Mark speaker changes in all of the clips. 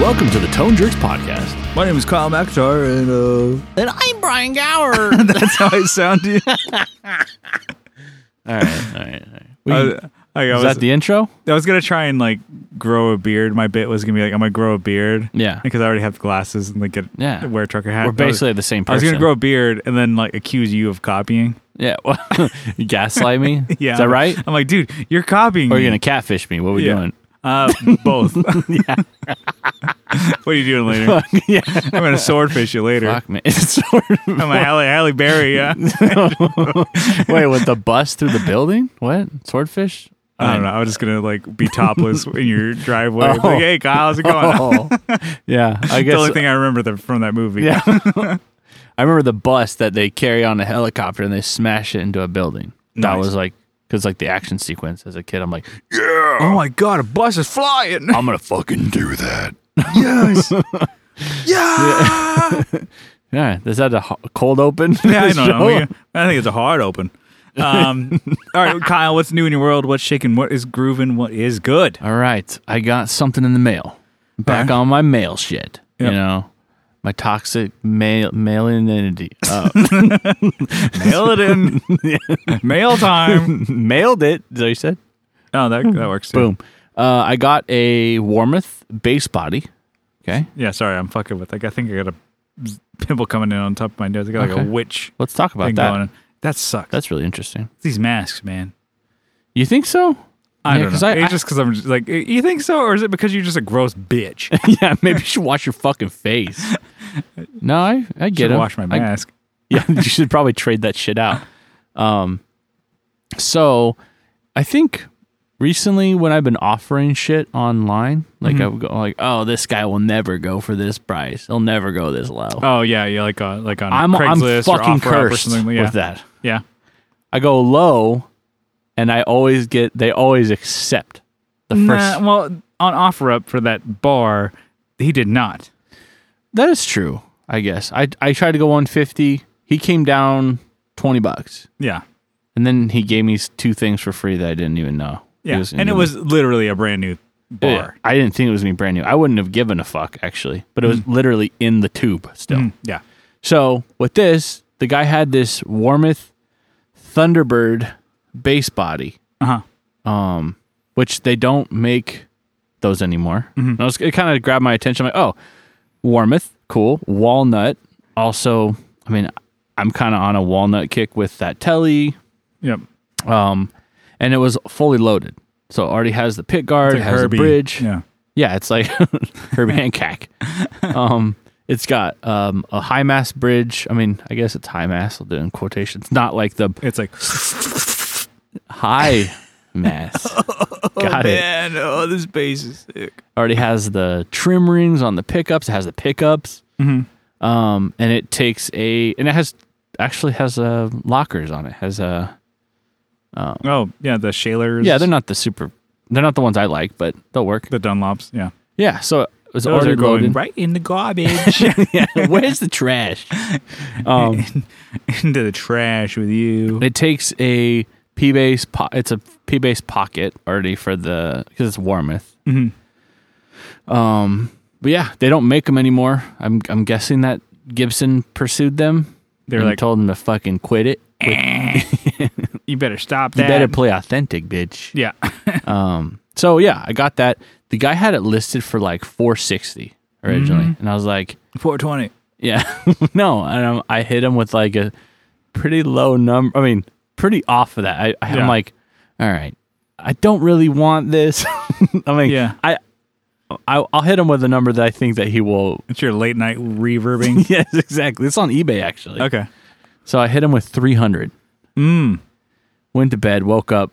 Speaker 1: Welcome to the Tone Jerks Podcast.
Speaker 2: My name is Kyle McIntyre, and uh,
Speaker 1: And I'm Brian Gower.
Speaker 2: that's how I sound to you.
Speaker 1: all right, all right, all right. We,
Speaker 2: I, I, I
Speaker 1: is
Speaker 2: was,
Speaker 1: that the intro?
Speaker 2: I was gonna try and like grow a beard. My bit was gonna be like, I'm gonna grow a beard
Speaker 1: Yeah.
Speaker 2: because I already have glasses and like get
Speaker 1: Yeah.
Speaker 2: wear a trucker hat.
Speaker 1: We're
Speaker 2: But I was-
Speaker 1: basically the same
Speaker 2: I was
Speaker 1: person.
Speaker 2: gonna grow a beard and then like accuse you of copying.
Speaker 1: Yeah. well, you gaslight me?
Speaker 2: Yeah,
Speaker 1: Is that right?
Speaker 2: I'm like, dude, you're copying.
Speaker 1: Or
Speaker 2: me."
Speaker 1: you're going to catfish me? What are we
Speaker 2: Yeah.
Speaker 1: doing?
Speaker 2: Uh, both. what are you doing later?
Speaker 1: yeah.
Speaker 2: I'm gonna swordfish you later.
Speaker 1: Fuck, man. It's sort of-
Speaker 2: I'm like Halle, Halle Berry. Yeah.
Speaker 1: Wait, with the bus through the building? What? Swordfish?
Speaker 2: I don't know. I was just gonna like be topless in your driveway. It's
Speaker 1: Oh.
Speaker 2: Like, hey, Kyle, how's it going?
Speaker 1: Oh. yeah. I
Speaker 2: That's the
Speaker 1: guess.
Speaker 2: only thing I remember the, from that movie.
Speaker 1: Yeah. I remember the bus that they carry on a helicopter and they smash it into a building. That
Speaker 2: Nice.
Speaker 1: was like, because like the action sequence as a kid, I'm like,
Speaker 2: Oh my god, a bus is flying.
Speaker 1: I'm going to fucking do that.
Speaker 2: yes. yeah.
Speaker 1: Yeah, is that a ho- cold open?
Speaker 2: Yeah, I don't know.
Speaker 1: Show?
Speaker 2: We- I think it's a hard open. Um, all right, Kyle, what's new in your world? What's shaking? What is grooving? What is good?
Speaker 1: All right, I got something in the mail. Back
Speaker 2: All
Speaker 1: on my mail shit.
Speaker 2: Yep.
Speaker 1: You know, my toxic mail malignity. Uh,
Speaker 2: Mail it in. Mail time.
Speaker 1: mailed it. Is that what you said?
Speaker 2: Oh, that that works. Too.
Speaker 1: Boom. Uh, I got a Warmoth base body. Okay,
Speaker 2: Yeah, sorry, I'm fucking with. Like, I think I got a pimple coming in on top of my nose. I got like
Speaker 1: Okay.
Speaker 2: a witch
Speaker 1: let's talk about
Speaker 2: thing
Speaker 1: that.
Speaker 2: going on. That sucks.
Speaker 1: That's really interesting.
Speaker 2: These masks, man.
Speaker 1: You think so?
Speaker 2: I
Speaker 1: Yeah,
Speaker 2: don't
Speaker 1: 'cause
Speaker 2: know.
Speaker 1: I-
Speaker 2: it's
Speaker 1: I-
Speaker 2: just because I'm just like, you think so, or is it because you're just a gross bitch?
Speaker 1: yeah, maybe you should wash your fucking face. No, I, I get
Speaker 2: Should
Speaker 1: it.
Speaker 2: wash my
Speaker 1: I,
Speaker 2: mask.
Speaker 1: yeah, you should probably trade that shit out. Um, so I think recently when I've been offering shit online, like
Speaker 2: Mm-hmm.
Speaker 1: I would go like, oh, this guy will never go for this price. He'll never go this low.
Speaker 2: Oh yeah, yeah, like uh, like on
Speaker 1: I'm I'm
Speaker 2: Craigslist or
Speaker 1: fucking
Speaker 2: OfferUp or
Speaker 1: cursed
Speaker 2: something. Yeah,
Speaker 1: with that.
Speaker 2: yeah.
Speaker 1: I go low, and I always get they always accept the first.
Speaker 2: Nah, well, on OfferUp for that bar, he did not.
Speaker 1: That is true, I guess. I I tried to go 150. He came down 20 bucks,
Speaker 2: Yeah,
Speaker 1: and then he gave me two things for free that I didn't even know. He
Speaker 2: yeah,
Speaker 1: gonna
Speaker 2: and it
Speaker 1: give me-
Speaker 2: was literally a brand new bar.
Speaker 1: Yeah, I didn't think it was gonna be brand new. I wouldn't have given a fuck actually, but it was
Speaker 2: Mm.
Speaker 1: literally in the tube still.
Speaker 2: Yeah,
Speaker 1: So with this, the guy had this Warmoth Thunderbird base body,
Speaker 2: uh huh.
Speaker 1: um, which they don't make those anymore.
Speaker 2: Mm-hmm.
Speaker 1: And I was, it kind of grabbed my attention. I'm like, oh, Warmoth, cool. Walnut, also. I mean, I'm kind of on a walnut kick with that telly,
Speaker 2: Yep.
Speaker 1: um, and it was fully loaded. So it already has the pit guard,
Speaker 2: Like
Speaker 1: has
Speaker 2: Herbie.
Speaker 1: a bridge.
Speaker 2: Yeah.
Speaker 1: Yeah, it's like Herbie Hancock. Um, it's got um, a high mass bridge. I mean, I guess it's high mass. I'll do it in quotations. Not like the
Speaker 2: It's like,
Speaker 1: high mass. Got it.
Speaker 2: man, oh, this bass is sick.
Speaker 1: Already has the trim rings on the pickups. It has the pickups.
Speaker 2: Mm-hmm.
Speaker 1: Um, and it takes a and it has actually has uh, lockers on it. Has a
Speaker 2: Oh, yeah, the Shalers.
Speaker 1: yeah. They're not the super. They're not the ones I like, but they'll work.
Speaker 2: the Dunlops. Yeah,
Speaker 1: Yeah. So it was
Speaker 2: those
Speaker 1: already
Speaker 2: are going
Speaker 1: loaded.
Speaker 2: right in the garbage,
Speaker 1: Where's the trash? Um,
Speaker 2: into the trash with you.
Speaker 1: It takes a P base. Po- it's a P base pocket already for the because it's Warmoth.
Speaker 2: Mm-hmm.
Speaker 1: Um, but yeah, they don't make them anymore. I'm I'm guessing that Gibson pursued them.
Speaker 2: They're
Speaker 1: and
Speaker 2: like,
Speaker 1: told them to fucking quit it.
Speaker 2: you better stop
Speaker 1: You
Speaker 2: that.
Speaker 1: better play authentic, bitch.
Speaker 2: yeah,
Speaker 1: Um, so yeah, I got that. The guy had it listed for like 460 originally,
Speaker 2: Mm-hmm.
Speaker 1: and I was like,
Speaker 2: 420.
Speaker 1: Yeah. no, and I'm, I hit him with like a pretty low number. I mean, pretty off of that. I, I-
Speaker 2: Yeah.
Speaker 1: I'm like, all right, I don't really want this. I mean,
Speaker 2: Yeah.
Speaker 1: I, I, I'll hit him with a number that I think that he will.
Speaker 2: It's your late night reverbing.
Speaker 1: Yes, exactly. It's on eBay actually.
Speaker 2: okay.
Speaker 1: So I hit him with 300. Mm. Went to bed, woke up,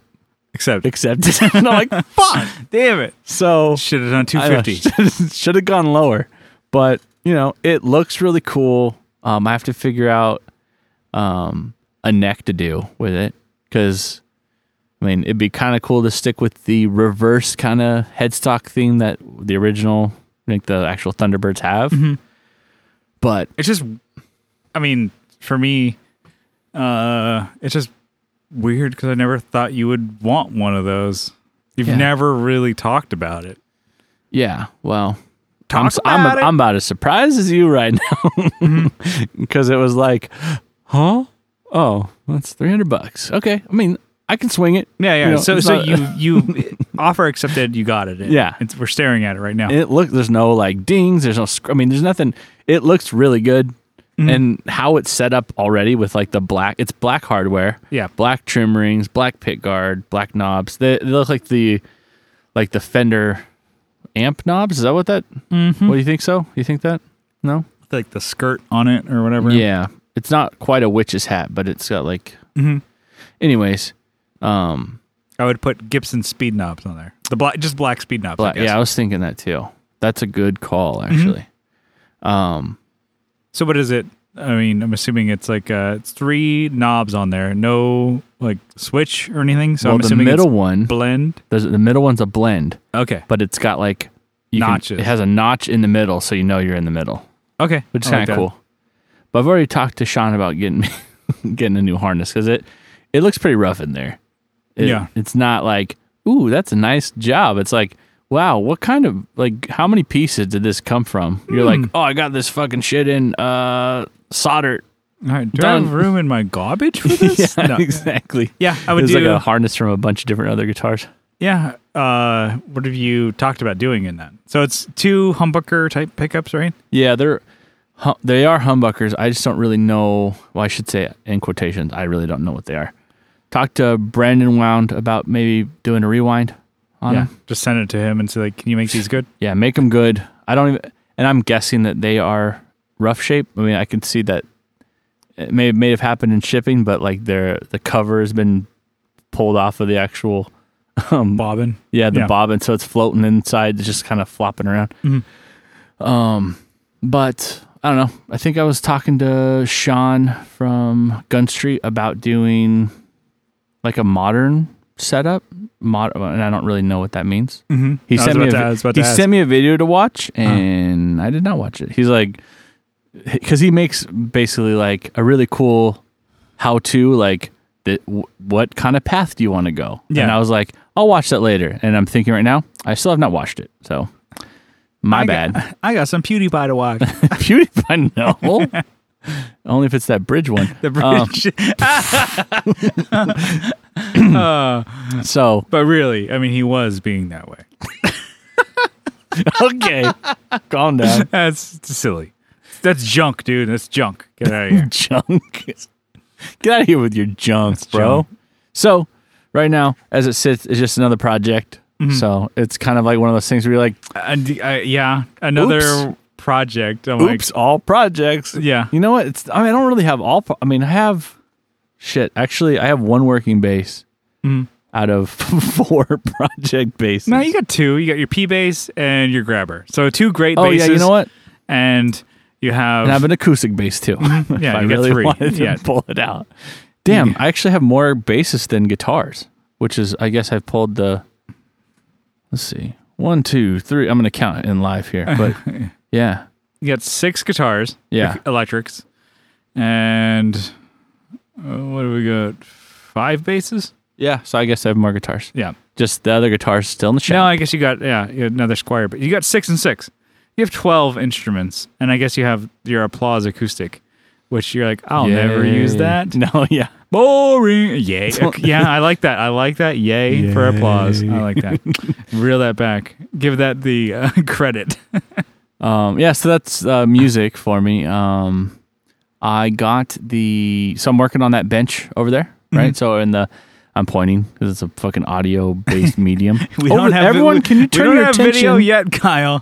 Speaker 2: Except,
Speaker 1: accepted. and I'm like, fuck.
Speaker 2: damn it.
Speaker 1: So
Speaker 2: Should have done 250.
Speaker 1: Should have gone lower, but you know it looks really cool. Um, I have to figure out um, a neck to do with it because I mean, it'd be kind of cool to stick with the reverse kind of headstock theme that the original, like the actual Thunderbirds have. But
Speaker 2: It's just, I mean, for me, uh, it's just weird because I never thought you would want one of those. You've
Speaker 1: Yeah.
Speaker 2: never really talked about it.
Speaker 1: yeah, well,
Speaker 2: Talk
Speaker 1: I'm, s- I'm,
Speaker 2: about it. Mm-hmm.
Speaker 1: I'm about as surprised as you right now because it was like, huh? Oh, that's 300 bucks. Okay. I mean, I can swing it.
Speaker 2: yeah, yeah.
Speaker 1: You know,
Speaker 2: so,
Speaker 1: it's
Speaker 2: so
Speaker 1: not-
Speaker 2: you you offer accepted. You got it.
Speaker 1: Yeah.
Speaker 2: it's, we're staring at it right now.
Speaker 1: it look there's no like dings there's no sc- i mean there's nothing it looks really good
Speaker 2: Mm-hmm.
Speaker 1: and how it's set up already with like the black it's black hardware
Speaker 2: Yeah.
Speaker 1: black trim rings black pit guard black knobs they, they look like the like the fender amp knobs is that what that
Speaker 2: Mm-hmm.
Speaker 1: what do you think so you think that no
Speaker 2: like the skirt on it or whatever.
Speaker 1: yeah it's not quite a witch's hat but it's got like anyways um
Speaker 2: Mm-hmm. I would put Gibson speed knobs on there. The black, just black speed knobs.
Speaker 1: black,
Speaker 2: I guess. Mm-hmm.
Speaker 1: yeah i was thinking that too that's a good call actually um
Speaker 2: So what is it? I mean, I'm assuming it's like uh, it's three knobs on there, no like switch or anything. So
Speaker 1: well,
Speaker 2: I'm
Speaker 1: the
Speaker 2: assuming
Speaker 1: middle
Speaker 2: it's
Speaker 1: one
Speaker 2: blend.
Speaker 1: There's, the middle one's a blend,
Speaker 2: Okay.
Speaker 1: but it's got like you can-
Speaker 2: Notches.
Speaker 1: it has a notch in the middle, so you know you're in the middle,
Speaker 2: Oh, Okay.
Speaker 1: which is
Speaker 2: I like
Speaker 1: kind of
Speaker 2: that.
Speaker 1: cool. But I've already talked to Sean about getting me getting a new harness because it it looks pretty rough in there. It-
Speaker 2: Yeah.
Speaker 1: it's not like ooh, that's a nice job. It's like wow, what kind of like how many pieces did this come from? You're like
Speaker 2: Hmm.
Speaker 1: oh, I got this fucking shit in uh soldered.
Speaker 2: All right. Do I have
Speaker 1: Done.
Speaker 2: room in my garbage for this?
Speaker 1: yeah,
Speaker 2: No.
Speaker 1: exactly.
Speaker 2: Yeah, I would
Speaker 1: it's
Speaker 2: do.
Speaker 1: like a harness from a bunch of different other guitars.
Speaker 2: yeah. Uh, what have you talked about doing in that? So it's two humbucker type pickups, right?
Speaker 1: Yeah, they're hum- they are humbuckers. I just don't really know. Well, I should say in quotations, I really don't know what they are. Talked to Brandon Wound about maybe doing a rewind on
Speaker 2: yeah.
Speaker 1: yeah.
Speaker 2: Just send it to him and say like, can you make these good?
Speaker 1: Yeah, make them good. I don't even, and I'm guessing that they are rough shape. I mean, I can see that it may may have happened in shipping, but like their the cover has been pulled off of the actual um,
Speaker 2: Bobbin.
Speaker 1: yeah, the
Speaker 2: Yeah.
Speaker 1: bobbin, so it's floating inside, it's just kind of flopping around. Um, but I don't know. I think I was talking to Sean from Gun Street about doing like a modern setup, mod- and I don't really know what that means. Mm-hmm. He
Speaker 2: I was
Speaker 1: sent me.
Speaker 2: about
Speaker 1: A,
Speaker 2: to- I was about
Speaker 1: he
Speaker 2: to ask.
Speaker 1: sent me a video to watch, and I did not watch it. He's like, because he makes basically like a really cool how to like the, w- what kind of path do you want to go?
Speaker 2: Yeah.
Speaker 1: And I was like, I'll watch that later. And I'm thinking right now, I still have not watched it. So my
Speaker 2: I
Speaker 1: bad.
Speaker 2: Got, I got some PewDiePie to watch.
Speaker 1: PewDiePie, no. Only if it's that bridge one.
Speaker 2: The
Speaker 1: Um,
Speaker 2: bridge. Uh,
Speaker 1: So
Speaker 2: but really, I mean, he was being that way.
Speaker 1: okay, calm down.
Speaker 2: That's Eh, silly. That's junk, dude. That's junk. Get out of here.
Speaker 1: Junk. Get out of here with your junk, bro.
Speaker 2: junk.
Speaker 1: So right now, as it sits, it's just another project.
Speaker 2: Mm-hmm.
Speaker 1: So it's kind of like one of those things where you're like,
Speaker 2: And, uh, yeah, another
Speaker 1: Oops.
Speaker 2: project. I'm
Speaker 1: oops, all projects.
Speaker 2: Yeah.
Speaker 1: You know what? It's I mean I don't really have all. Pro- I mean I have shit. Actually, I have one working base out of four project bases.
Speaker 2: Mm-hmm. Now you got two. You got your P bass and your grabber. So two great
Speaker 1: oh
Speaker 2: bases.
Speaker 1: yeah, you know what?
Speaker 2: And you have.
Speaker 1: And I have an acoustic bass too. if
Speaker 2: Mm-hmm. Yeah,
Speaker 1: I
Speaker 2: you got
Speaker 1: really
Speaker 2: three.
Speaker 1: wanted to
Speaker 2: Yeah.
Speaker 1: pull it out. Damn, I actually have more basses than guitars, which is I guess I've pulled the. Let's see, one, two, three. I'm gonna count it in live here, but yeah,
Speaker 2: you got six guitars.
Speaker 1: Yeah.
Speaker 2: e- Electrics. And uh, what do we got? Five basses.
Speaker 1: yeah. So I guess I have more guitars.
Speaker 2: Yeah.
Speaker 1: Just the other guitars still in the
Speaker 2: No,
Speaker 1: shop.
Speaker 2: I guess you got yeah you had another squire, but you got six and six. You have twelve instruments, and I guess you have your applause acoustic, which you're like, I'll never use
Speaker 1: Yay.
Speaker 2: that.
Speaker 1: No, yeah.
Speaker 2: Boring. Yay. Okay, yeah, I like that. I like that. Yay, for applause. I like that. Reel that back. Give that the uh, credit.
Speaker 1: Um, yeah, so that's uh, music for me. Um, I got the so I'm working on that bench over there,
Speaker 2: Mm-hmm.
Speaker 1: right? So in the I'm pointing because it's a fucking audio based medium. Over- Oh, everyone.
Speaker 2: we-
Speaker 1: can you turn
Speaker 2: we don't
Speaker 1: your
Speaker 2: have
Speaker 1: attention?
Speaker 2: video yet, Kyle?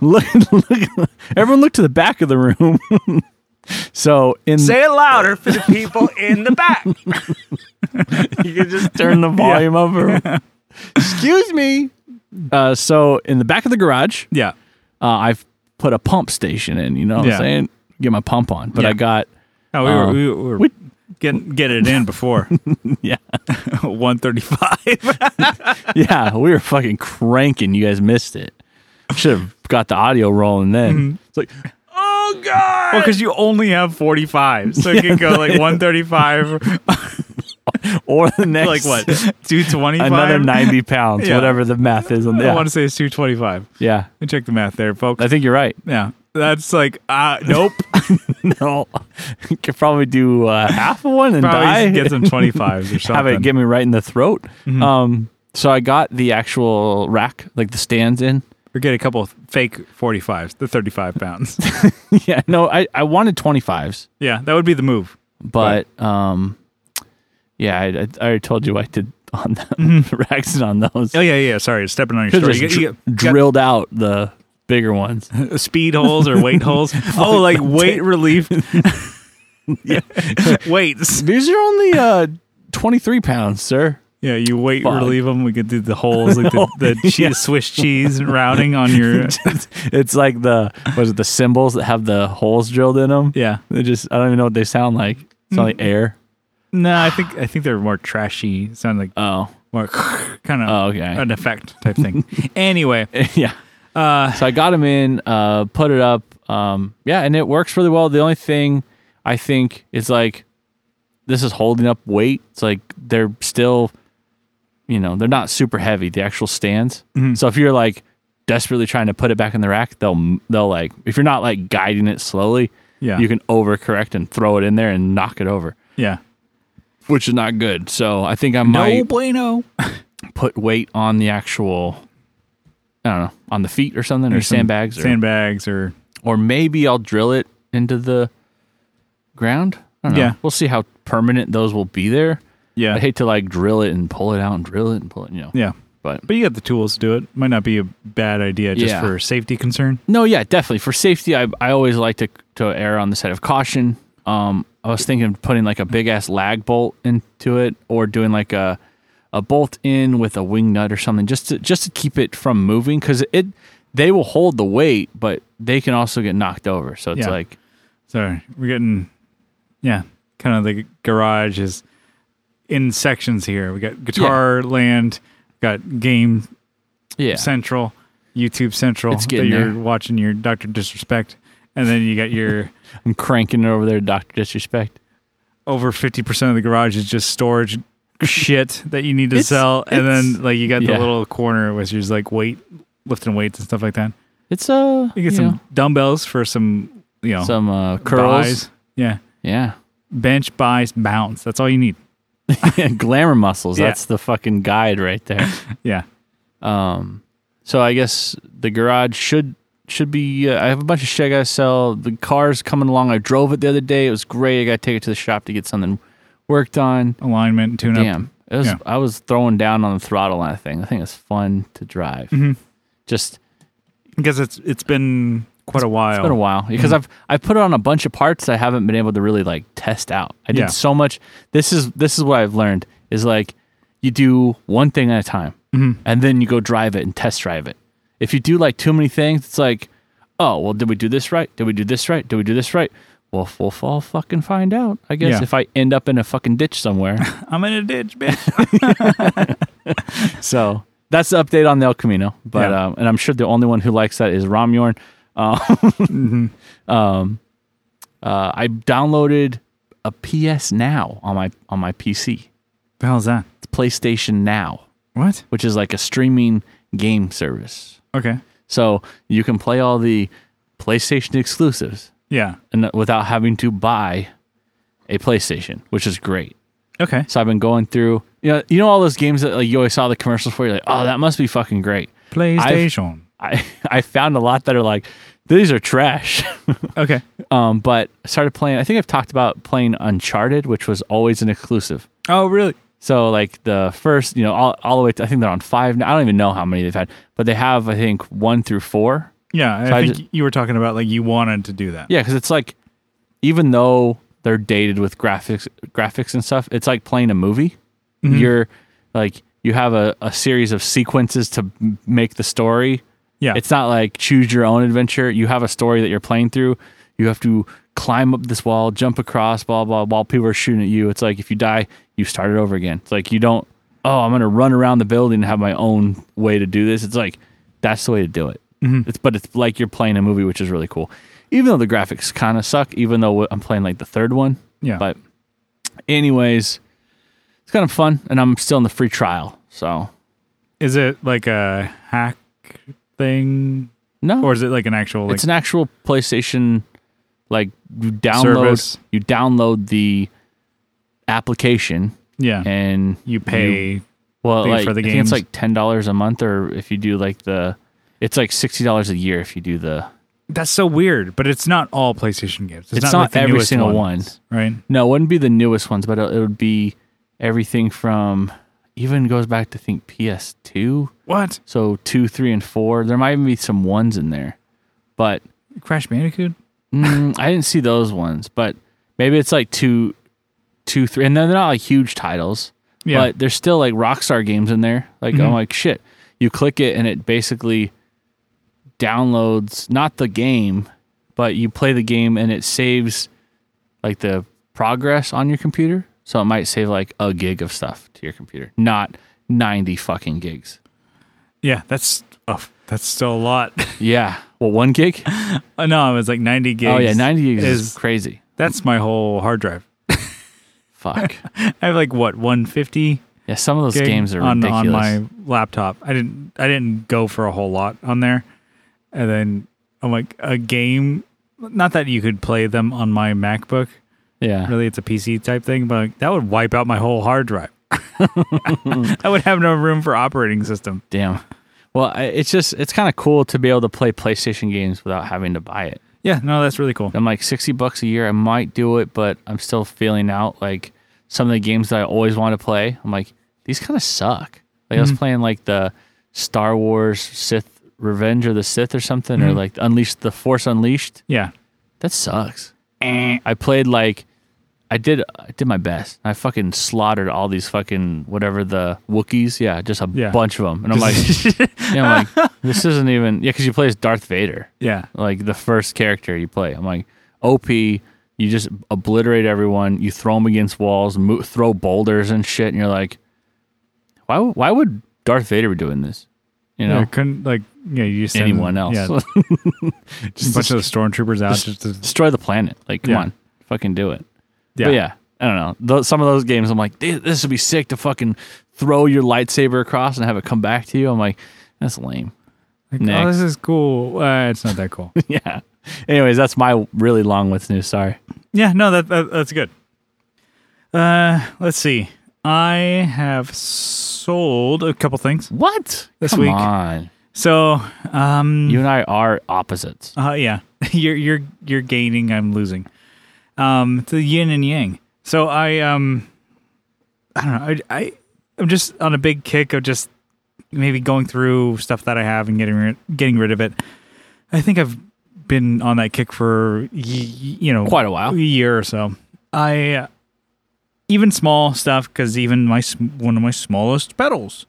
Speaker 1: Look, look, everyone, look to the back of the room. so in
Speaker 3: Say it louder for the people in the back.
Speaker 1: you can just turn the volume over. Excuse me. Uh, so in the back of the garage,
Speaker 2: Yeah.
Speaker 1: uh, I've put a pump station in. You know what
Speaker 2: Yeah.
Speaker 1: I'm saying? Get my pump on, but
Speaker 2: Yeah.
Speaker 1: I got
Speaker 2: Oh, we
Speaker 1: Uh,
Speaker 2: were, we were
Speaker 1: we-
Speaker 2: Get get it in before
Speaker 1: Yeah.
Speaker 2: one thirty five.
Speaker 1: yeah, we were fucking cranking. You guys missed it. Should have got the audio rolling
Speaker 2: Mm-hmm.
Speaker 1: then. It's like,
Speaker 3: Oh God!
Speaker 2: Well, because you only have forty five, so it can go like one thirty five,
Speaker 1: or the
Speaker 2: like
Speaker 1: next,
Speaker 2: what two twenty five.
Speaker 1: Another 90 pounds,
Speaker 2: Yeah.
Speaker 1: whatever the math is on
Speaker 2: I want
Speaker 1: that.
Speaker 2: to say it's two twenty five.
Speaker 1: Yeah.
Speaker 2: Check the math there, folks.
Speaker 1: I think you're right.
Speaker 2: yeah, that's like uh, nope.
Speaker 1: No, could probably do uh, half of one and die.
Speaker 2: Probably get some twenty fives or something. Mm-hmm.
Speaker 1: have it get me right in the throat. Um, so I got the actual rack, like the stands in.
Speaker 2: or get a couple of fake forty fives, the thirty five pounds.
Speaker 1: yeah, no, I, I wanted 25s,
Speaker 2: yeah, that would be the move.
Speaker 1: but um, yeah, I, I, I already told you I did on the
Speaker 2: Mm-hmm.
Speaker 1: racks and on those.
Speaker 2: Oh yeah, yeah. Sorry, stepping on your
Speaker 1: Could
Speaker 2: story.
Speaker 1: have
Speaker 2: You
Speaker 1: just
Speaker 2: get, you
Speaker 1: dr-
Speaker 2: get, got
Speaker 1: drilled out the bigger ones.
Speaker 2: speed holes or weight holes. Oh, like weight relief. weights.
Speaker 1: These are only uh, 23 pounds, sir.
Speaker 2: Yeah, you weight
Speaker 1: Fuck.
Speaker 2: relieve them. We could do the holes, like the, the cheese, Swiss cheese routing on your.
Speaker 1: It's like the was it the symbols that have the holes drilled in them?
Speaker 2: Yeah.
Speaker 1: They just I don't even know what they sound like. It's like air.
Speaker 2: No, I think I think they're more trashy. Sound like
Speaker 1: Oh,
Speaker 2: more kind of
Speaker 1: Oh, okay.
Speaker 2: an effect type thing. anyway,
Speaker 1: yeah. Uh, so I got him in, uh, put it up. Um, yeah, and it works really well. The only thing I think is like this is holding up weight. It's like they're still, you know, they're not super heavy. The actual stands. So if you're like desperately trying to put it back in the rack, they'll they'll like if you're not like guiding it slowly,
Speaker 2: Yeah.
Speaker 1: you can overcorrect and throw it in there and knock it over,
Speaker 2: yeah.
Speaker 1: which is not good. So I think I might
Speaker 2: bueno.
Speaker 1: put weight on the actual. I don't know on the feet or something or, sandbags or
Speaker 2: sandbags, or
Speaker 1: or maybe I'll drill it into the ground. I don't know.
Speaker 2: Yeah.
Speaker 1: We'll see how permanent those will be there.
Speaker 2: yeah,
Speaker 1: I hate to like drill it and pull it out and drill it and pull it, you know.
Speaker 2: yeah.
Speaker 1: But
Speaker 2: But you got the tools to do it. Might not be a bad idea just
Speaker 1: Yeah.
Speaker 2: for safety concern.
Speaker 1: no, yeah, definitely. For safety, I I always like to to err on the side of caution. Um I was thinking of putting like a big ass lag bolt into it or doing like a a bolt in with a wing nut or something just to just to keep it from moving cuz it they will hold the weight, but they can also get knocked over. So it's
Speaker 2: Yeah.
Speaker 1: like
Speaker 2: Sorry, we're getting, yeah, kind of the garage is in sections here. We got guitar land, got game
Speaker 1: yeah.
Speaker 2: central, YouTube central.
Speaker 1: It's
Speaker 2: that
Speaker 1: getting
Speaker 2: you're
Speaker 1: there.
Speaker 2: watching your Doctor Disrespect, and then you got your
Speaker 1: I'm cranking it over there, Doctor Disrespect.
Speaker 2: over fifty percent of the garage is just storage shit that you need to
Speaker 1: It's-
Speaker 2: sell, and
Speaker 1: it's-
Speaker 2: then like you got
Speaker 1: yeah.
Speaker 2: the little corner which is like weight lifting weights and stuff like that.
Speaker 1: It's uh,
Speaker 2: You get some dumbbells for some you know
Speaker 1: know, some uh, curls.
Speaker 2: buys. Yeah.
Speaker 1: Yeah,
Speaker 2: bench buys bounce. That's all you need.
Speaker 1: glamour muscles.
Speaker 2: Yeah.
Speaker 1: That's the fucking guide right there.
Speaker 2: Yeah.
Speaker 1: Um, so I guess the garage should should be. Uh, I have a bunch of shit I gotta sell. The car's coming along. I drove it the other day. It was great. I gotta take it to the shop to get something worked on.
Speaker 2: Alignment, tune up.
Speaker 1: Damn, it was.
Speaker 2: Yeah.
Speaker 1: I was throwing down on the throttle on that thing. I think it's fun to drive.
Speaker 2: Mm-hmm.
Speaker 1: Just
Speaker 2: Because it's it's been quite a while. Mm-hmm.
Speaker 1: It's been a while because I've I've put it on a bunch of parts I haven't been able to really like test out. I did
Speaker 2: Yeah.
Speaker 1: so much. This is this is what I've learned is like you do one thing at a time,
Speaker 2: Mm-hmm.
Speaker 1: and then you go drive it and test drive it. If you do like too many things, it's like, oh well, did we do this right? Did we do this right? Did we do this right? Well, f- we'll all fucking find out. I guess
Speaker 2: Yeah.
Speaker 1: if I end up in a fucking ditch somewhere.
Speaker 2: I'm in a ditch, bitch.
Speaker 1: so that's the update on the El Camino. But
Speaker 2: Yeah.
Speaker 1: um, and I'm sure the only one who likes that is Ramyorn. Um, um, uh, I downloaded a PS Now on my on my PC.
Speaker 2: the hell's that?
Speaker 1: It's PlayStation Now,
Speaker 2: What?
Speaker 1: which is like a streaming game service.
Speaker 2: Okay.
Speaker 1: So you can play all the PlayStation exclusives
Speaker 2: Yeah.
Speaker 1: and without having to buy a PlayStation, which is great.
Speaker 2: Okay.
Speaker 1: So I've been going through, you know, you know all those games that like you always saw the commercials for. You're like, oh, that must be fucking great.
Speaker 2: PlayStation.
Speaker 1: I I found a lot that are like these are trash.
Speaker 2: Okay.
Speaker 1: um, but I started playing. I think I've talked about playing Uncharted, which was always an exclusive.
Speaker 2: Oh, really?
Speaker 1: So like the first, you know, all, all the way. To, I think they're on five now. I don't even know how many they've had, but they have I think one through four.
Speaker 2: Yeah. I
Speaker 1: So I
Speaker 2: think
Speaker 1: ju-
Speaker 2: you were talking about like you wanted to do that.
Speaker 1: Yeah, because it's like even though they're dated with graphics, graphics and stuff, it's like playing a movie. You're like you have a, a series of sequences to m- make the story.
Speaker 2: Yeah.
Speaker 1: It's not like choose your own adventure. You have a story that you're playing through. You have to climb up this wall, jump across, blah blah. While people are shooting at you, it's like if you die, you start it over again. It's like you don't. Oh, I'm gonna run around the building and have my own way to do this. It's like that's the way to do it.
Speaker 2: Mm-hmm.
Speaker 1: It's but it's like you're playing a movie, which is really cool. Even though the graphics kind of suck, even though I'm playing like the third one.
Speaker 2: Yeah.
Speaker 1: But anyways, it's kind of fun, and I'm still in the free trial. So
Speaker 2: Is it like a hack thing,
Speaker 1: no,
Speaker 2: or is it like an actual? Like,
Speaker 1: it's an actual PlayStation like you download
Speaker 2: Service.
Speaker 1: you download the application
Speaker 2: yeah,
Speaker 1: and
Speaker 2: you pay.
Speaker 1: well
Speaker 2: thing
Speaker 1: like,
Speaker 2: for the
Speaker 1: I think it's
Speaker 2: games.
Speaker 1: like ten dollars a month or if you do like the it's like sixty dollars a year if you do the
Speaker 2: That's so weird, but it's not all PlayStation games.
Speaker 1: it's,
Speaker 2: It's, not,
Speaker 1: not,
Speaker 2: like the
Speaker 1: every
Speaker 2: newest
Speaker 1: single one.
Speaker 2: ones, right?
Speaker 1: No, it wouldn't be the newest ones, but it, it would be everything from even goes back to think PS2.
Speaker 2: What
Speaker 1: So two, three, and four. There might even be some ones in there, but
Speaker 2: Crash Bandicoot?
Speaker 1: Mm, I didn't see those ones, but maybe it's like two, two, three, and then they're not like huge titles.
Speaker 2: Yeah. Mm-hmm.
Speaker 1: But there's still like Rockstar games in there. Like I'm like shit. You click it and it basically downloads not the game, but you play the game and it saves like the progress on your computer. So it might save like a gig of stuff to your computer, not ninety fucking gigs.
Speaker 2: Yeah, that's oh, that's still a lot.
Speaker 1: Yeah. Well, one gig.
Speaker 2: Uh, no, it was like ninety gigs.
Speaker 1: Oh yeah, ninety gigs is
Speaker 2: is
Speaker 1: crazy.
Speaker 2: that's my whole hard drive.
Speaker 1: Fuck.
Speaker 2: I have like what one fifty
Speaker 1: Yeah, some of those games are
Speaker 2: on,
Speaker 1: ridiculous.
Speaker 2: on my laptop. I didn't I didn't go for a whole lot on there, and then I'm like a game. Not that you could play them on my MacBook.
Speaker 1: yeah.
Speaker 2: Really, it's a PC type thing, but like, that would wipe out my whole hard drive. I would have no room for operating system.
Speaker 1: Damn. Well, I, it's just it's kind of cool to be able to play PlayStation games without having to buy it.
Speaker 2: Yeah, no, that's really cool.
Speaker 1: I'm like sixty bucks a year. I might do it, but I'm still feeling out. Like some of the games that I always want to play, I'm like these kind of suck. Like I
Speaker 2: Mm-hmm.
Speaker 1: was playing like the Star Wars Sith Revenge or the Sith or something,
Speaker 2: Mm-hmm.
Speaker 1: or like Unleash the Force Unleashed.
Speaker 2: Yeah,
Speaker 1: That sucks.
Speaker 2: Eh.
Speaker 1: I played like I did I did my best. I fucking slaughtered all these fucking whatever the Wookiees. Yeah, just a
Speaker 2: Yeah.
Speaker 1: bunch of them. And I'm like, yeah, I'm like this isn't even yeah, because you play as Darth Vader,
Speaker 2: yeah,
Speaker 1: like the first character you play. I'm like OP. You just obliterate everyone. You throw them against walls, mo- throw boulders and shit, and you're like, why? w- Why would Darth Vader be doing this? You know,
Speaker 2: Yeah, couldn't like yeah, you just send-
Speaker 1: anyone else?
Speaker 2: Yeah, just a bunch of the stormtroopers out. Just to,
Speaker 1: destroy the planet. Like, come
Speaker 2: Yeah.
Speaker 1: on, fucking do it.
Speaker 2: yeah,
Speaker 1: But yeah, I don't know. Tho- some of those games, I'm like, "Dude, this would be sick to fucking throw your lightsaber across and have it come back to you. I'm like, that's lame.
Speaker 2: Like, oh,
Speaker 1: Next.
Speaker 2: this is cool. Uh, it's not that cool.
Speaker 1: yeah. Anyways, that's my really long what's new. Sorry.
Speaker 2: Yeah, no, that, that that's good. Uh, let's see. I have sold a couple things
Speaker 1: What?
Speaker 2: This
Speaker 1: come
Speaker 2: week.
Speaker 1: on.
Speaker 2: So, um,
Speaker 1: You and I are opposites.
Speaker 2: uh, yeah, you're you're you're gaining, I'm losing. Um, it's the yin and yang. So I um, I don't know. I, I I'm just on a big kick of just maybe going through stuff that I have and getting rid, getting rid of it. I think I've been on that kick for y- y- you know
Speaker 1: Quite a while.
Speaker 2: a year or so. I uh, even small stuff because even my sm- one of my smallest pedals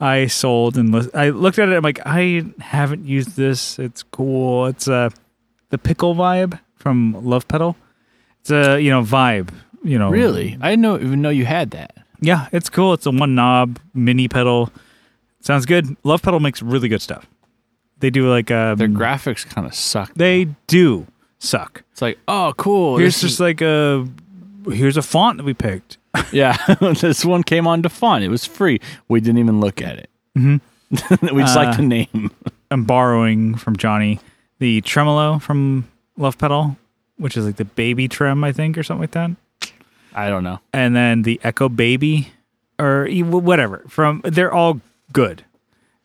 Speaker 2: I sold and lis- I looked at it. I'm like, I haven't used this. It's cool. It's uh the pickle vibe from Love Pedal. It's a you know vibe. You know,
Speaker 1: Really? I didn't know, even know you had that.
Speaker 2: yeah, it's cool. It's a one knob mini pedal. Sounds good. Love Pedal makes really good stuff. They do like a
Speaker 1: Their graphics kind of suck.
Speaker 2: they do suck.
Speaker 1: It's like, oh, cool.
Speaker 2: Here's
Speaker 1: this
Speaker 2: just like a here's a font that we picked.
Speaker 1: is- yeah. this one came on to fun. It was free. We didn't even look at it. Mm-hmm. we just like the name.
Speaker 2: I'm borrowing from Johnny the tremolo from Love Pedal, which is like the baby trem, I think, or something like that.
Speaker 1: I don't know.
Speaker 2: And then the Echo Baby, or e- wh- whatever. From they're all good.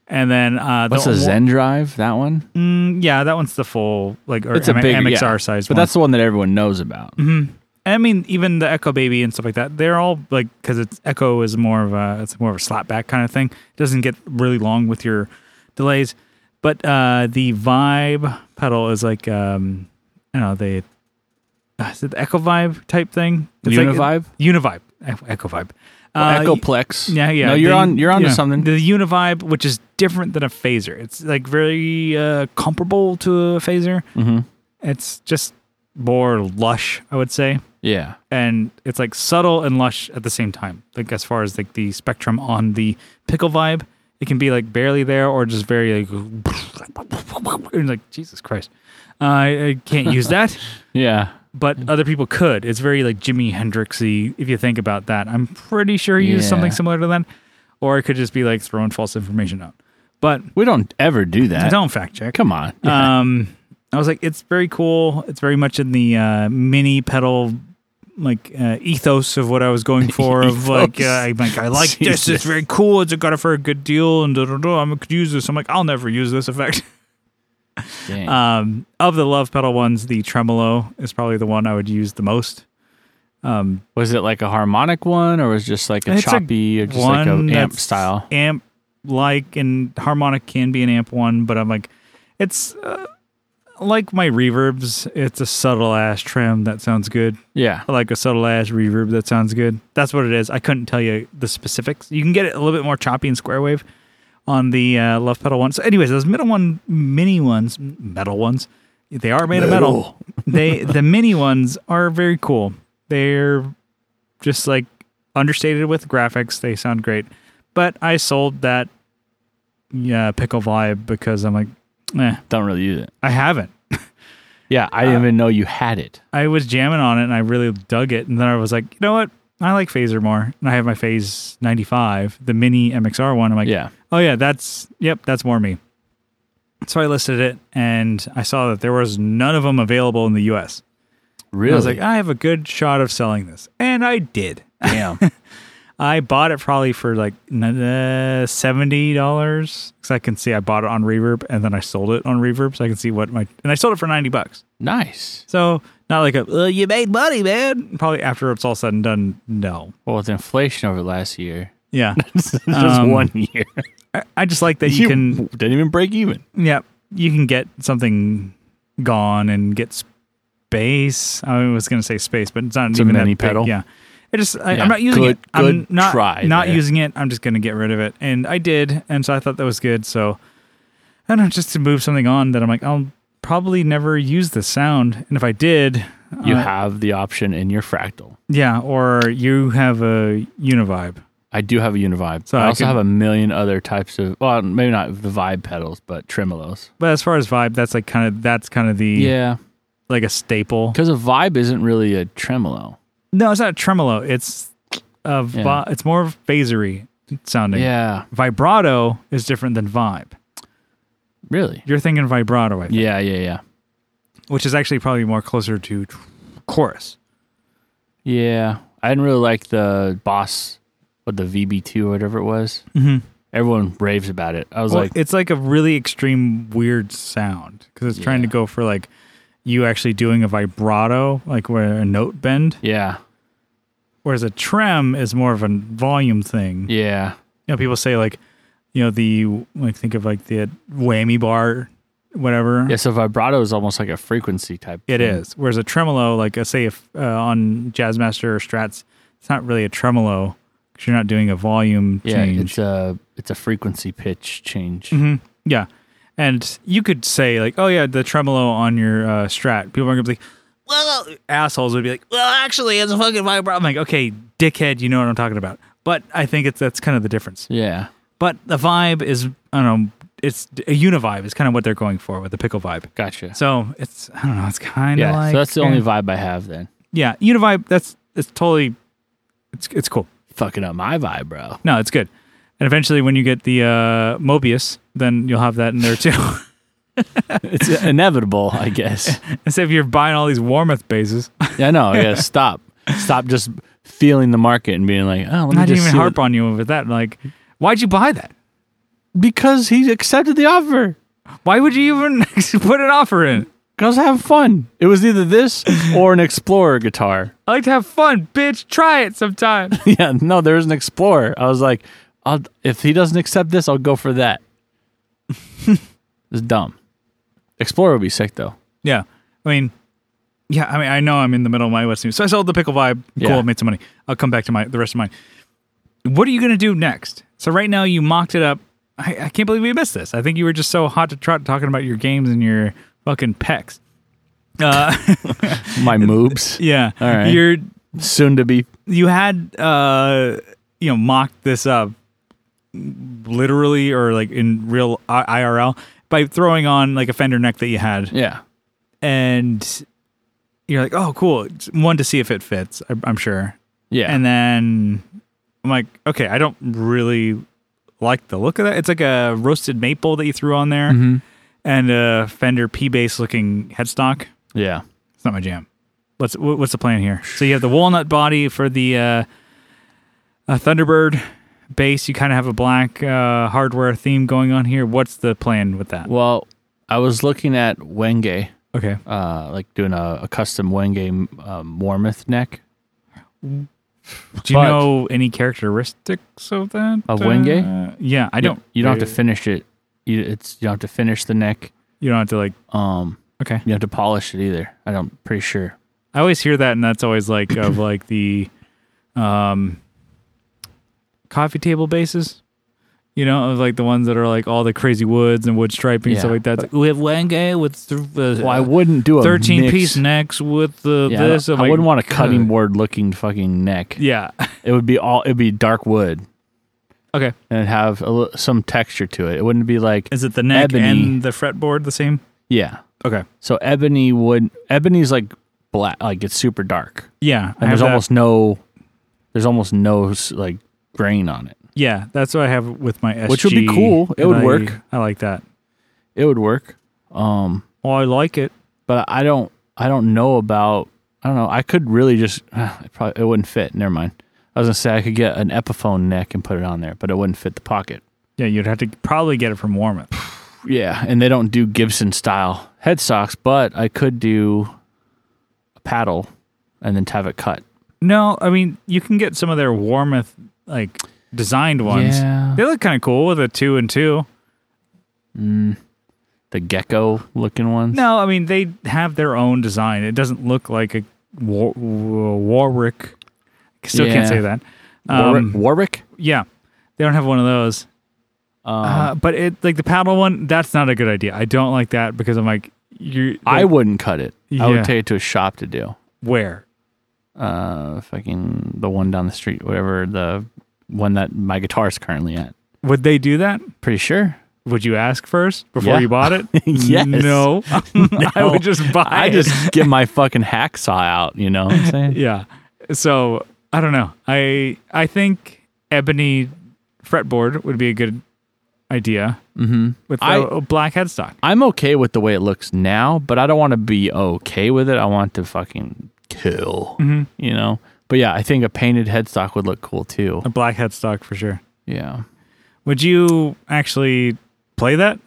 Speaker 2: And then uh, the
Speaker 1: What's a
Speaker 2: one-
Speaker 1: Zen Drive? That one?
Speaker 2: Mm, yeah, that one's the full like or
Speaker 1: it's a
Speaker 2: M-
Speaker 1: big
Speaker 2: MXR
Speaker 1: yeah.
Speaker 2: size.
Speaker 1: but
Speaker 2: one.
Speaker 1: that's the one Mm-hmm. that everyone knows about.
Speaker 2: And I mean, even the Echo Baby and stuff like that, they're all like because it's Echo is more of a it's more of a slapback kind of thing. It doesn't get really long with your delays, but uh, the Vibe pedal is like um, I don't know they uh, is it the Echo Vibe type thing?
Speaker 1: Univibe?
Speaker 2: like, Univibe, Echo- Echo Vibe,
Speaker 1: Well,
Speaker 2: Uh,
Speaker 1: Echoplex.
Speaker 2: yeah, yeah.
Speaker 1: No, you're
Speaker 2: The-
Speaker 1: on. You're on
Speaker 2: yeah.
Speaker 1: to something.
Speaker 2: The Univibe, which is different than a
Speaker 1: Mm-hmm.
Speaker 2: phaser, it's like very uh, comparable to a phaser. It's just more lush, I would say.
Speaker 1: Yeah.
Speaker 2: and it's like subtle and lush at the same time. Like as far as like the spectrum on the pickle vibe, it can be like barely there or just very like, and like Jesus Christ, uh, I I can't use that.
Speaker 1: Yeah.
Speaker 2: But other people could. It's very like Jimi Hendrixy if you think about that. I'm pretty sure he used
Speaker 1: Yeah.
Speaker 2: something similar to that, or it could just be like throwing false information out. But
Speaker 1: We don't Uh, ever do that.
Speaker 2: don't fact check.
Speaker 1: Come on. Yeah.
Speaker 2: Um, I was like, it's very cool. It's very much in the uh, mini pedal like uh, ethos of what I was going for. of like,
Speaker 1: Ethos.
Speaker 2: uh, I'm like, I like this. It's
Speaker 1: Jesus.
Speaker 2: very cool. It's got it for a good deal, and da, da, da, I'm gonna use this. I'm like, I'll never use this effect.
Speaker 1: Dang.
Speaker 2: Um, of the love pedal ones, the tremolo is probably the one I would use the most.
Speaker 1: was it like a harmonic one or was it just like a
Speaker 2: It's a
Speaker 1: choppy, or just like
Speaker 2: one
Speaker 1: a amp
Speaker 2: that's
Speaker 1: style?
Speaker 2: amp like and harmonic can be an amp one but i'm like it's uh, like my reverbs it's a subtle ass trim that sounds good
Speaker 1: Yeah.
Speaker 2: I like a subtle ass reverb that sounds good that's what it is i couldn't tell you the specifics you can get it a little bit more choppy and square wave on the uh, left pedal one so anyways those middle one mini ones metal ones they are made of metal they the mini ones are very cool they're just like understated with graphics. They sound great, but I sold that yeah pickle vibe because I'm like, eh,
Speaker 1: Don't really use it.
Speaker 2: I haven't.
Speaker 1: Yeah. I didn't even know you had it.
Speaker 2: I was jamming on it and I really dug it, and then I was like, you know what? I like Phaser more, and I have my Phase 95, the mini MXR one. I'm like,
Speaker 1: Yeah.
Speaker 2: oh yeah, that's yep, that's more me. So I listed it, and I saw that there was none of them available in the U.S.
Speaker 1: Really?
Speaker 2: And I was like, I have a good shot of selling this, and I did.
Speaker 1: damn.
Speaker 2: I bought it probably for like n- uh, seventy dollars because I can see I bought it on Reverb and then I sold it on Reverb, so I can see what my and I sold it for ninety bucks.
Speaker 1: nice.
Speaker 2: So not like a well, you made money, man. Probably after it's all said and done, no.
Speaker 1: Well, with inflation over the last year,
Speaker 2: Yeah,
Speaker 1: just
Speaker 2: Um,
Speaker 1: one year,
Speaker 2: I, I just like that you, can.
Speaker 1: didn't even break even.
Speaker 2: Yeah, you can get something gone and get space. I was going to say space, but it's not
Speaker 1: a
Speaker 2: even that
Speaker 1: mini
Speaker 2: big.
Speaker 1: pedal.
Speaker 2: Yeah. I just I,
Speaker 1: Yeah.
Speaker 2: I'm not using
Speaker 1: Good-
Speaker 2: it. I'm
Speaker 1: good
Speaker 2: not
Speaker 1: try
Speaker 2: not
Speaker 1: there.
Speaker 2: using it. I'm just going to get rid of it, and I did, and so I thought that was good. So I don't know, just to move something on that I'm like I'll probably never use the sound, and if I did,
Speaker 1: You
Speaker 2: uh,
Speaker 1: have the option in your fractal.
Speaker 2: yeah, or you have a univibe.
Speaker 1: I do have a univibe.
Speaker 2: So
Speaker 1: I,
Speaker 2: I
Speaker 1: also
Speaker 2: can-
Speaker 1: have a million other types of well, maybe not the vibe pedals, but tremolos.
Speaker 2: But as far as vibe, that's like kind of that's kind of the
Speaker 1: Yeah,
Speaker 2: like a staple.
Speaker 1: because a vibe isn't really a tremolo.
Speaker 2: No, it's not a tremolo. It's a vi-
Speaker 1: Yeah.
Speaker 2: it's more phasery sounding.
Speaker 1: Yeah,
Speaker 2: Vibrato is different than vibe.
Speaker 1: really.
Speaker 2: You're thinking vibrato, I think,
Speaker 1: Yeah, yeah, yeah,
Speaker 2: which is actually probably more closer to tr- chorus.
Speaker 1: yeah. I didn't really like the boss or the VB two or whatever it was. Mm-hmm. Everyone raves about it. I was
Speaker 2: Well,
Speaker 1: like,
Speaker 2: it's like a really extreme weird sound because it's trying to
Speaker 1: Yeah.
Speaker 2: go for like you actually doing a vibrato, like where a note bend,
Speaker 1: yeah,
Speaker 2: whereas a trem is more of a volume thing.
Speaker 1: yeah,
Speaker 2: you know, people say like, you know, the like think of like the whammy bar, whatever.
Speaker 1: yeah. So vibrato is almost like a frequency type.
Speaker 2: It
Speaker 1: thing.
Speaker 2: is. Whereas a tremolo, like uh, say if uh, on Jazzmaster or Strats, it's not really a tremolo because you're not doing a volume
Speaker 1: Yeah,
Speaker 2: change.
Speaker 1: it's a it's a frequency pitch change.
Speaker 2: yeah, and you could say like, oh yeah, the tremolo on your uh, Strat. People are gonna be like, well, assholes would be like, well, actually, it's a fucking vibrato. I'm like, okay, dickhead, you know what I'm talking about. But I think it's that's kind of the difference.
Speaker 1: Yeah.
Speaker 2: But the vibe is, I don't know, it's a univibe is kind of what they're going for with the pickle vibe.
Speaker 1: Gotcha.
Speaker 2: So it's I don't know, it's kind of
Speaker 1: yeah,
Speaker 2: like
Speaker 1: so that's the
Speaker 2: yeah.
Speaker 1: only vibe I have then.
Speaker 2: yeah, Univibe. That's it's totally, it's it's cool.
Speaker 1: Fucking up my vibe, bro.
Speaker 2: No, it's good. And eventually, when you get the uh, Mobius, then you'll have that in there too.
Speaker 1: It's inevitable, I guess.
Speaker 2: Instead of you're buying all these Warmoth bases,
Speaker 1: Yeah, no, yeah, stop. Stop just feeling the market and being like, oh, let me
Speaker 2: not
Speaker 1: just
Speaker 2: even
Speaker 1: see
Speaker 2: harp
Speaker 1: what-
Speaker 2: on you with that. Like, why'd you buy that?
Speaker 1: Because he accepted the offer.
Speaker 2: Why would you even put an offer in?
Speaker 1: Because I was having fun. It was either this or an Explorer guitar.
Speaker 2: I like to have fun, bitch. Try it sometime.
Speaker 1: yeah, no, there was an Explorer. I was like, I'll, if he doesn't accept this, I'll go for that. it's dumb. Explorer would be sick, though.
Speaker 2: Yeah. I mean, yeah, I mean, I know I'm in the middle of my West News. So I sold the pickle vibe. Cool,
Speaker 1: Yeah.
Speaker 2: made some money. I'll come back to my the rest of mine. What are you going to do next? So right now you mocked it up. I, I can't believe we missed this. I think you were just so hot to trot talking about your games and your fucking pecs. Uh,
Speaker 1: My moobs.
Speaker 2: yeah.
Speaker 1: All right.
Speaker 2: You're
Speaker 1: Soon to be.
Speaker 2: you had uh you know mocked this up literally or like in real I- IRL by throwing on like a fender neck that you had
Speaker 1: Yeah.
Speaker 2: and you're like oh cool It's one to see if it fits I- I'm sure
Speaker 1: Yeah.
Speaker 2: and then I'm like okay I don't really like the look of that it's like a roasted maple that you threw on there and a Fender P bass looking headstock
Speaker 1: yeah.
Speaker 2: it's not my jam. What's wh- what's the plan here? So you have the walnut body for the uh, uh, Thunderbird base. You kind of have a black uh, hardware theme going on here. What's the plan with that?
Speaker 1: Well, I was looking at Wenge,
Speaker 2: Okay,
Speaker 1: uh, like doing a, a custom Wenge um, Warmoth neck
Speaker 2: do you
Speaker 1: but-
Speaker 2: know any characteristics of that?
Speaker 1: Of Wenge?
Speaker 2: Uh, yeah, I don't.
Speaker 1: You don't have to finish it. You it's you don't have to finish the neck.
Speaker 2: You don't have to like.
Speaker 1: Um,
Speaker 2: Okay,
Speaker 1: you don't have to polish it either. I don't. Pretty sure.
Speaker 2: I always hear that, and that's always like of like the, um, coffee table bases. You know, of like the ones that are like all the crazy woods and wood striping and
Speaker 1: Yeah.
Speaker 2: stuff like that. It's Like, we have Wenge with th- uh,
Speaker 1: Well, I wouldn't do a
Speaker 2: thirteen
Speaker 1: mix-
Speaker 2: piece necks with the
Speaker 1: Yeah, I
Speaker 2: this.
Speaker 1: don't-
Speaker 2: I'm
Speaker 1: I
Speaker 2: like,
Speaker 1: wouldn't want a cutting
Speaker 2: "Good."
Speaker 1: board looking fucking neck.
Speaker 2: Yeah.
Speaker 1: It would be all. It'd be dark wood
Speaker 2: okay.
Speaker 1: and it'd have a, li- some texture to it. It wouldn't be like
Speaker 2: Is it the neck
Speaker 1: Ebony.
Speaker 2: and the fretboard the same?
Speaker 1: yeah.
Speaker 2: Okay.
Speaker 1: So ebony would ebony's like black, like it's super dark.
Speaker 2: Yeah. I
Speaker 1: And
Speaker 2: have
Speaker 1: there's
Speaker 2: that-
Speaker 1: almost no, there's almost no s- like grain on it.
Speaker 2: yeah. That's what I have with my SG.
Speaker 1: Which would be cool. It would
Speaker 2: and I-
Speaker 1: work.
Speaker 2: I like that.
Speaker 1: It would work. Um,
Speaker 2: Well, I like it.
Speaker 1: but I don't, I don't know about, I don't know. I could really just, it probably it wouldn't fit. Never mind. I was gonna say I could get an Epiphone neck and put it on there, but it wouldn't fit the pocket.
Speaker 2: Yeah, you'd have to probably get it from Warmouth.
Speaker 1: Yeah, and they don't do Gibson style headsocks, but I could do a paddle and then have it cut.
Speaker 2: No, I mean you can get some of their Warmouth like designed ones.
Speaker 1: Yeah.
Speaker 2: They look kind of cool with a two and two.
Speaker 1: The gecko looking ones.
Speaker 2: No, I mean they have their own design. It doesn't look like a War- War- Warwick. I still
Speaker 1: Yeah.
Speaker 2: can't say that.
Speaker 1: Warwick.
Speaker 2: Um,
Speaker 1: Warwick?
Speaker 2: Yeah, they don't have one of those. Uh, but it like the paddle one, that's not a good idea. I don't like that because I'm like you.
Speaker 1: I
Speaker 2: like,
Speaker 1: wouldn't cut it. I
Speaker 2: Yeah.
Speaker 1: would take it to a shop to do.
Speaker 2: where
Speaker 1: Uh, fucking the one down the street, whatever the one that my guitar is currently at.
Speaker 2: would they do that?
Speaker 1: Pretty sure.
Speaker 2: Would you ask first before
Speaker 1: Yeah.
Speaker 2: you bought it?
Speaker 1: Yes.
Speaker 2: No. I would just buy.
Speaker 1: I
Speaker 2: it.
Speaker 1: just get my fucking hacksaw out. You know what I'm saying?
Speaker 2: yeah. So I don't know. I I think ebony fretboard would be a good idea mm-hmm. with
Speaker 1: I-
Speaker 2: a a black headstock.
Speaker 1: I'm okay with the way it looks now, but I don't want to be okay with it. I want to fucking kill,
Speaker 2: Mm-hmm.
Speaker 1: you know. But yeah, I think a painted headstock would look cool too.
Speaker 2: A black headstock for sure.
Speaker 1: Yeah,
Speaker 2: Would you actually play that?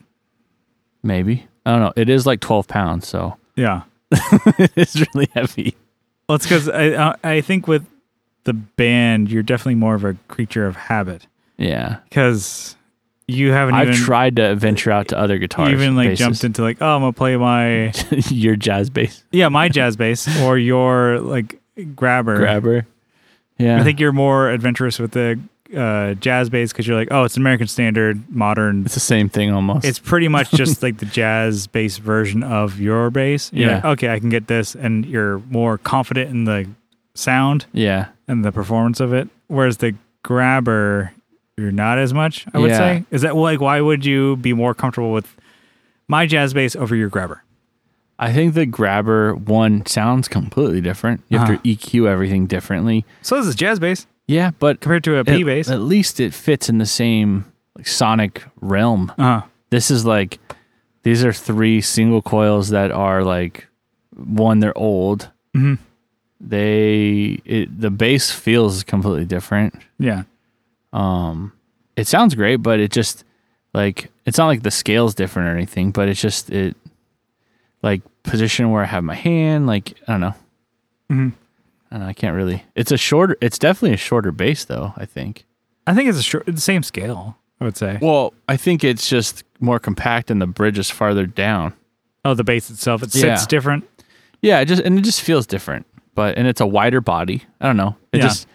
Speaker 1: maybe. I don't know. It is like 12 pounds, so
Speaker 2: Yeah.
Speaker 1: it's really heavy.
Speaker 2: Well, it's because I I- I think with the band, you're definitely more of a creature of habit
Speaker 1: Yeah,
Speaker 2: because you haven't
Speaker 1: I've
Speaker 2: even
Speaker 1: tried to venture out to other guitars.
Speaker 2: even like
Speaker 1: basses.
Speaker 2: jumped into like oh I'm gonna play my
Speaker 1: your jazz bass
Speaker 2: yeah my jazz bass or your like grabber.
Speaker 1: grabber. Yeah,
Speaker 2: I think you're more adventurous with the uh, jazz bass because you're like oh it's an American standard modern.
Speaker 1: it's the same thing almost.
Speaker 2: It's pretty much just like the jazz bass version of your bass. You're
Speaker 1: Yeah.
Speaker 2: like, okay, I can get this, and you're more confident in the sound.
Speaker 1: yeah,
Speaker 2: and the performance of it. Whereas the grabber, you're not as much. I would
Speaker 1: Yeah.
Speaker 2: say is that like why would you be more comfortable with my jazz bass over your grabber?
Speaker 1: I think the grabber one sounds completely different. You have
Speaker 2: Uh-huh.
Speaker 1: to EQ everything differently.
Speaker 2: So this is jazz bass
Speaker 1: Yeah, but
Speaker 2: compared to a P
Speaker 1: at,
Speaker 2: bass. Uh
Speaker 1: At least it fits in the same like, sonic realm.
Speaker 2: huh.
Speaker 1: This is like these are three single coils that are like one they're old. Mm-hmm. They it, the bass feels completely different.
Speaker 2: Yeah.
Speaker 1: It sounds great, but it just like it's not like the scale's different or anything, but it's just it like position where I have my hand, like I don't know. Mm-hmm. I don't know, I can't really. It's a shorter. It's definitely a shorter bass, though. I think.
Speaker 2: I think it's a short, the same scale. I would say.
Speaker 1: Well, I think it's just more compact and the bridge is farther down.
Speaker 2: Oh, the bass itself it
Speaker 1: Yeah.
Speaker 2: sits different.
Speaker 1: Yeah, it just and it just feels different. But and it's a wider body. I don't know. It
Speaker 2: Yeah.
Speaker 1: just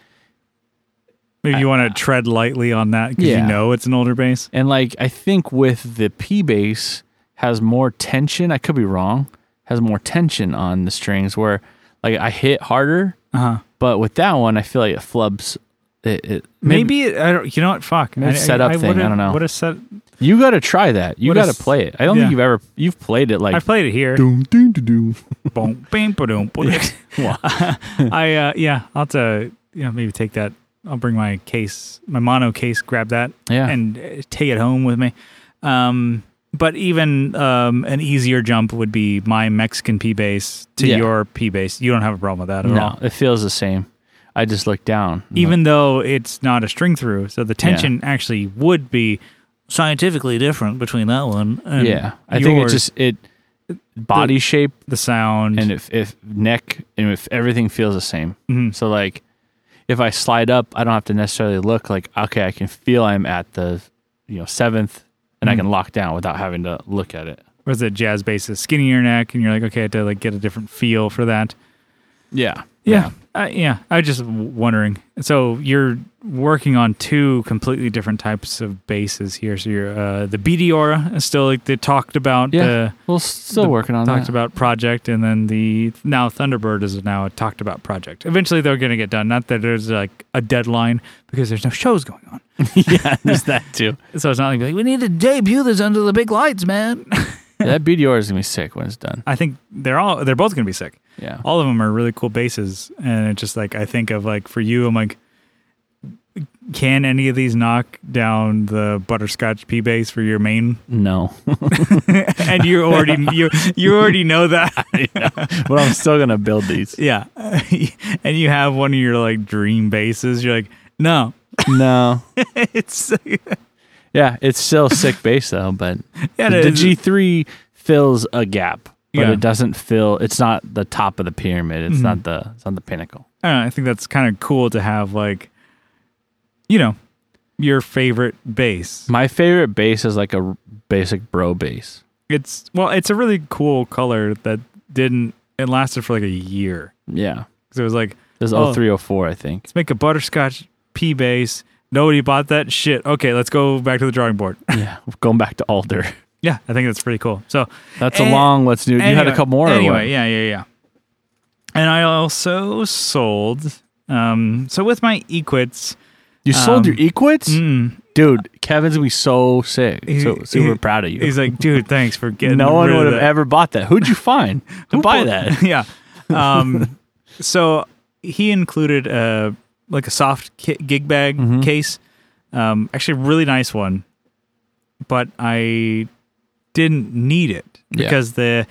Speaker 2: Maybe you want to tread lightly on that because
Speaker 1: Yeah.
Speaker 2: you know it's an older bass.
Speaker 1: and like I think with the P bass has more tension. I could be wrong. has more tension on the strings where like I hit harder,
Speaker 2: Uh-huh.
Speaker 1: but with that one I feel like it flubs. It, it
Speaker 2: Maybe, it- I don't. You know what? Fuck.
Speaker 1: Maybe it's setup thing, I don't know.
Speaker 2: What a set.
Speaker 1: you got to try that. You
Speaker 2: What
Speaker 1: got
Speaker 2: is-
Speaker 1: to play it. I don't
Speaker 2: yeah.
Speaker 1: think you've ever you've played it
Speaker 2: I
Speaker 1: like
Speaker 2: played it here.
Speaker 1: doom doom doom.
Speaker 2: Boom, bam, ba-doom, ba-doom. I uh, yeah, I'll have to yeah maybe take that. I'll bring my case, my mono case, grab that,
Speaker 1: Yeah.
Speaker 2: and uh, take it home with me. Um, but even um, an easier jump would be my Mexican P bass to
Speaker 1: Yeah.
Speaker 2: your P bass. You don't have a problem with that at
Speaker 1: No,
Speaker 2: all.
Speaker 1: it feels the same. I just look down.
Speaker 2: Even though it's not a string through, so the tension actually would be scientifically different between that one. And
Speaker 1: yeah, I think it
Speaker 2: yours,
Speaker 1: just it body shape
Speaker 2: the sound
Speaker 1: and if if neck and if everything feels the same. So like if I slide up, I don't have to necessarily look like okay, I can feel I'm at the you know seventh and I can lock down without having to look at it.
Speaker 2: was it jazz bass is skinnier neck, and you're like, okay, I had to like get a different feel for that.
Speaker 1: Yeah.
Speaker 2: Yeah. I, yeah. I was just w- wondering. So you're working on two completely different types of bases here. So you're uh, the BD Aura is still like they talked about.
Speaker 1: Yeah.
Speaker 2: The,
Speaker 1: well still
Speaker 2: the
Speaker 1: working on
Speaker 2: talked
Speaker 1: that.
Speaker 2: about project, and then the now Thunderbird is now a talked about project. Eventually, they're going to get done. Not that there's like a deadline because there's no shows going on.
Speaker 1: yeah, there's that too.
Speaker 2: So it's not like, we need to debut this under the big lights, man.
Speaker 1: that BDR is gonna be sick when it's done.
Speaker 2: I think they're all they're both going to be sick.
Speaker 1: Yeah.
Speaker 2: all of them are really cool bases and it's just like i think of like for you i'm like can any of these knock down the butterscotch p base for your main
Speaker 1: No.
Speaker 2: and you already you you already know that
Speaker 1: but I'm still gonna build these.
Speaker 2: yeah and you have one of your like dream bases you're like no
Speaker 1: No.
Speaker 2: it's yeah,
Speaker 1: Yeah, it's still sick bass though, but the
Speaker 2: it's-
Speaker 1: G three fills a gap, but
Speaker 2: Yeah. Mm-hmm.
Speaker 1: it doesn't fill. It's not the top of the pyramid. It's not the it's not the pinnacle.
Speaker 2: I, don't know, I think that's kind of cool to have like you know your favorite base
Speaker 1: My favorite bass is like a r- basic bro bass.
Speaker 2: it's well it's a really cool color that didn't it lasted for like a year
Speaker 1: Yeah,
Speaker 2: because it was like
Speaker 1: there's
Speaker 2: Oh.
Speaker 1: oh. 0304, I think.
Speaker 2: let's make a butterscotch pea base. Nobody bought that shit. Okay, let's go back to the drawing board.
Speaker 1: Yeah, going back to Alder.
Speaker 2: yeah, I think that's pretty cool. So
Speaker 1: That's a
Speaker 2: Eh,
Speaker 1: long. What's new? you had a
Speaker 2: anyway-
Speaker 1: couple more. or
Speaker 2: Anyway,
Speaker 1: what?
Speaker 2: yeah, yeah, yeah. And I also sold. Um, so with my equits,
Speaker 1: you sold your equits,
Speaker 2: um, mm,
Speaker 1: dude. Kevin's gonna be so sick.
Speaker 2: He-
Speaker 1: so super
Speaker 2: he-
Speaker 1: proud of you.
Speaker 2: he's like, dude, thanks for getting.
Speaker 1: no one
Speaker 2: rid of
Speaker 1: would have
Speaker 2: that."
Speaker 1: ever bought that. Who'd you find to buy
Speaker 2: pulled-
Speaker 1: that?
Speaker 2: yeah. Um, so he included a like a soft ki- gig bag
Speaker 1: Mm-hmm.
Speaker 2: case, um, actually a really nice one, but I didn't need it
Speaker 1: Yeah.
Speaker 2: because the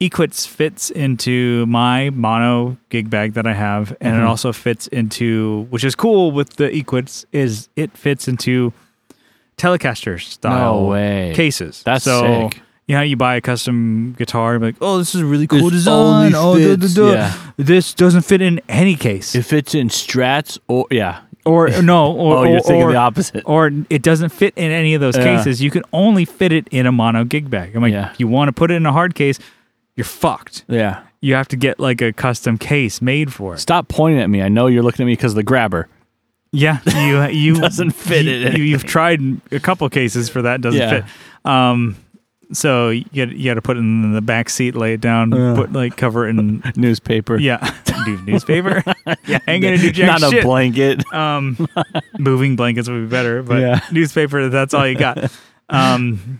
Speaker 2: Equits fits into my mono gig bag that I have, and
Speaker 1: Mm-hmm.
Speaker 2: it also fits into which is cool with the Equits is it fits into Telecaster style
Speaker 1: No way.
Speaker 2: cases.
Speaker 1: That's
Speaker 2: so.
Speaker 1: sick.
Speaker 2: You know, how you buy a custom guitar, like, oh, this is a really cool
Speaker 1: This
Speaker 2: design.
Speaker 1: only
Speaker 2: Oh, duh, duh,
Speaker 1: fits-
Speaker 2: duh.
Speaker 1: yeah.
Speaker 2: this doesn't fit in any case,
Speaker 1: If it's in strats or yeah,
Speaker 2: or no, or
Speaker 1: oh, you're
Speaker 2: or,
Speaker 1: thinking
Speaker 2: or-
Speaker 1: the opposite.
Speaker 2: or it doesn't fit in any of those
Speaker 1: Yeah.
Speaker 2: cases. You can only fit it in a mono gig bag. I'm like,
Speaker 1: Yeah.
Speaker 2: if you want to put it in a hard case, you're fucked.
Speaker 1: yeah.
Speaker 2: You have to get like a custom case made for it.
Speaker 1: Stop pointing at me. I know you're looking at me because the grabber.
Speaker 2: Yeah, you you
Speaker 1: Doesn't fit
Speaker 2: you,
Speaker 1: in anything.
Speaker 2: You, you've tried a couple cases for that doesn't
Speaker 1: Yeah.
Speaker 2: fit. Um, so you got you got to put it in the back seat, lay it down, put like cover it in
Speaker 1: Newspaper.
Speaker 2: Yeah, do newspaper. yeah, ain't gonna do jack
Speaker 1: Not
Speaker 2: shit.
Speaker 1: a blanket.
Speaker 2: um, moving blankets would be better, but
Speaker 1: Yeah.
Speaker 2: newspaper. That's all you got. Um,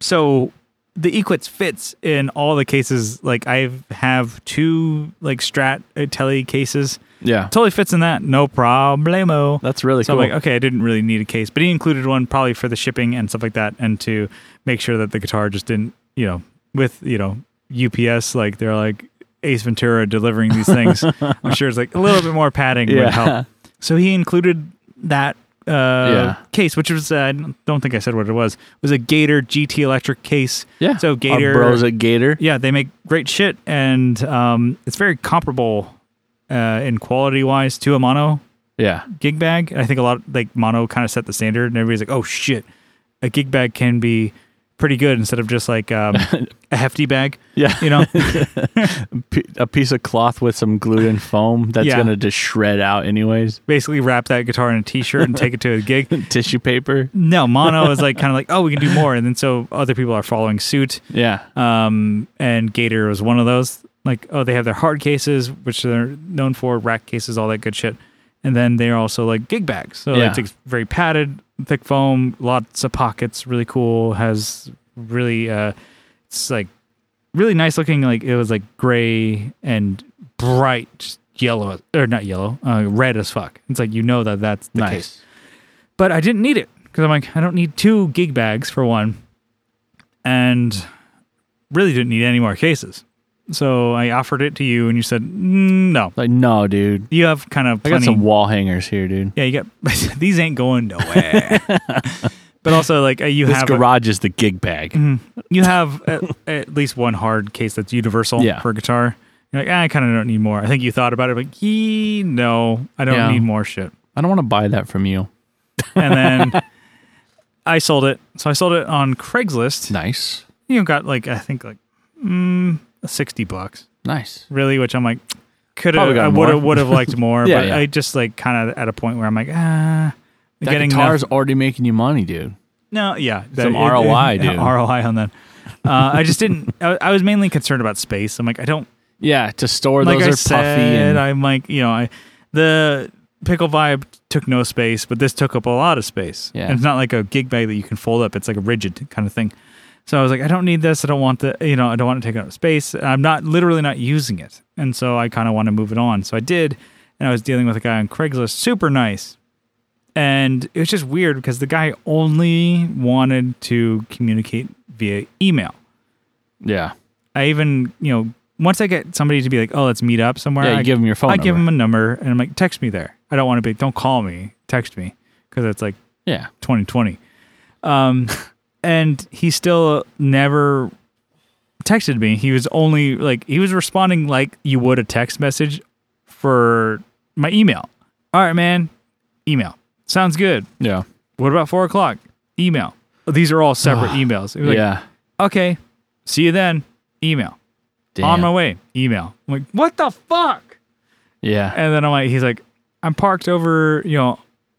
Speaker 2: so the Equits fits in all the cases. Like I have two like Strat uh, Tele cases.
Speaker 1: yeah.
Speaker 2: Totally fits in that, no problemo.
Speaker 1: That's really
Speaker 2: so
Speaker 1: cool.
Speaker 2: I'm like, okay, I didn't really need a case, but he included one probably for the shipping and stuff like that, and to make sure that the guitar just didn't, you know, with you know UPS, like they're like Ace Ventura delivering these things. I'm sure it's like a little bit more padding
Speaker 1: Yeah.
Speaker 2: would oh, help. So he included that uh, case, which was uh, I don't think I said what it was. It was a Gator GT Electric case.
Speaker 1: yeah.
Speaker 2: So Gator
Speaker 1: Our bros at Gator.
Speaker 2: yeah, they make great shit, and um, it's very comparable uh, in quality wise to a mono
Speaker 1: Yeah.
Speaker 2: gig bag. I think a lot like mono kind of set the standard, and everybody's like, "Oh shit, a gig bag can be pretty good instead of just like um, a hefty bag.
Speaker 1: Yeah.
Speaker 2: You know,
Speaker 1: P- a piece of cloth with some glue and foam that's
Speaker 2: Yeah.
Speaker 1: going to just shred out, anyways.
Speaker 2: basically wrap that guitar in a t-shirt and take it to a gig.
Speaker 1: Tissue paper.
Speaker 2: No, mono is like kind of like, oh, we can do more, and then so other people are following suit.
Speaker 1: Yeah.
Speaker 2: Um, and Gator was one of those. Like, oh, they have their hard cases, which they're known for, rack cases, all that good shit. And then they're also like gig bags. So
Speaker 1: Yeah.
Speaker 2: it's like very padded, thick foam, lots of pockets, really cool. Has really, uh, it's like really nice looking. Like it was like gray and bright yellow, or not yellow, uh, red as fuck. It's like you know that that's the case
Speaker 1: nice.
Speaker 2: but I didn't need it because I'm like, I don't need two gig bags for one, and really didn't need any more cases. So I offered it to you, and you said "Mm, no.
Speaker 1: Like, no, dude.
Speaker 2: You have kind of
Speaker 1: I
Speaker 2: plenty.
Speaker 1: got some wall hangers here, dude.
Speaker 2: yeah, you got these ain't going nowhere. but also, like uh, you
Speaker 1: This
Speaker 2: have Mm. Mhm.
Speaker 1: garage is the gig bag.
Speaker 2: you have at, at least one hard case that's universal
Speaker 1: Yeah.
Speaker 2: for guitar. You're like, "Ah, I kind of don't need more. I think you thought about it, but "Yee, no, I don't
Speaker 1: Yeah.
Speaker 2: need more shit.
Speaker 1: I don't want to buy that from you.
Speaker 2: And then I sold it. So I sold it on Craigslist.
Speaker 1: Nice.
Speaker 2: you know, got like I think like mm, sixty bucks,
Speaker 1: Nice.
Speaker 2: really. Which I'm like, could
Speaker 1: Probably
Speaker 2: have
Speaker 1: got
Speaker 2: I
Speaker 1: more.
Speaker 2: would have would have liked more,
Speaker 1: Yeah,
Speaker 2: but
Speaker 1: yeah.
Speaker 2: I just like kind of at a point where I'm like, ah,
Speaker 1: That
Speaker 2: getting
Speaker 1: guitar's
Speaker 2: enough-
Speaker 1: already making you money, dude.
Speaker 2: No, yeah,
Speaker 1: Some ROI, dude.
Speaker 2: ROI on that. Uh, I just didn't. I, I was mainly concerned about space. I'm like, I don't
Speaker 1: Yeah, to store
Speaker 2: like
Speaker 1: those
Speaker 2: I
Speaker 1: are
Speaker 2: said.
Speaker 1: puffy and
Speaker 2: I'm like, you know, I the pickle vibe took no space, but this took up a lot of space.
Speaker 1: Yeah.
Speaker 2: And it's not like a gig bag that you can fold up. It's like a rigid kind of thing. So I was like, I don't need this. I don't want the, you know, I don't want to take up space. I'm not literally not using it, and so I kind of want to move it on. So I did, and I was dealing with a guy on Craigslist, super nice, and it was just weird because the guy only wanted to communicate via email.
Speaker 1: yeah.
Speaker 2: I even, you know, once I get somebody to be like, oh, let's meet up somewhere,
Speaker 1: Yeah, you
Speaker 2: I
Speaker 1: give 'em your phone
Speaker 2: I give
Speaker 1: number.
Speaker 2: them a number and I'm like, text me there. I don't want to be, don't call me, text me because it's like
Speaker 1: Yeah.
Speaker 2: 2020. Um, and he still never texted me. He was only like, he was responding like you would a text message for my email. All right, man, email. Sounds good.
Speaker 1: Yeah.
Speaker 2: What about four o'clock? Email. These are all separate emails. It was like,
Speaker 1: yeah.
Speaker 2: Okay. See you then. Email. On
Speaker 1: Damn.
Speaker 2: my way. Email. I'm like, what the fuck?
Speaker 1: yeah.
Speaker 2: And then I'm like, he's like, I'm parked over, you know,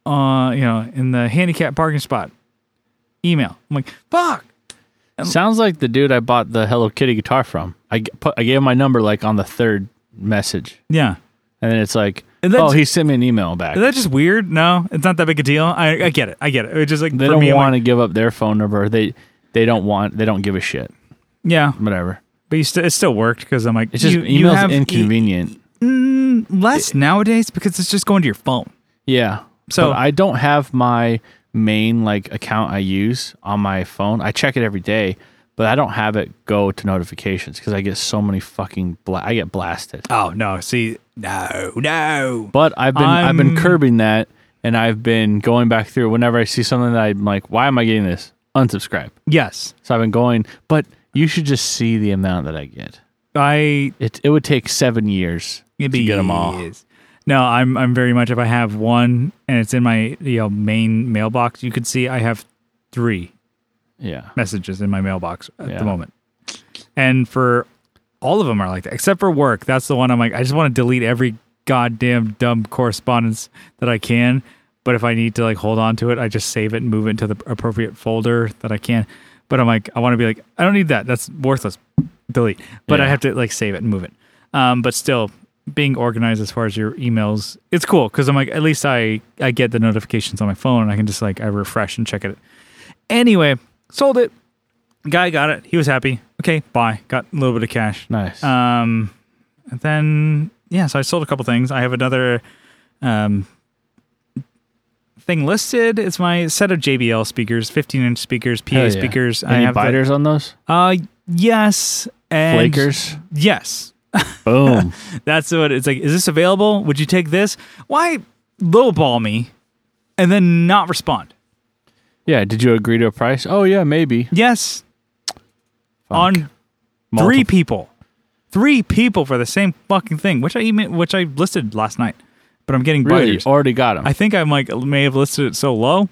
Speaker 2: uh, you know, in the handicap parking spot. Email. I'm like, fuck.
Speaker 1: Sounds like the dude I bought the Hello Kitty guitar from. I, g- put, I gave him my number like on the third message.
Speaker 2: Yeah.
Speaker 1: And then it's like,
Speaker 2: And that's-
Speaker 1: oh, he sent me an email back.
Speaker 2: Is that just weird? No, it's not that big a deal. I, I get it. I get it. It's just like
Speaker 1: They
Speaker 2: for
Speaker 1: don't
Speaker 2: me, I'm
Speaker 1: want
Speaker 2: like,
Speaker 1: to give up their phone number. They they don't want. They don't give a shit.
Speaker 2: yeah,
Speaker 1: Whatever.
Speaker 2: but you st- it still worked because I'm like,
Speaker 1: It's just
Speaker 2: you, you
Speaker 1: email's
Speaker 2: have e- mm,
Speaker 1: inconvenient.
Speaker 2: less nowadays because it's just going to your phone.
Speaker 1: yeah.
Speaker 2: So-
Speaker 1: But I don't have my main like account I use on my phone. I check it every day, but I don't have it go to notifications because I get so many fucking. Bla- I get blasted.
Speaker 2: Oh no, see, no, no.
Speaker 1: But I've been i have
Speaker 2: I'm-
Speaker 1: been curbing that, and I've been going back through whenever I see something that I'm like, why am I getting this? Unsubscribe.
Speaker 2: Yes,
Speaker 1: So I've been going, but you should just see the amount that I get.
Speaker 2: I
Speaker 1: It it would take seven years to get them all.
Speaker 2: Yes. No, I'm I'm very much if I have one and it's in my you know main mailbox, you could see I have three
Speaker 1: Yeah.
Speaker 2: messages in my mailbox at
Speaker 1: Yeah.
Speaker 2: the moment. And for all of them are like that, except for work. That's the one I'm like, I just want to delete every goddamn dumb correspondence that I can. But if I need to like hold on to it, I just save it and move it into the appropriate folder that I can. But I'm like, I want to be like, I don't need that. That's worthless. Delete. But I
Speaker 1: Yeah.
Speaker 2: have to like save it and move it. Um, but still, being organized as far as your emails, it's cool because I'm like, at least I I get the notifications on my phone and I can just like I refresh and check it. Anyway, sold it. Guy got it. He was happy. Okay, bye. Got a little bit of cash.
Speaker 1: Nice.
Speaker 2: Um, and then yeah, so I sold a couple things. I have another um thing listed. It's my set of JBL speakers, 15 inch speakers, PA
Speaker 1: Hell yeah.
Speaker 2: speakers. I
Speaker 1: Any
Speaker 2: have the-
Speaker 1: biters on those?
Speaker 2: uh, yes. And
Speaker 1: Flakers.
Speaker 2: Yes.
Speaker 1: Boom.
Speaker 2: That's what it's like. Is this available? Would you take this? Why lowball me and then not respond?
Speaker 1: yeah. Did you agree to a price? Oh yeah, maybe.
Speaker 2: Yes. On
Speaker 1: Multiple-
Speaker 2: three people, three people for the same fucking thing, which I email, which I listed last night. But I'm getting
Speaker 1: Really?
Speaker 2: biters.
Speaker 1: Already got them.
Speaker 2: I think I'm like
Speaker 1: Hmm.
Speaker 2: may have listed it so low, and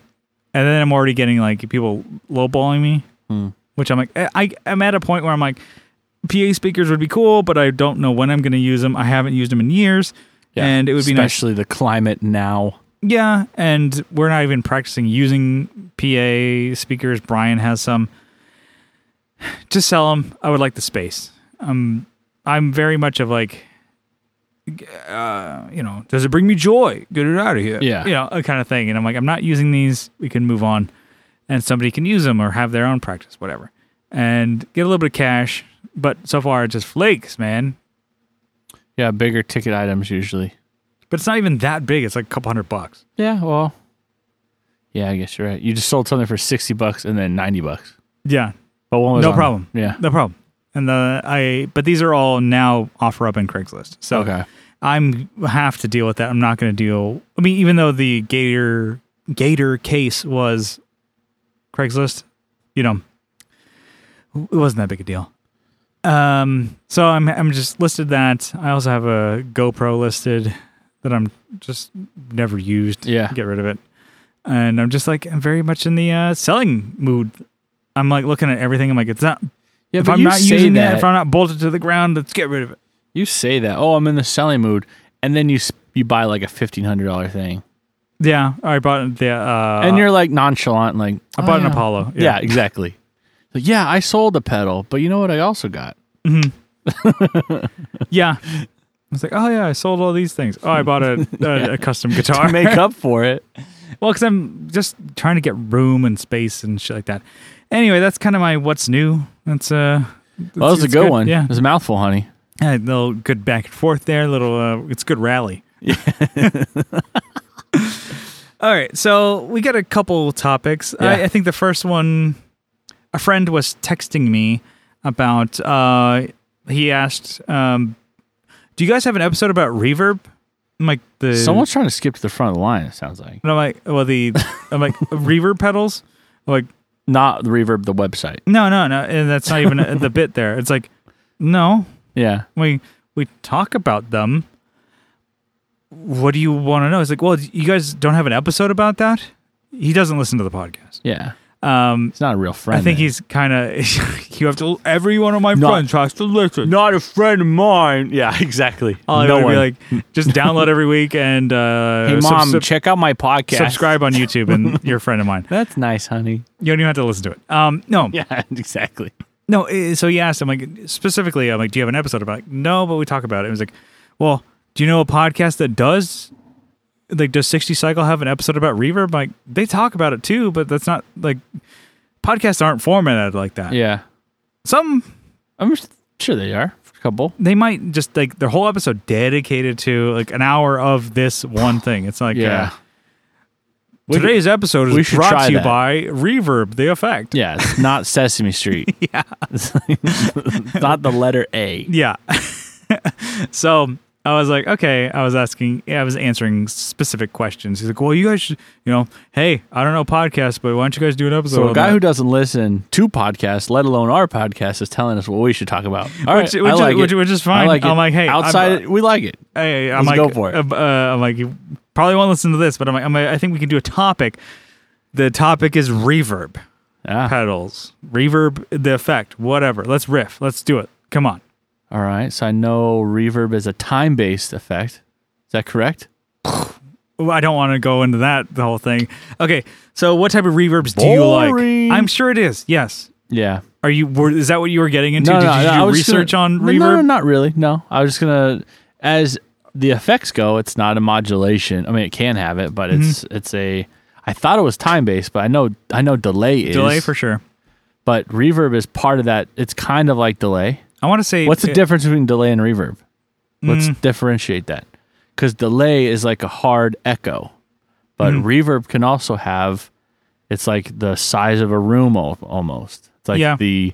Speaker 2: then I'm already getting like people lowballing me. which I'm like, I, I, I'm at a point where I'm like, PA speakers would be cool, but I don't know when I'm going to use them. I haven't used them in years,
Speaker 1: Yeah.
Speaker 2: and it would be nice.
Speaker 1: especially the climate now.
Speaker 2: Yeah, and we're not even practicing using PA speakers. Brian has some. Just sell them. I would like the space. Um, I'm very much of like, uh, you know, does it bring me joy? Get it out of here.
Speaker 1: Yeah.
Speaker 2: you know, a kind of thing. And I'm like, I'm not using these. We can move on, and somebody can use them or have their own practice, whatever, and get a little bit of cash. But so far, it's just flakes, man.
Speaker 1: Yeah, bigger ticket items usually.
Speaker 2: But it's not even that big. It's like a couple hundred bucks.
Speaker 1: Yeah, well, yeah, I guess you're right. You just sold something for sixty bucks and then ninety bucks.
Speaker 2: Yeah,
Speaker 1: But one was
Speaker 2: No
Speaker 1: on-
Speaker 2: problem.
Speaker 1: Yeah.
Speaker 2: No problem. And the I but these are all now offer up in Craigslist. So
Speaker 1: Okay.
Speaker 2: I'm have to deal with that. I'm not going to deal. I mean, even though the Gator Gator case was Craigslist, you know, it wasn't that big a deal. Um, so I'm I'm just listed that. I also have a GoPro listed that I'm just never used.
Speaker 1: Yeah.
Speaker 2: get rid of it. And I'm just like I'm very much in the uh, selling mood. I'm like looking at everything. I'm like, it's not.
Speaker 1: Yeah,
Speaker 2: if
Speaker 1: but
Speaker 2: I'm
Speaker 1: you
Speaker 2: not
Speaker 1: say
Speaker 2: using
Speaker 1: that,
Speaker 2: it, if I'm not bolted to the ground, let's get rid of it.
Speaker 1: you say that. Oh, I'm in the selling mood, and then you s- you buy like a fifteen hundred dollar thing,
Speaker 2: Yeah, I bought the. Uh,
Speaker 1: and you're like nonchalant, like
Speaker 2: I
Speaker 1: oh,
Speaker 2: bought
Speaker 1: yeah.
Speaker 2: an Apollo.
Speaker 1: Yeah, exactly. Like, yeah, I sold a pedal, but you know what? I also got.
Speaker 2: Mm-hmm. Yeah. I was like, oh yeah, I sold all these things. Oh, I bought a a, a custom guitar.
Speaker 1: Make up for it.
Speaker 2: well, because I'm just trying to get room and space and shit like that. Anyway, that's kind of my what's new. That's uh,
Speaker 1: Well, that was a
Speaker 2: it's
Speaker 1: good, one.
Speaker 2: Yeah,
Speaker 1: It was a mouthful, honey.
Speaker 2: Yeah, a little good back and forth there. Little, uh, it's good rally. All right, so we got a couple topics. I,
Speaker 1: Yeah.
Speaker 2: I think the first one, a friend was texting me about. Uh, he asked, um, "Do you guys have an episode about reverb?" I'm like the
Speaker 1: Someone's trying to skip to the front of the line, it sounds like.
Speaker 2: And I'm like, well, the I'm like reverb pedals. I'm like,
Speaker 1: Not the reverb, the website.
Speaker 2: no, no, no, and that's not even uh, the bit there. It's like, no,
Speaker 1: Yeah.
Speaker 2: we we talk about them. What do you want to know? It's like, well, you guys don't have an episode about that. He doesn't listen to the podcast.
Speaker 1: Yeah.
Speaker 2: Um,
Speaker 1: It's not a real friend.
Speaker 2: I think
Speaker 1: then.
Speaker 2: he's kind of. you have to. Every one of my
Speaker 1: Not-
Speaker 2: friends has to listen.
Speaker 1: not a friend of mine. Yeah, exactly.
Speaker 2: All
Speaker 1: no
Speaker 2: I would
Speaker 1: one.
Speaker 2: be like, just download every week and uh,
Speaker 1: hey,
Speaker 2: sub-
Speaker 1: mom,
Speaker 2: sub-
Speaker 1: check out my podcast.
Speaker 2: subscribe on YouTube, and you're a friend of mine.
Speaker 1: That's nice, honey.
Speaker 2: You don't even have to listen to it. Um, no,
Speaker 1: Yeah, exactly.
Speaker 2: No, eh, so he asked, I'm like, specifically, I'm like, do you have an episode about it? No, but we talk about it. He was like, well, do you know a podcast that does, like, does 60 Cycle have an episode about reverb? I'm like, they talk about it too, but that's not, like, podcasts aren't formatted like that.
Speaker 1: Yeah.
Speaker 2: Some,
Speaker 1: I'm s- sure they are. A couple.
Speaker 2: they might just, like, their whole episode dedicated to, like, an hour of this one thing. It's like,
Speaker 1: Yeah.
Speaker 2: uh, today's episode
Speaker 1: we
Speaker 2: is
Speaker 1: should
Speaker 2: brought
Speaker 1: try
Speaker 2: to you
Speaker 1: that.
Speaker 2: by Reverb, the effect.
Speaker 1: Yeah, it's not Sesame Street. yeah. it's not the letter A.
Speaker 2: Yeah. so I was like, okay. I was asking, yeah, I was answering specific questions. He's like, well, you guys should, you know, hey, I don't know podcasts, but why don't you guys do an episode?
Speaker 1: So a
Speaker 2: on
Speaker 1: guy
Speaker 2: that?
Speaker 1: who doesn't listen to podcasts, let alone our podcast, is telling us what we should talk about. All right,
Speaker 2: Which-
Speaker 1: I
Speaker 2: which is-
Speaker 1: like
Speaker 2: which-
Speaker 1: it.
Speaker 2: which is
Speaker 1: I
Speaker 2: fine.
Speaker 1: like it.
Speaker 2: I'm like, hey, I'm- uh,
Speaker 1: outside, we like it.
Speaker 2: Hey, I'm
Speaker 1: Let's
Speaker 2: like,
Speaker 1: go for it.
Speaker 2: Uh, uh, I'm like, you probably won't listen to this, but I'm like, I'm like, I think we can do a topic. The topic is reverb
Speaker 1: Yeah.
Speaker 2: pedals, reverb, the effect, whatever. Let's riff. Let's do it. Come on.
Speaker 1: All right. So I know reverb is a time-based effect. Is that correct?
Speaker 2: Well, I don't want to go into that the whole thing. Okay, so what type of reverbs do you
Speaker 1: Boring.
Speaker 2: like? I'm sure it is. Yes,
Speaker 1: Yeah.
Speaker 2: Are you? Were, is that what you were getting into? Did you
Speaker 1: I
Speaker 2: do
Speaker 1: was just
Speaker 2: research
Speaker 1: gonna-
Speaker 2: on
Speaker 1: No, No, no,
Speaker 2: reverb?
Speaker 1: not really. No, I was just gonna. As the effects go, it's not a modulation. I mean, it can have it,
Speaker 2: Mm-hmm.
Speaker 1: but it's it's a. I thought it was time based, but I know I know delay is
Speaker 2: Delay for sure.
Speaker 1: But reverb is part of that. It's kind of like delay.
Speaker 2: I want to say
Speaker 1: What's the
Speaker 2: it-
Speaker 1: difference between delay and reverb? Let's
Speaker 2: Mm.
Speaker 1: differentiate that. Because delay is like a hard echo, but
Speaker 2: Mm-hmm.
Speaker 1: reverb can also have, it's like the size of a room al- almost. It's like
Speaker 2: Yeah.
Speaker 1: the,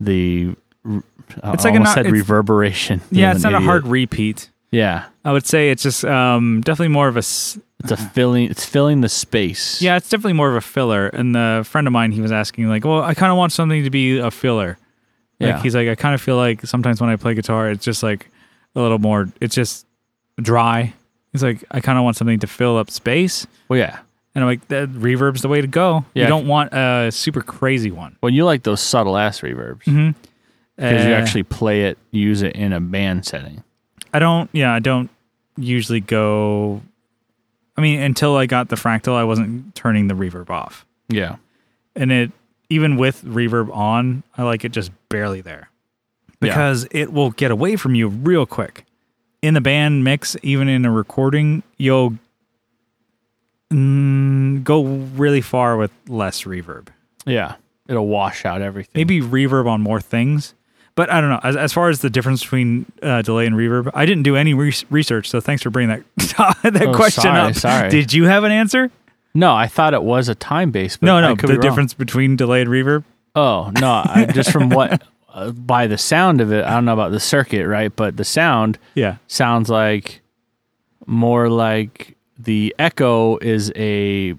Speaker 1: the, r- I
Speaker 2: It's like a
Speaker 1: almost
Speaker 2: not-
Speaker 1: said
Speaker 2: it's-
Speaker 1: reverberation.
Speaker 2: Yeah,
Speaker 1: I'm
Speaker 2: it's
Speaker 1: an
Speaker 2: not a
Speaker 1: idiot.
Speaker 2: hard repeat.
Speaker 1: Yeah.
Speaker 2: I would say it's just um, definitely more of a. s-
Speaker 1: It's a filling, it's filling the space.
Speaker 2: Uh-huh. Yeah, it's definitely more of a filler. And the friend of mine, he was asking like, "Well, I kind of want something to be a filler." Like
Speaker 1: Yeah.
Speaker 2: he's like, "I kind of feel like sometimes when I play guitar, it's just like a little more. It's just dry." He's like, "I kind of want something to fill up space."
Speaker 1: Well, yeah.
Speaker 2: And I'm like, that reverb's the way to go.
Speaker 1: Yeah.
Speaker 2: You don't want a super crazy one.
Speaker 1: Well, you like those subtle ass reverbs because you
Speaker 2: Uh,
Speaker 1: actually play it, use it in a band setting.
Speaker 2: I don't. Yeah, I don't usually go. I mean, until I got the fractal, I wasn't turning the reverb off,
Speaker 1: Yeah.
Speaker 2: and it even with reverb on, I like it just barely there because it will get away from you real quick. In the band mix, even in a recording, you'll mm, go really far with less reverb.
Speaker 1: yeah, it'll wash out everything.
Speaker 2: maybe reverb on more things. But I don't know. As, as far as the difference between uh, delay and reverb, I didn't do any re- research. So thanks for bringing that that
Speaker 1: Oh,
Speaker 2: question
Speaker 1: sorry,
Speaker 2: up.
Speaker 1: sorry.
Speaker 2: Did you have an answer?
Speaker 1: No, I thought it was a time base. But
Speaker 2: No,
Speaker 1: I
Speaker 2: no.
Speaker 1: could be
Speaker 2: The
Speaker 1: wrong.
Speaker 2: difference between delay and reverb.
Speaker 1: Oh no! I, just from what uh, by the sound of it, I don't know about the circuit, right? But the sound
Speaker 2: Yeah.
Speaker 1: sounds like more like the echo is a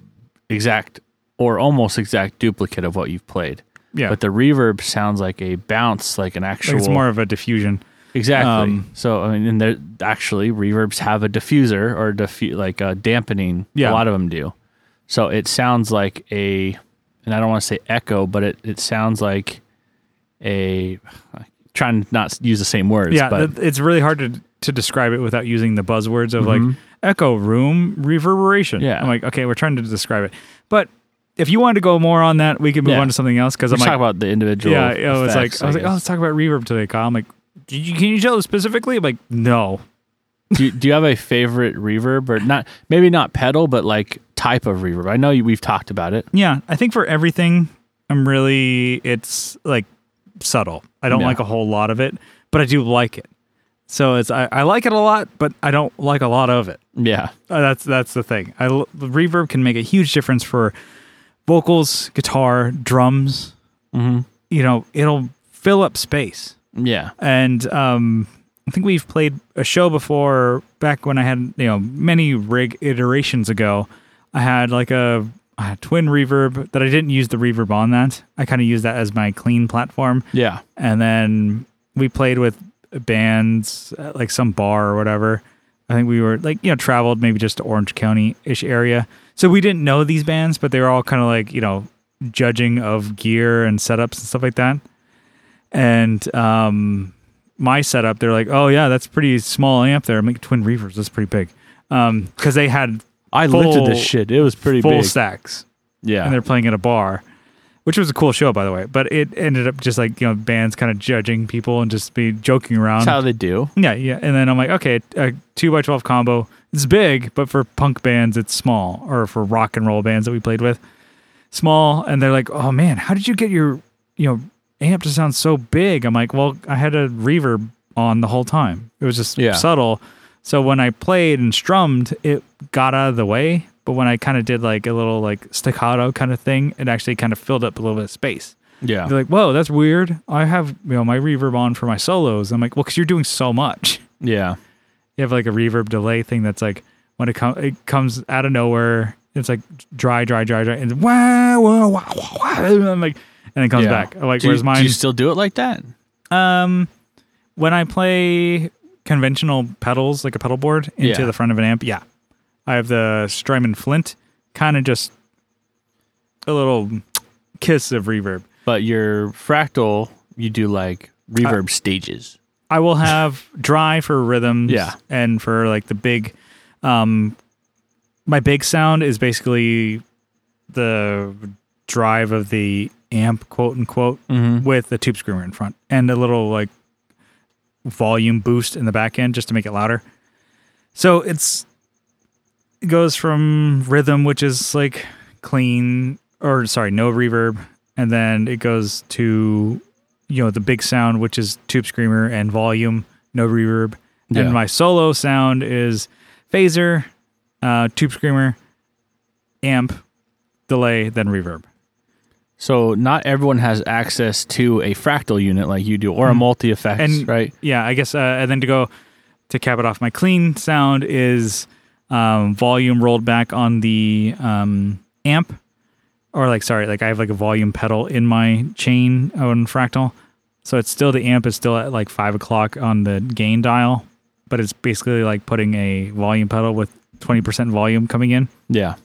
Speaker 1: exact or almost exact duplicate of what you've played.
Speaker 2: Yeah.
Speaker 1: But the reverb sounds like a bounce, like an actual.
Speaker 2: Like it's more of a diffusion.
Speaker 1: exactly.
Speaker 2: um,
Speaker 1: so I mean, and there actually reverbs have a diffuser or diffu- like a dampening.
Speaker 2: Yeah.
Speaker 1: A lot of them do. So it sounds like a, and I don't want to say echo, but it it sounds like a. Trying to not use the same words.
Speaker 2: Yeah.
Speaker 1: but,
Speaker 2: th- it's really hard to to describe it without using the buzzwords of like echo room reverberation.
Speaker 1: Mm-hmm. Yeah.
Speaker 2: I'm like, okay, we're trying to describe it. But if you wanted to go more on that, we could move
Speaker 1: Yeah.
Speaker 2: on to something else because I'm
Speaker 1: Let's
Speaker 2: like,
Speaker 1: talk about the individual.
Speaker 2: Yeah, I was like,
Speaker 1: effects,
Speaker 2: I was like, oh,
Speaker 1: guess.
Speaker 2: let's talk about reverb today, Kyle. I'm like, Did you, can you tell us specifically? I'm like, no.
Speaker 1: do, do you have a favorite reverb or not? Maybe not pedal, but like type of reverb. I know you, we've talked about it.
Speaker 2: Yeah, I think for everything, I'm really it's like subtle. I don't
Speaker 1: Yeah.
Speaker 2: like a whole lot of it, but I do like it. So it's I, I like it a lot, but I don't like a lot of it.
Speaker 1: Yeah,
Speaker 2: Uh, that's that's the thing. I l- the reverb can make a huge difference for vocals, guitar, drums. You know, it'll fill up space.
Speaker 1: yeah,
Speaker 2: and um, I think we've played a show before back when I had you know many rig iterations ago. I had like a, a twin reverb that I didn't use the reverb on that. I kind of used that as my clean platform,
Speaker 1: yeah,
Speaker 2: and then we played with bands at like some bar or whatever. I think we were like you know traveled maybe just to Orange County ish area, so we didn't know these bands, but they were all kind of like you know judging of gear and setups and stuff like that and um, my setup, they're like, "Oh yeah, that's pretty small amp there. I'm like twin reverbs. That's pretty big." Because they had
Speaker 1: I
Speaker 2: Full-
Speaker 1: lifted this shit. It was pretty
Speaker 2: full
Speaker 1: big.
Speaker 2: stacks,
Speaker 1: yeah,
Speaker 2: and they're playing at a bar, which was a cool show, by the way. But it ended up just like you know bands kind of judging people and just be joking around.
Speaker 1: that's how they do.
Speaker 2: yeah, yeah. And then I'm like, okay, a two by twelve combo. It's big, but for punk bands, it's small, or for rock and roll bands that we played with, small. And they're like, oh man, how did you get your you know amp to sound so big? I'm like, well, I had a reverb on the whole time. It was just
Speaker 1: Yeah.
Speaker 2: subtle. So when I played and strummed, it got out of the way. But when I kind of did like a little like staccato kind of thing, it actually kind of filled up a little bit of space.
Speaker 1: Yeah,
Speaker 2: They're like, whoa, that's weird. I have you know my reverb on for my solos. I'm like, well, because you're doing so much.
Speaker 1: yeah,
Speaker 2: You have like a reverb delay thing that's like when it comes, it comes out of nowhere. It's like dry, dry, dry, dry, and wow, wow, wow, wow, wow. And I'm like, and it comes
Speaker 1: yeah.
Speaker 2: back. I'm like,
Speaker 1: do, you-
Speaker 2: where's
Speaker 1: Do
Speaker 2: mine?
Speaker 1: you still do it like that?
Speaker 2: um, when I play conventional pedals, like a pedal board, into
Speaker 1: Yeah.
Speaker 2: the front of an amp, yeah, I have the Strymon Flint, kind of just a little kiss of reverb.
Speaker 1: But your fractal, you do like reverb stages.
Speaker 2: I will have dry for rhythms
Speaker 1: Yeah.
Speaker 2: and for like the big um my big sound is basically the drive of the amp quote unquote with the tube screamer in front and a little like volume boost in the back end just to make it louder. So it's it goes from rhythm which is like clean or sorry, no reverb and then it goes to you know the big sound which is tube screamer and volume no reverb
Speaker 1: Yeah.
Speaker 2: and my solo sound is phaser uh tube screamer amp delay then reverb
Speaker 1: So not everyone has access to a fractal unit like you do, or a multi effects,
Speaker 2: Mm-hmm. and
Speaker 1: right?
Speaker 2: yeah i guess uh, and then to go to cap it off my clean sound is um volume rolled back on the um amp or like sorry like i have like a volume pedal in my chain on fractal so it's still the amp is still at like five o'clock on the gain dial but it's basically like putting a volume pedal with 20% volume coming in
Speaker 1: Yeah,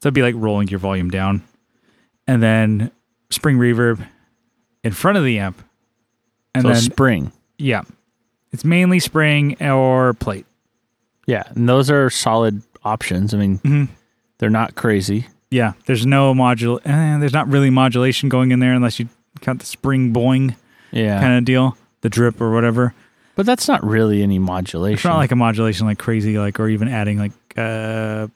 Speaker 2: So it'd be like rolling your volume down. And then spring reverb in front of the amp. And
Speaker 1: So
Speaker 2: then,
Speaker 1: spring.
Speaker 2: yeah, it's mainly spring or plate.
Speaker 1: Yeah, and those are solid options. I mean,
Speaker 2: Mm-hmm.
Speaker 1: they're not crazy.
Speaker 2: Yeah, there's no module. Eh, there's not really modulation going in there unless you count the spring boing
Speaker 1: Yeah,
Speaker 2: kind of deal, the drip or whatever.
Speaker 1: but that's not really any
Speaker 2: It's
Speaker 1: modulation.
Speaker 2: not like a modulation like crazy, like or even adding like uh,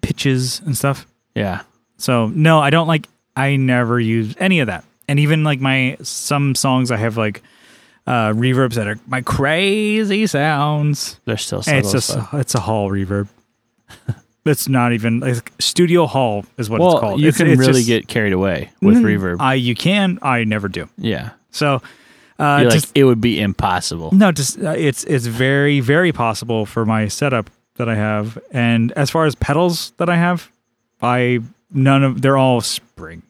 Speaker 2: pitches and stuff.
Speaker 1: yeah,
Speaker 2: So no, I don't like. I never use any of that. And even like my some songs, I have like uh reverbs that are my crazy sounds.
Speaker 1: they're still subtle.
Speaker 2: And it's just
Speaker 1: so-
Speaker 2: it's a hall reverb. It's not even like studio hall is what it's
Speaker 1: well,
Speaker 2: called.
Speaker 1: you
Speaker 2: It's-
Speaker 1: can
Speaker 2: it's
Speaker 1: really
Speaker 2: just- Mm-hmm.
Speaker 1: get carried away with reverb.
Speaker 2: I you can. I never do.
Speaker 1: yeah,
Speaker 2: So uh,
Speaker 1: You're like
Speaker 2: just
Speaker 1: it would be impossible.
Speaker 2: no, just uh, it's it's very very possible for my setup that I have, and as far as pedals that I have, I none of they're all spring,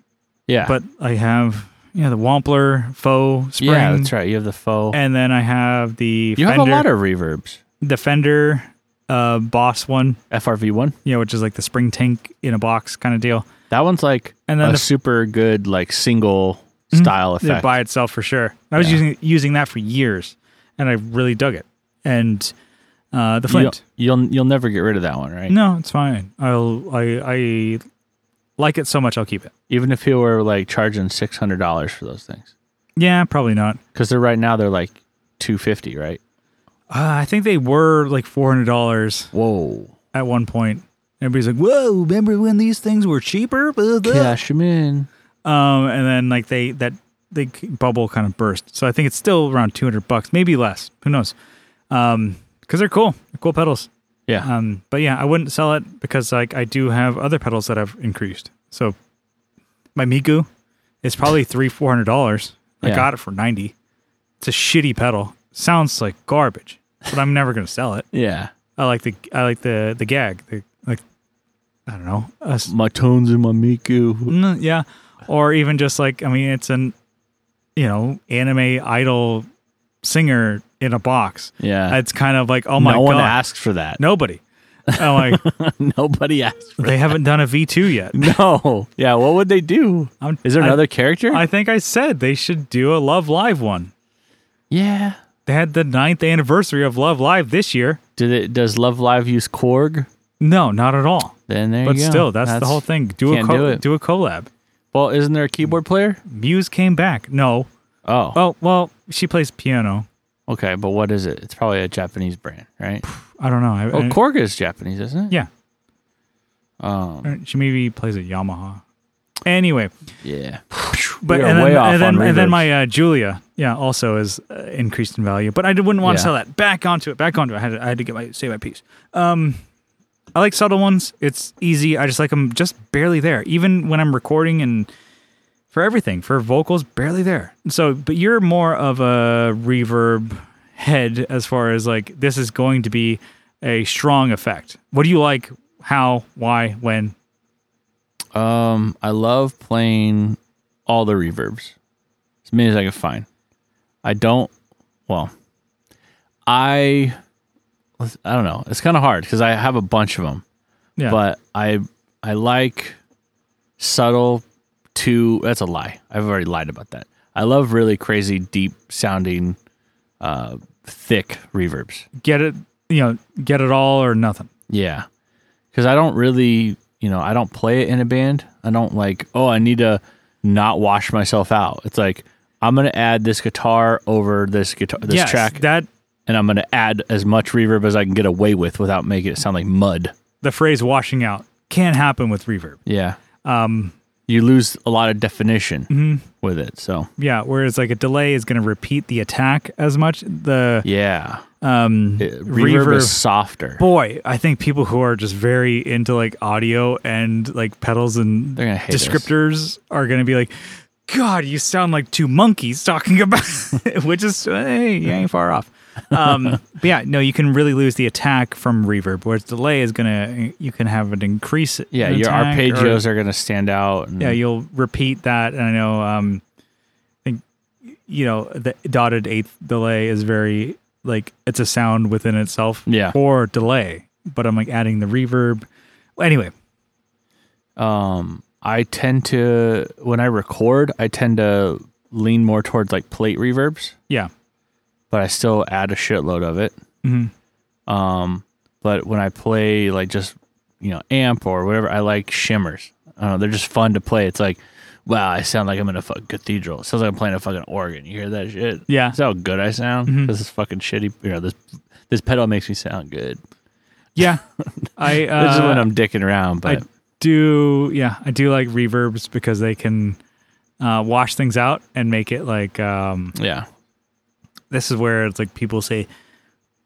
Speaker 1: Yeah,
Speaker 2: but I have yeah the Wampler faux spring,
Speaker 1: yeah, that's right. You have the faux.
Speaker 2: and then I have the
Speaker 1: You
Speaker 2: Fender,
Speaker 1: have a lot of reverbs.
Speaker 2: the Fender uh, Boss one,
Speaker 1: FRV one.
Speaker 2: you know, which is like the spring tank in a box kind of deal.
Speaker 1: That one's like
Speaker 2: And then
Speaker 1: a
Speaker 2: the- Mm-hmm.
Speaker 1: super good like single style
Speaker 2: Yeah,
Speaker 1: effect.
Speaker 2: by itself for sure. I was using using that for years, and I really dug it. And uh, the
Speaker 1: You
Speaker 2: Flint.
Speaker 1: don't- You'll, you'll never get rid of that one, right?
Speaker 2: No, it's fine. I'll I I like it so much. I'll keep it.
Speaker 1: Even if you were like charging six hundred dollars for those things,
Speaker 2: Yeah, probably not.
Speaker 1: because they're right now they're like two fifty, right?
Speaker 2: Uh, I think they were like four hundred dollars
Speaker 1: Whoa,
Speaker 2: at one point. Everybody's like, "Whoa! Remember when these things were cheaper?" Blah, blah."
Speaker 1: cash 'em in.
Speaker 2: Um, and then like they that they bubble kind of burst. So I think it's still around two hundred bucks, maybe less. Who knows? Um, because they're cool, they're cool pedals.
Speaker 1: Yeah,
Speaker 2: Um, but yeah, I wouldn't sell it because like I do have other pedals that have increased. So my Miku is probably three four hundred dollars. I
Speaker 1: Yeah.
Speaker 2: got it for ninety. It's a shitty pedal. Sounds like garbage, but I'm never gonna sell it.
Speaker 1: yeah.
Speaker 2: I like the I like the the gag. The, like I don't know. A s-
Speaker 1: My tones and my Miku.
Speaker 2: mm, yeah, or even just like I mean, it's an you know anime idol singer in a box.
Speaker 1: Yeah,
Speaker 2: It's kind of like oh my
Speaker 1: no one
Speaker 2: god,
Speaker 1: asks for that.
Speaker 2: nobody. I'm like.
Speaker 1: Nobody asks for
Speaker 2: They haven't done a V2 yet.
Speaker 1: that. No. Yeah, what would they do?
Speaker 2: I'm-
Speaker 1: Is there
Speaker 2: Uh, I-
Speaker 1: another character?
Speaker 2: I think I said they should do a Love Live one.
Speaker 1: yeah.
Speaker 2: They had the ninth anniversary of Love Live this year.
Speaker 1: Did it? Does Love Live use Korg?
Speaker 2: No, not at all.
Speaker 1: Then there
Speaker 2: But
Speaker 1: you go.
Speaker 2: still, that's, the whole thing. Do a
Speaker 1: can't
Speaker 2: co-
Speaker 1: do
Speaker 2: do,
Speaker 1: it.
Speaker 2: a collab.
Speaker 1: Well, isn't there a keyboard player?
Speaker 2: Muse came back. No.
Speaker 1: Oh,
Speaker 2: Oh well, she plays piano.
Speaker 1: okay. But what is it? It's probably a Japanese brand, right?
Speaker 2: I don't know. I,
Speaker 1: Oh,
Speaker 2: I-
Speaker 1: Korg is Japanese, isn't it?
Speaker 2: yeah,
Speaker 1: Um,
Speaker 2: she maybe plays a Yamaha. Anyway,
Speaker 1: yeah.
Speaker 2: but
Speaker 1: We are
Speaker 2: and
Speaker 1: way
Speaker 2: then,
Speaker 1: off
Speaker 2: and then,
Speaker 1: on
Speaker 2: and then
Speaker 1: reverbs.
Speaker 2: my uh, Julia, yeah, also is uh, increased in value. But I d- wouldn't want to
Speaker 1: Yeah.
Speaker 2: sell that. Back onto it. Back onto it. I had to, I had to get my say my piece. Um, I like subtle ones. It's easy. I just like them just barely there. Even when I'm recording and for everything for vocals, barely there. So, but you're more of a reverb head as far as like this is going to be a strong effect. What do you like? How? Why? When?
Speaker 1: Um, I love playing all the reverbs, as many as I can find. I don't. Well, I, I don't know. It's kind of hard because I have a bunch of them,
Speaker 2: Yeah.
Speaker 1: but I I like subtle. To that's a lie. I've already lied about that. I love really crazy, deep sounding, uh, thick reverbs.
Speaker 2: get it. You know, get it all or nothing.
Speaker 1: Yeah. Cause I don't really, you know, I don't play it in a band. I don't like, oh, I need to not wash myself out. It's like, I'm going to add this guitar over this guitar, this
Speaker 2: Yes,
Speaker 1: track,
Speaker 2: That
Speaker 1: and I'm going to add as much reverb as I can get away with without making it sound like mud.
Speaker 2: the phrase washing out can't happen with reverb.
Speaker 1: Yeah. Um, you lose a lot of definition
Speaker 2: Mm-hmm.
Speaker 1: with it. So,
Speaker 2: Yeah, whereas like a delay is going to repeat the attack as much. The
Speaker 1: yeah.
Speaker 2: um
Speaker 1: It- reverb,
Speaker 2: reverb-
Speaker 1: is softer.
Speaker 2: boy, I think people who are just very into like audio and like pedals and
Speaker 1: They're gonna hate us.
Speaker 2: descriptors are going to be like, God, you sound like two monkeys talking about, which is hey, you ain't far off. Um, but yeah, no, you can really lose the attack from reverb, whereas delay is gonna you can have an increase.
Speaker 1: yeah.
Speaker 2: in
Speaker 1: Your
Speaker 2: attack or-
Speaker 1: arpeggios are going to stand out. and-
Speaker 2: yeah, you'll repeat that. And I know, um, I think, you know, the dotted eighth delay is very like it's a sound within itself
Speaker 1: Yeah.
Speaker 2: for delay, but I'm like adding the reverb. Anyway,
Speaker 1: um, I tend to when I record, I tend to lean more towards like plate reverbs,
Speaker 2: Yeah.
Speaker 1: but I still add a shitload of it.
Speaker 2: Mhm.
Speaker 1: Um, but when I play like just you know amp or whatever, I like shimmers. I don't know, they're just fun to play. It's like, wow, I sound like I'm in a fucking cathedral. It sounds like I'm playing a fucking organ. You hear that shit?
Speaker 2: Yeah. Mm-hmm.
Speaker 1: That's how good I sound. This is fucking shitty. You know this this pedal makes me sound good.
Speaker 2: Yeah. I uh,
Speaker 1: This is when I'm dicking around, but
Speaker 2: I do yeah, I do like reverbs because they can uh, wash things out and make it like um,
Speaker 1: yeah.
Speaker 2: this is where it's like people say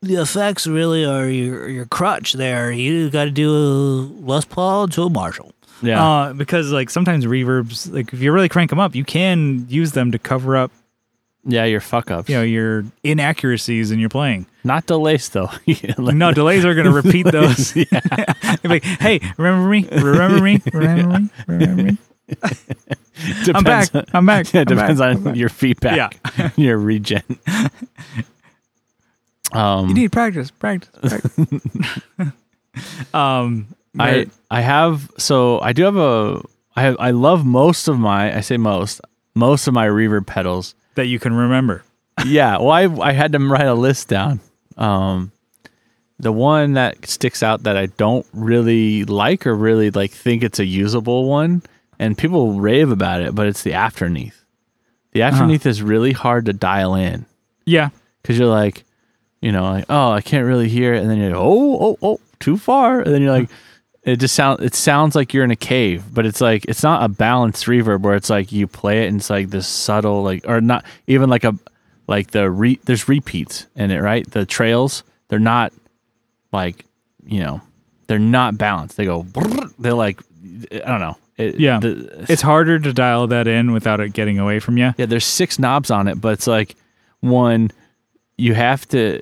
Speaker 4: the effects really are your your crutch there. You got to do Les Paul, Joe Marshall.
Speaker 1: Yeah.
Speaker 2: uh, because like sometimes reverbs like if you really crank them up, you can use them to cover up
Speaker 1: yeah, your fuck ups.
Speaker 2: you know your inaccuracies in your playing.
Speaker 1: Not delays though. Yeah, like-
Speaker 2: No delays are going to repeat those.
Speaker 1: yeah.
Speaker 2: You're like, hey, remember me? Remember me? Remember me? Remember me? I'm back.
Speaker 1: Depends on-
Speaker 2: I'm back.
Speaker 1: Yeah,
Speaker 2: I'm
Speaker 1: it depends
Speaker 2: back.
Speaker 1: on your feedback. Yeah. your regen. um
Speaker 2: You need practice, practice, practice. um,
Speaker 1: I I have so I do have a I have I love most of my I say most most of my reverb pedals.
Speaker 2: that you can remember.
Speaker 1: yeah, well I I had to write a list down. Um the one that sticks out that I don't really like or really like think it's a usable one and people rave about it, but it's the afterneath. The
Speaker 2: Uh-huh.
Speaker 1: afterneath is really hard to dial in.
Speaker 2: Yeah,
Speaker 1: because you're like, you know, like oh, I can't really hear it, and then you're like, oh, oh, oh, too far, and then you're like, it just sound it sounds like you're in a cave, but it's like it's not a balanced reverb where it's like you play it and it's like this subtle like or not even like a like the re there's repeats in it right the trails they're not like you know they're not balanced they go brrr, they're like I don't know It-
Speaker 2: Yeah.
Speaker 1: the-
Speaker 2: it's harder to dial that in without it getting away from you.
Speaker 1: yeah there's six knobs on it but it's like one you have to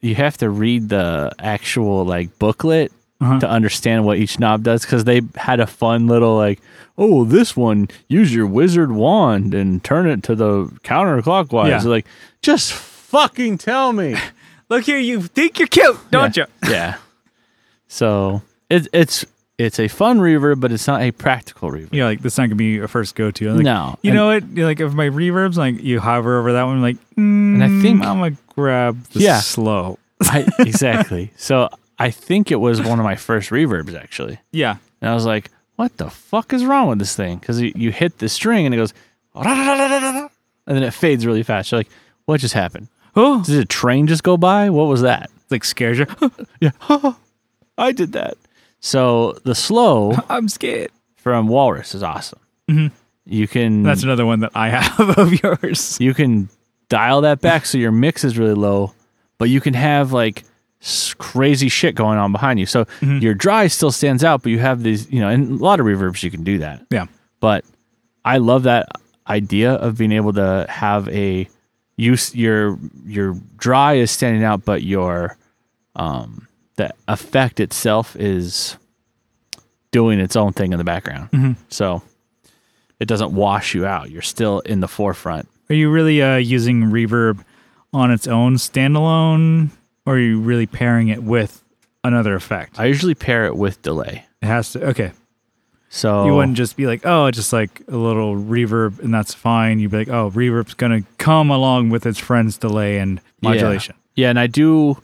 Speaker 1: you have to read the actual like booklet
Speaker 2: Uh-huh.
Speaker 1: to understand what each knob does because they had a fun little like oh this one use your wizard wand and turn it to the counterclockwise
Speaker 2: Yeah.
Speaker 1: like just fucking tell me
Speaker 2: Look here, you think you're cute, don't
Speaker 1: yeah. yeah so it, it's it's a fun reverb but it's not a practical reverb
Speaker 2: You're like, this is not gonna be a first go to. Like,
Speaker 1: No,
Speaker 2: you
Speaker 1: and-
Speaker 2: know what? You're like, if my reverbs, like, you hover over that one, like, and
Speaker 1: I think-
Speaker 2: I'm gonna grab the
Speaker 1: Yeah.
Speaker 2: slow.
Speaker 1: I, exactly so i think it was one of my first reverbs actually
Speaker 2: Yeah,
Speaker 1: And I was like, what the fuck is wrong with this thing? Because you, you hit the string and it goes, "Ra-ra-ra-ra-ra-ra," and then it fades really fast. You're like, what just happened?
Speaker 2: oh,
Speaker 1: Did a train just go by? What was that?
Speaker 2: like scares you.
Speaker 1: I did that. So the slow
Speaker 2: I'm scared.
Speaker 1: from Walrus is awesome. Mm-hmm. You can
Speaker 2: That's another one that I have of yours.
Speaker 1: you can dial that back so your mix is really low, but you can have like s- crazy shit going on behind you. So your dry still stands out, but you have these, you know, and a lot of reverbs you can do that.
Speaker 2: Yeah,
Speaker 1: but I love that idea of being able to have a use your your dry is standing out, but your um the effect itself is doing its own thing in the background. So it doesn't wash you out. You're still in the forefront.
Speaker 2: Are you really uh, using reverb on its own standalone, or are you really pairing it with another effect?
Speaker 1: I usually pair it with delay.
Speaker 2: It has to. Okay,
Speaker 1: So
Speaker 2: you wouldn't just be like, oh, it's just like a little reverb, and that's fine. You'd be like, oh, reverb's gonna come along with its friend's delay and modulation.
Speaker 1: Yeah, and I do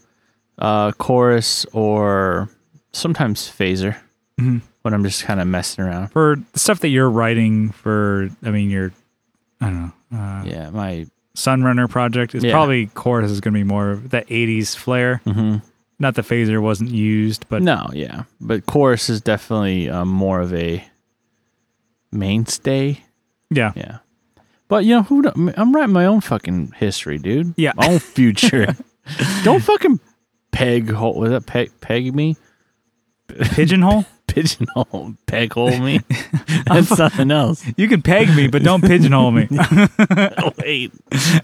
Speaker 1: uh, chorus or sometimes phaser
Speaker 2: Mm-hmm.
Speaker 1: when I'm just kind of messing around.
Speaker 2: For the stuff that you're writing for, I mean, your
Speaker 1: yeah, my
Speaker 2: Sunrunner project is
Speaker 1: Yeah.
Speaker 2: probably chorus is gonna be more of that '80s flair. Not the phaser wasn't used, but
Speaker 1: Mm-hmm. No, yeah, but chorus is definitely um, more of a mainstay.
Speaker 2: yeah,
Speaker 1: Yeah, but you know who? kno- I'm writing my own fucking history, dude.
Speaker 2: Yeah.
Speaker 1: my own future. Don't fucking peg hole. Was that peg? Peg me?
Speaker 2: pigeonhole.
Speaker 1: Pigeonhole? Peg hole me? That's something else.
Speaker 2: You can peg me, but don't pigeonhole me.
Speaker 1: Wait,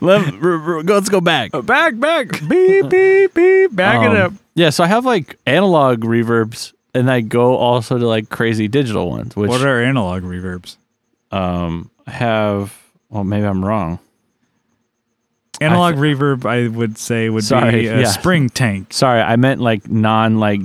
Speaker 1: Let, r- r- go- let's go back.
Speaker 2: back, back, beep, beep, beep, back Oh, it up.
Speaker 1: Um, Yeah, so I have like analog reverbs, and I go also to like crazy digital ones, which
Speaker 2: What are analog reverbs?
Speaker 1: um have. Well, maybe I'm wrong.
Speaker 2: Analog reverb, I would say, would
Speaker 1: Sorry,
Speaker 2: be a
Speaker 1: yeah.
Speaker 2: spring tank.
Speaker 1: Sorry, I meant like non like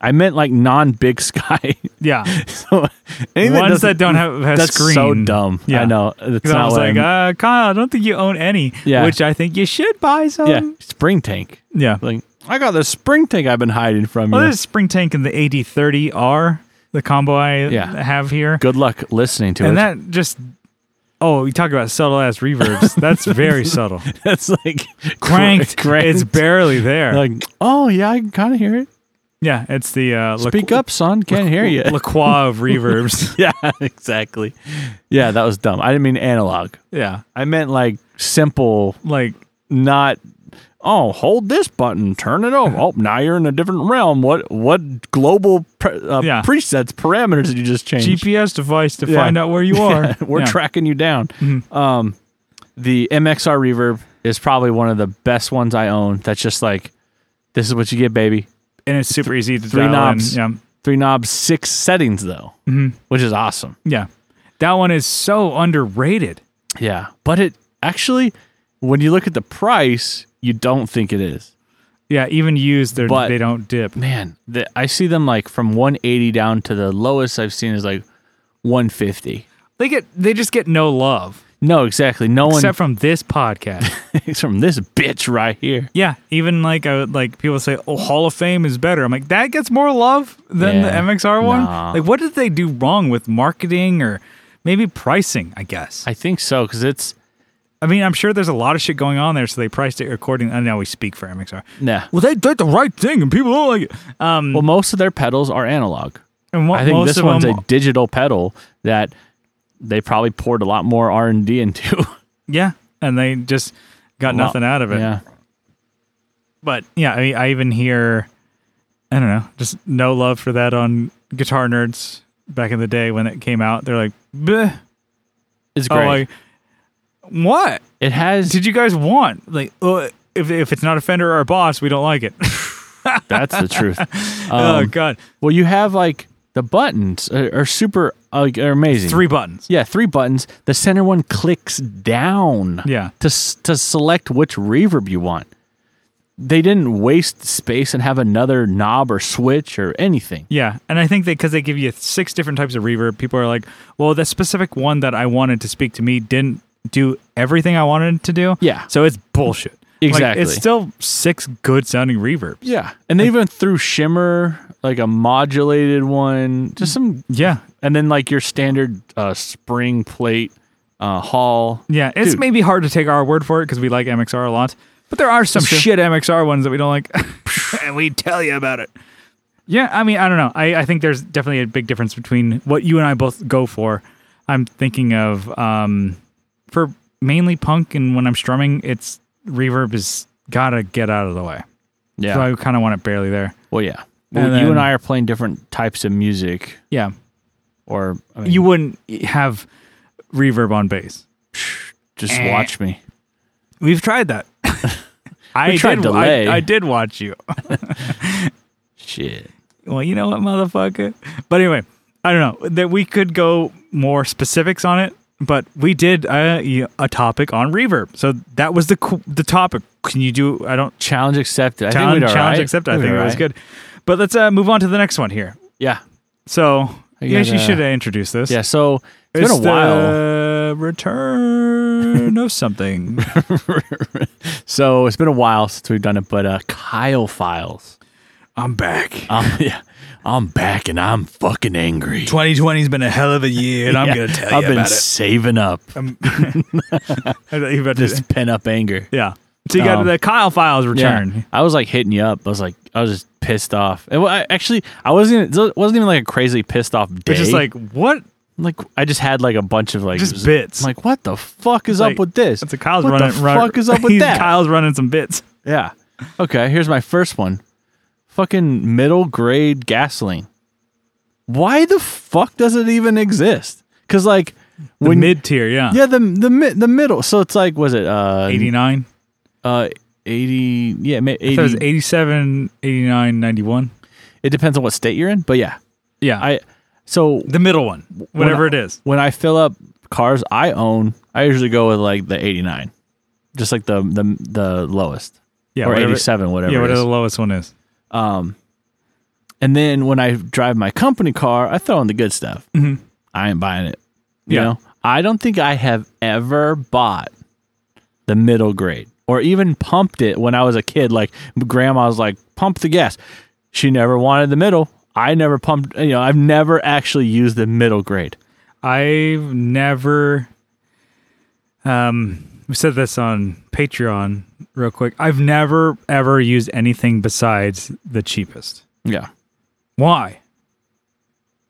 Speaker 1: I meant like non big sky.
Speaker 2: Yeah.
Speaker 1: so anything
Speaker 2: Ones
Speaker 1: doesn't-
Speaker 2: that don't have a
Speaker 1: that's
Speaker 2: screen.
Speaker 1: so dumb.
Speaker 2: Yeah.
Speaker 1: I know. It's
Speaker 2: 'Cause I
Speaker 1: not
Speaker 2: was
Speaker 1: what
Speaker 2: like,
Speaker 1: I'm-
Speaker 2: uh, Kyle, I don't think you own any.
Speaker 1: Yeah.
Speaker 2: Which I think you should buy some.
Speaker 1: yeah, spring tank.
Speaker 2: Yeah.
Speaker 1: Like I got this spring tank I've been hiding from
Speaker 2: Well,
Speaker 1: you.
Speaker 2: there's a spring tank in the AD30R, the combo I
Speaker 1: Yeah.
Speaker 2: have here.
Speaker 1: Good luck listening to
Speaker 2: and
Speaker 1: it.
Speaker 2: that just, oh, you talk about subtle ass reverbs. That's very subtle.
Speaker 1: That's like
Speaker 2: Cranked. It's barely there.
Speaker 1: like oh yeah, I can kind of hear it.
Speaker 2: yeah, it's the uh, La-
Speaker 1: Speak up, son. Can't hear you.
Speaker 2: La Croix of reverbs.
Speaker 1: yeah, exactly. Yeah, that was dumb. I didn't mean analog.
Speaker 2: yeah.
Speaker 1: I meant like simple,
Speaker 2: Like,
Speaker 1: not oh, hold this button, turn it over. Oh, now you're in a different realm. What what global pre- uh,
Speaker 2: Yeah.
Speaker 1: presets parameters did you just change?
Speaker 2: GPS device to
Speaker 1: Yeah.
Speaker 2: find out where you are.
Speaker 1: We're
Speaker 2: Yeah. Mm-hmm.
Speaker 1: tracking you down. Um, the MXR Reverb is probably one of the best ones I own. That's just like, this is what you get, baby.
Speaker 2: and it's super easy to
Speaker 1: Three
Speaker 2: dial in.
Speaker 1: knobs.
Speaker 2: Yeah, Mm-hmm.
Speaker 1: Three knobs, six settings though, which is awesome.
Speaker 2: yeah, that one is so underrated.
Speaker 1: Yeah, but it actually, when you look at the price, you don't think it is.
Speaker 2: Yeah, even used, they're-
Speaker 1: But-
Speaker 2: they don't dip.
Speaker 1: Man, the, I see them like from 180 down to the lowest I've seen is like 150.
Speaker 2: They get, they just get no love
Speaker 1: No, exactly. No one
Speaker 2: except from this podcast.
Speaker 1: except from this bitch right here.
Speaker 2: yeah, even like I would, like people say, oh, Hall of Fame is better. I'm like, that gets more love than the
Speaker 1: Yeah.
Speaker 2: MXR one.
Speaker 1: Nah.
Speaker 2: Like, what did they do wrong with marketing or maybe pricing? I guess. I,
Speaker 1: I think so because it's
Speaker 2: mean, I'm sure there's a lot of shit going on there, so they priced it according. I know we speak for MXR.
Speaker 1: nah.
Speaker 2: Well, they did the right thing, and people don't like it. Um,
Speaker 1: Well, most of their pedals are analog.
Speaker 2: and mo-
Speaker 1: I think
Speaker 2: most
Speaker 1: this
Speaker 2: of
Speaker 1: one's
Speaker 2: them
Speaker 1: a digital pedal that they probably poured a lot more R and D into.
Speaker 2: Yeah, and they just got nothing out of it.
Speaker 1: yeah,
Speaker 2: But yeah, I, I even hear, I don't know, just no love for that on Guitar Nerds back in the day when it came out. They're like, Bleh.
Speaker 1: it's
Speaker 2: Oh,
Speaker 1: great.
Speaker 2: like, what
Speaker 1: it has.
Speaker 2: did you guys want? Like, uh, if if it's not a Fender or a Boss, we don't like it.
Speaker 1: that's the truth.
Speaker 2: oh
Speaker 1: Um,
Speaker 2: God,
Speaker 1: well, you have like the buttons are, are super uh, are amazing.
Speaker 2: three buttons.
Speaker 1: yeah, three buttons. The center one clicks down.
Speaker 2: Yeah.
Speaker 1: to s- to select which reverb you want. They didn't waste space and have another knob or switch or anything.
Speaker 2: Yeah, and I think that because they give you six different types of reverb, people are like, "Well, the specific one that I wanted to speak to me didn't do everything I wanted it to do."
Speaker 1: Yeah.
Speaker 2: so it's bullshit. Like,
Speaker 1: Exactly.
Speaker 2: it's still six good sounding reverbs.
Speaker 1: Yeah, and they even threw shimmer, like a modulated one, just some
Speaker 2: Yeah,
Speaker 1: and then like your standard uh, spring plate uh, hall.
Speaker 2: yeah. It's
Speaker 1: Dude.
Speaker 2: maybe hard to take our word for it because we like MXR a lot, but there are some
Speaker 1: That's true.
Speaker 2: shit MXR ones that we don't like, and we tell you about it. Yeah, I mean, I don't know. I, I think there's definitely a big difference between what you and I both go for. I'm thinking of um, for mainly punk, and when I'm strumming, it's reverb is gotta get out of the way.
Speaker 1: Yeah.
Speaker 2: So I kind of want it barely there.
Speaker 1: well, yeah. Well,
Speaker 2: And
Speaker 1: you
Speaker 2: then-
Speaker 1: and I are playing different types of music,
Speaker 2: Yeah,
Speaker 1: or I mean,
Speaker 2: you wouldn't have reverb on bass.
Speaker 1: just
Speaker 2: Eh.
Speaker 1: watch me.
Speaker 2: We've tried that. I
Speaker 1: We tried
Speaker 2: did,
Speaker 1: delay.
Speaker 2: I, I did watch you.
Speaker 1: Shit.
Speaker 2: Well, you know what, motherfucker. But anyway, I don't know that we could go more specifics on it, but we did uh, y- a topic on reverb, so that was the co- the topic. Can you do? I don't
Speaker 1: Challenge accepted. I
Speaker 2: challenge,
Speaker 1: think we'd
Speaker 2: challenge
Speaker 1: alright.
Speaker 2: accept. I
Speaker 1: We'd
Speaker 2: think it was
Speaker 1: alright.
Speaker 2: good. But let's uh, move on to the next one here.
Speaker 1: Yeah.
Speaker 2: So
Speaker 1: I
Speaker 2: yes, you
Speaker 1: gotta-
Speaker 2: should uh, introduce this.
Speaker 1: Yeah. So it's
Speaker 2: It's uh,
Speaker 1: been a while.
Speaker 2: The return of something.
Speaker 1: So it's been a while since we've done it, but uh, Kyle Files.
Speaker 2: I'm back.
Speaker 1: Um, yeah. I'm back and I'm fucking angry.
Speaker 2: 2020 has been a hell of a year, and I'm
Speaker 1: Yeah,
Speaker 2: gonna tell
Speaker 1: I've
Speaker 2: you
Speaker 1: been
Speaker 2: about it.
Speaker 1: saving up
Speaker 2: I thought you were about to-
Speaker 1: this pent up anger.
Speaker 2: yeah. So you got
Speaker 1: Um,
Speaker 2: the Kyle Files
Speaker 1: Yeah.
Speaker 2: return.
Speaker 1: I was like hitting you up. I was like, I was just pissed off. And well, I, actually, I wasn't. Even, it wasn't even like a crazy pissed off day.
Speaker 2: Which is like, what?
Speaker 1: like I just had like a bunch of like
Speaker 2: Just bits.
Speaker 1: I'm like, what the fuck is
Speaker 2: Like,
Speaker 1: up with this?
Speaker 2: That's a Kyle's
Speaker 1: what
Speaker 2: running.
Speaker 1: The
Speaker 2: run-
Speaker 1: fuck is up with
Speaker 2: he's-
Speaker 1: that?
Speaker 2: Kyle's running some bits.
Speaker 1: Yeah. Okay. Here's my first one. Fucking middle grade gasoline. Why the fuck does it even exist? Because like
Speaker 2: The
Speaker 1: when
Speaker 2: mid tier, yeah.
Speaker 1: yeah the the mi- the middle. So it's like was it uh
Speaker 2: 89.
Speaker 1: uh 80 yeah ma-
Speaker 2: So it was
Speaker 1: 80
Speaker 2: 87, 89, 91.
Speaker 1: it depends on what state you're in but yeah
Speaker 2: Yeah.
Speaker 1: i so
Speaker 2: the middle one, whatever it is.
Speaker 1: when i fill up cars i own i usually go with like the 89 just like the the, the lowest
Speaker 2: Yeah.
Speaker 1: or
Speaker 2: whatever,
Speaker 1: 87 whatever
Speaker 2: Yeah,
Speaker 1: it
Speaker 2: whatever
Speaker 1: is.
Speaker 2: the lowest one is.
Speaker 1: um And then when I drive my company car, I throw in the good stuff. Mm-hmm. I ain't buying it. You
Speaker 2: Yeah.
Speaker 1: know, I don't think I have ever bought the middle grade or even pumped it when I was a kid. Like grandma was like, pump the gas. She never wanted the middle. I never pumped, you know, I've never actually used the middle grade.
Speaker 2: I've never um we said this on Patreon real quick. I've never ever used anything besides the cheapest.
Speaker 1: Yeah.
Speaker 2: Why?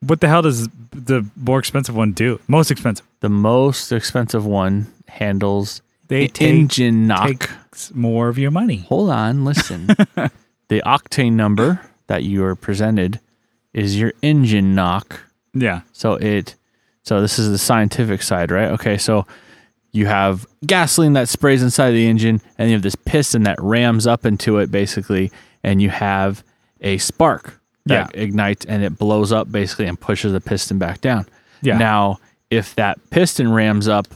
Speaker 2: What the hell does the more expensive one do? Most expensive.
Speaker 1: The most expensive one handles
Speaker 2: They
Speaker 1: the
Speaker 2: take-
Speaker 1: engine knock.
Speaker 2: Takes more of your money.
Speaker 1: Hold on, listen. the octane number that you are presented is your engine knock.
Speaker 2: Yeah.
Speaker 1: So it so this is the scientific side, right? Okay, so you have gasoline that sprays inside the engine and you have this piston that rams up into it basically and you have a spark that ignites and it blows up basically and pushes the piston back down.
Speaker 2: Yeah.
Speaker 1: Now, if that piston rams up,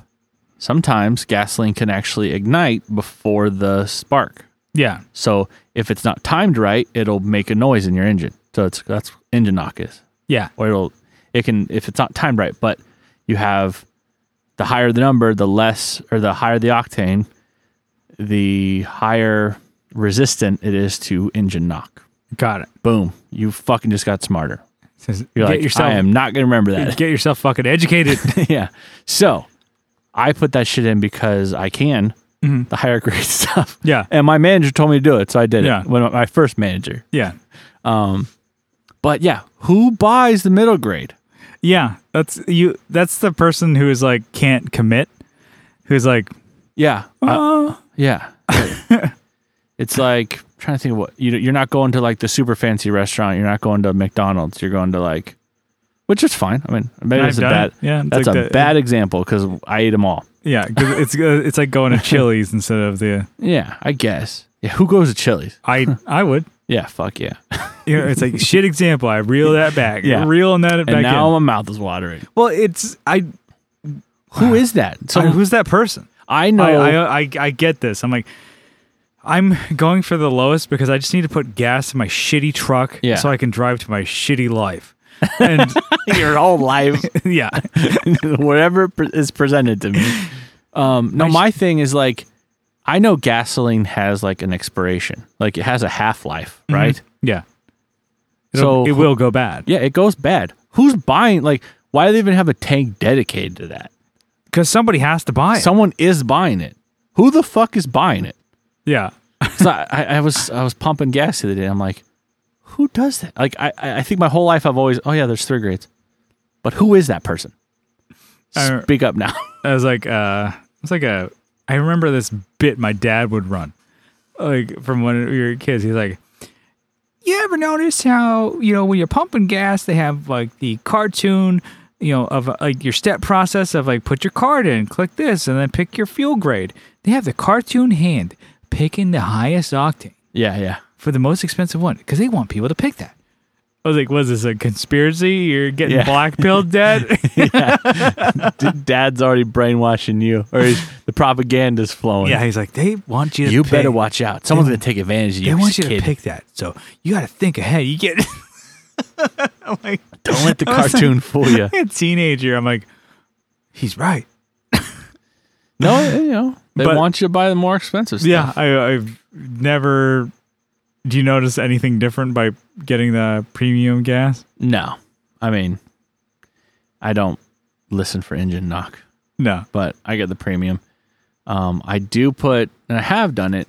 Speaker 1: sometimes gasoline can actually ignite before the spark.
Speaker 2: Yeah.
Speaker 1: So if it's not timed right, it'll make a noise in your engine. So it's that's what engine knock is
Speaker 2: Yeah.
Speaker 1: or it'll it can if it's not timed right but you have the higher the number the less or the higher the octane the higher resistant it is to engine knock
Speaker 2: Got it.
Speaker 1: boom you fucking just got smarter
Speaker 2: Says,
Speaker 1: you're like i am not gonna remember that
Speaker 2: get yourself fucking educated.
Speaker 1: yeah so i put that shit in because i can the higher grade stuff
Speaker 2: Yeah.
Speaker 1: and my manager told me to do it so i did
Speaker 2: Yeah.
Speaker 1: it when my first manager
Speaker 2: yeah.
Speaker 1: but yeah who buys the middle grade
Speaker 2: Yeah. That's you that's the person who is like can't commit. Who's like, uh,
Speaker 1: Yeah. I- yeah. it's like trying to think of what you you're not going to like the super fancy restaurant. You're not going to McDonald's. You're going to like, which is fine. I mean, maybe
Speaker 2: I've
Speaker 1: that's a
Speaker 2: done
Speaker 1: bad
Speaker 2: it. Yeah, it's
Speaker 1: that's
Speaker 2: like
Speaker 1: a
Speaker 2: the-
Speaker 1: bad example because I ate them all.
Speaker 2: yeah, 'cause it's uh, it's like going to Chili's instead of the
Speaker 1: Yeah, I guess. Yeah, who goes to Chili's?
Speaker 2: I I would.
Speaker 1: Yeah, fuck yeah.
Speaker 2: You know, it's like shit example. I reel that back.
Speaker 1: Yeah.
Speaker 2: Yeah. Reeling that
Speaker 1: And
Speaker 2: back
Speaker 1: now
Speaker 2: in.
Speaker 1: my mouth is watering.
Speaker 2: Well, it's I,
Speaker 1: Who is that? So
Speaker 2: I- who's that person?
Speaker 1: I know.
Speaker 2: I, I I I get this. I'm like I'm going for the lowest because I just need to put gas in my shitty truck
Speaker 1: Yeah.
Speaker 2: so I can drive to my shitty life. And
Speaker 1: your whole life.
Speaker 2: yeah.
Speaker 1: whatever pre- is presented to me. Um, no, my thing is like, I know gasoline has like an expiration, like it has a half life, right?
Speaker 2: Yeah.
Speaker 1: So
Speaker 2: so it will go bad.
Speaker 1: Yeah, it goes bad. Who's buying? Like, why do they even have a tank dedicated to that?
Speaker 2: Because somebody has to buy it.
Speaker 1: Someone is buying it. Who the fuck is buying it?
Speaker 2: yeah.
Speaker 1: 'Cause I, I, I was I was pumping gas the other day. I'm like, who does that? Like, I I I think my whole life I've always oh yeah, there's three grades, but who is that person?
Speaker 2: I-
Speaker 1: Speak up now.
Speaker 2: I was like, uh, it's like a. I remember this bit my dad would run, like from when we were kids. He's like, "You ever notice how you know when you're pumping gas, they have like the cartoon, you know, of uh, like your step process of like put your card in, click this, and then pick your fuel grade. They have the cartoon hand picking the highest octane
Speaker 1: yeah, yeah.
Speaker 2: for the most expensive one because they want people to pick that." I was like, "Was this a conspiracy? You're getting
Speaker 1: Yeah.
Speaker 2: black pilled, Dad?"
Speaker 1: D- Dad's already brainwashing you, or he's, the propaganda's flowing.
Speaker 2: yeah, he's like, "They want you. to
Speaker 1: you
Speaker 2: pick.
Speaker 1: better watch out. Someone's gonna take advantage of you.
Speaker 2: They want you
Speaker 1: kid.
Speaker 2: to pick that, so you got to think ahead. You get I'm like
Speaker 1: Don't let the
Speaker 2: I was
Speaker 1: cartoon fool you.
Speaker 2: like a teenager. I'm like, he's right.
Speaker 1: No, you know they
Speaker 2: But-
Speaker 1: want you to buy the more expensive stuff.
Speaker 2: Yeah, I, I've never. Do you notice anything different by getting the premium gas?
Speaker 1: No, I mean, I don't listen for engine knock,
Speaker 2: No.
Speaker 1: but I get the premium. Um, I do put, and I have done it.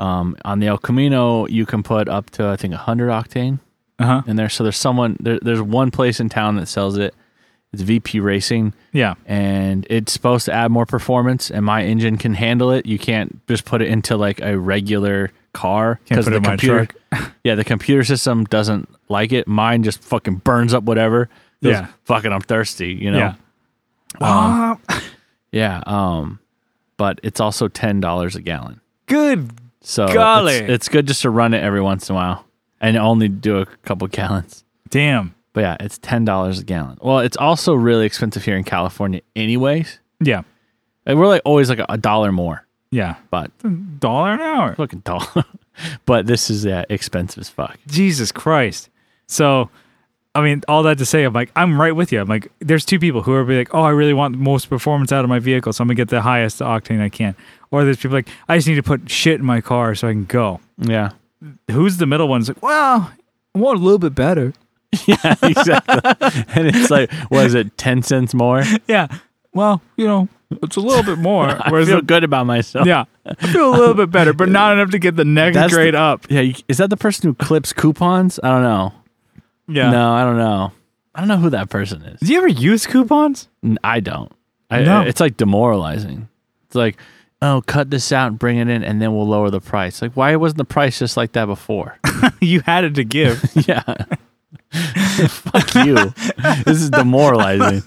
Speaker 1: Um, on the El Camino, you can put up to I think 100 octane
Speaker 2: Uh huh.
Speaker 1: in there. So there's someone there, there's one place in town that sells it. It's VP Racing,
Speaker 2: Yeah.
Speaker 1: and it's supposed to add more performance. And my engine can handle it. You can't just put it into like a regular car
Speaker 2: Can't put it
Speaker 1: the
Speaker 2: in my
Speaker 1: computer yeah, the computer system doesn't like it. Mine just fucking burns up whatever. Goes,
Speaker 2: Yeah.
Speaker 1: Fucking I'm thirsty, you know. Um,
Speaker 2: Yeah. Ah,
Speaker 1: Yeah, um but it's also $10 a gallon.
Speaker 2: good.
Speaker 1: So it's-
Speaker 2: Golly.
Speaker 1: It's, good just to run it every once in a while and only do a couple gallons.
Speaker 2: Damn.
Speaker 1: But yeah, it's $10 a gallon. Well, it's also really expensive here in California anyways.
Speaker 2: Yeah.
Speaker 1: And we're like always like a, a dollar more,
Speaker 2: Yeah.
Speaker 1: but
Speaker 2: Dollar an hour.
Speaker 1: fucking dollar. but this is yeah, expensive as fuck.
Speaker 2: Jesus Christ. So, I mean, all that to say, I'm like, I'm right with you. I'm like, there's two people who are be like, oh, I really want the most performance out of my vehicle, so I'm gonna get the highest octane I can. Or there's people like, I just need to put shit in my car so I can go.
Speaker 1: Yeah.
Speaker 2: Who's the middle one? It's like, well, I want a little bit better.
Speaker 1: Yeah, exactly. and it's like, what is it, 10 cents more?
Speaker 2: Yeah. Well, you know, it's a little bit more.
Speaker 1: I
Speaker 2: Whereas
Speaker 1: feel
Speaker 2: the-
Speaker 1: good about myself.
Speaker 2: yeah, I feel a little bit better, but not enough to get the next
Speaker 1: That's
Speaker 2: grade
Speaker 1: the-
Speaker 2: up.
Speaker 1: Yeah. you- Is that the person who clips coupons? I don't know.
Speaker 2: Yeah.
Speaker 1: No, I don't know. I don't know who that person is.
Speaker 2: Do you ever use coupons?
Speaker 1: N- I don't. I,
Speaker 2: No.
Speaker 1: I- It's like demoralizing. It's like, oh, cut this out and bring it in, and then we'll lower the price. Like, why wasn't the price just like that before?
Speaker 2: you had it to give.
Speaker 1: yeah. Fuck you. This is demoralizing.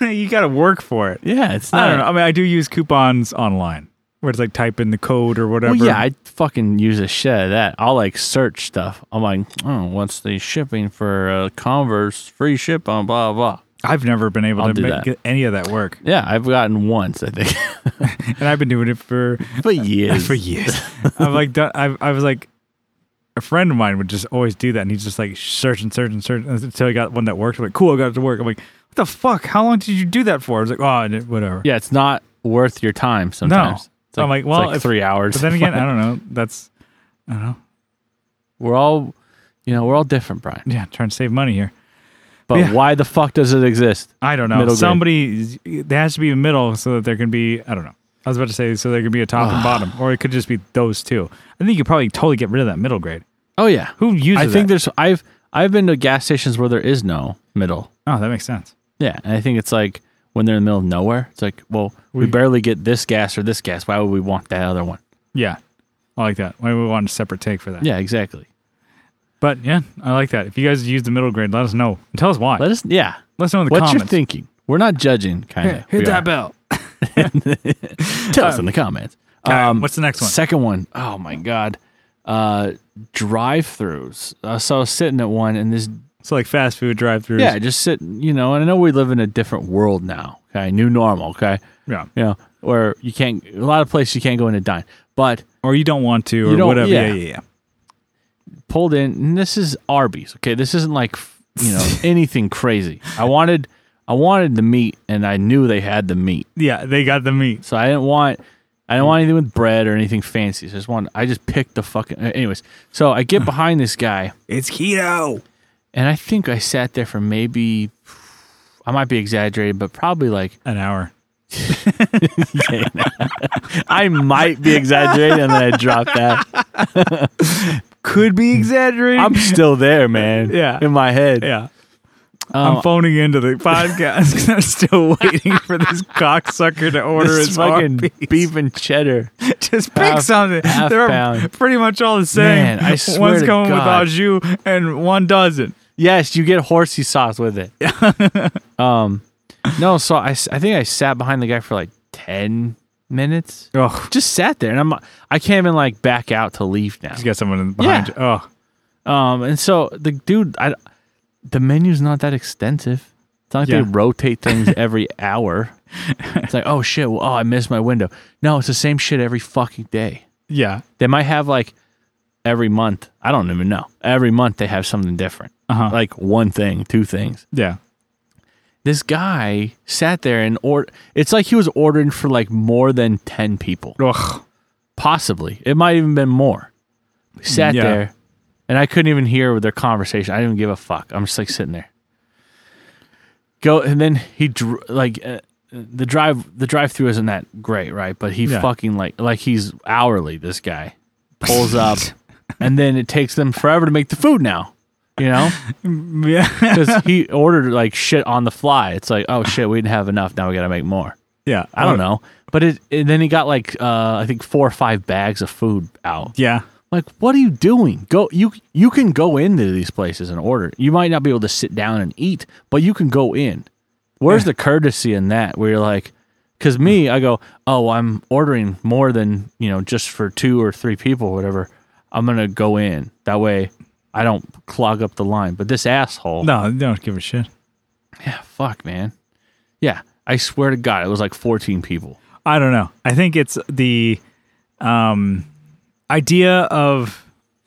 Speaker 2: you got to work for it.
Speaker 1: Yeah, it's not.
Speaker 2: I don't know. I mean, I do use coupons online, where it's like type in the code or whatever.
Speaker 1: Well, yeah, I fucking use a shit of that. I'll like search stuff. I'm like, oh, what's the shipping for uh, Converse? Free ship on blah blah.
Speaker 2: I've never been able
Speaker 1: I'll
Speaker 2: to
Speaker 1: do
Speaker 2: make
Speaker 1: that.
Speaker 2: get any of that work,
Speaker 1: Yeah, I've gotten once I think
Speaker 2: and I've been doing it for
Speaker 1: for years.
Speaker 2: for years. I'm like, done, I, I was like, a friend of mine would just always do that, and he's just like search and search and search until he got one that worked. I'm like, cool, I got it to work. I'm like, what the fuck? How long did you do that for? I was like, oh, I did- whatever.
Speaker 1: yeah, it's not worth your time sometimes. It's
Speaker 2: I'm like,
Speaker 1: it's
Speaker 2: well,
Speaker 1: like
Speaker 2: if-
Speaker 1: three hours.
Speaker 2: But then again, I don't know. That's
Speaker 1: we're all, you know, we're all different, Brian.
Speaker 2: yeah, trying to save money here.
Speaker 1: But
Speaker 2: Yeah.
Speaker 1: why the fuck does it exist?
Speaker 2: I don't know.
Speaker 1: Middle grade.
Speaker 2: Somebody there has to be a middle so that there can be I don't know. I was about to say so there can be a top and bottom, or it could just be those two. I think you could probably totally get rid of that middle grade.
Speaker 1: Oh yeah,
Speaker 2: Who uses?
Speaker 1: I think
Speaker 2: that?
Speaker 1: there's. I've I've been to gas stations where there is no middle.
Speaker 2: Oh, that makes sense.
Speaker 1: Yeah, and I think it's like when they're in the middle of nowhere. It's like, well, we barely get this gas or this gas. Why would we want that other one?
Speaker 2: Yeah, I like that. Why we want a separate take for that?
Speaker 1: Yeah, exactly.
Speaker 2: But yeah, I like that. If you guys use the middle grade, let us know. And tell us why.
Speaker 1: Let us, yeah.
Speaker 2: Let us know in the
Speaker 1: What
Speaker 2: comments.
Speaker 1: you're thinking. We're not judging, kind of.
Speaker 2: Hit that bell.
Speaker 1: Tell us in the comments. Um,
Speaker 2: right, what's the next one?
Speaker 1: Second one. Oh my god. Uh, drive-throughs. Uh, so I was sitting at one, and this
Speaker 2: So like fast food drive-throughs.
Speaker 1: yeah, just sitting. You know, and I know we live in a different world now. Okay, new normal. Okay,
Speaker 2: yeah.
Speaker 1: you know, where you can't a lot of places you can't go in and dine, but
Speaker 2: Or you don't want to,
Speaker 1: You
Speaker 2: or
Speaker 1: don't-
Speaker 2: whatever. Yeah.
Speaker 1: yeah.
Speaker 2: yeah, yeah, yeah.
Speaker 1: pulled in and this is arby's okay this isn't like f- you know anything crazy i wanted i wanted the meat and i knew they had the meat
Speaker 2: they got the meat.
Speaker 1: so i didn't want i didn't want anything with bread or anything fancy so i just wanted i just picked the fucking uh, anyways so i get behind this guy
Speaker 2: It's keto.
Speaker 1: and i think i sat there for maybe i might be exaggerating but probably like
Speaker 2: An hour.
Speaker 1: i might be exaggerating and then i dropped that
Speaker 2: Could be exaggerating.
Speaker 1: i'm still there man
Speaker 2: Yeah.
Speaker 1: in my head
Speaker 2: yeah.
Speaker 1: Um,
Speaker 2: I'm phoning into the podcast 'cause I'm still waiting for this cocksucker to order
Speaker 1: this
Speaker 2: his
Speaker 1: fucking
Speaker 2: Arby's.
Speaker 1: beef and cheddar
Speaker 2: Just pick
Speaker 1: half-
Speaker 2: something.
Speaker 1: half
Speaker 2: They're
Speaker 1: pound.
Speaker 2: pretty much all the same.
Speaker 1: Man, I swear
Speaker 2: One's
Speaker 1: to
Speaker 2: going
Speaker 1: God.
Speaker 2: with au jus and one doesn't.
Speaker 1: Yes, you get horsey sauce with it. um, no, so I, s- I think I sat behind the guy for like ten minutes.
Speaker 2: Oh,
Speaker 1: Just sat there, and I'm I can't even like back out to leave now.
Speaker 2: you got someone in- behind
Speaker 1: Yeah.
Speaker 2: you. Oh,
Speaker 1: Um, and so the dude, I the menu's not that extensive. It's not like they
Speaker 2: Yeah.
Speaker 1: rotate things every hour. It's like oh shit, well, oh I missed my window. No, it's the same shit every fucking day.
Speaker 2: yeah.
Speaker 1: They might have like every month. I don't even know. Every month they have something different.
Speaker 2: Uh-huh.
Speaker 1: Like one thing, two things.
Speaker 2: Yeah.
Speaker 1: this guy sat there and or it's like he was ordering for like more than 10 people
Speaker 2: Ugh.
Speaker 1: possibly it might even been more sat
Speaker 2: Yeah.
Speaker 1: there and i couldn't even hear their conversation i didn't give a fuck i'm just like sitting there go and then he dr- like uh, the drive the drive through isn't that great right but he
Speaker 2: Yeah.
Speaker 1: fucking like like he's hourly this guy pulls up and then it takes them forever to make the food now you know
Speaker 2: Yeah.
Speaker 1: because he ordered like shit on the fly. It's like, oh shit, we didn't have enough. Now we got to make more.
Speaker 2: yeah.
Speaker 1: I don't know. But it, and then he got like uh, I think four or five bags of food out.
Speaker 2: Yeah.
Speaker 1: Like, what are you doing? Go you you can go into these places and order. You might not be able to sit down and eat, but you can go in. Where's the courtesy in that? Where you're like, because me, I go, oh, I'm ordering more than you know, just for two or three people, or whatever. I'm gonna go in that way. I don't clog up the line. But this asshole,
Speaker 2: No, they don't give a shit.
Speaker 1: yeah, fuck, man. Yeah, I swear to God, it was like 14 people.
Speaker 2: I don't know. I think it's the um, idea of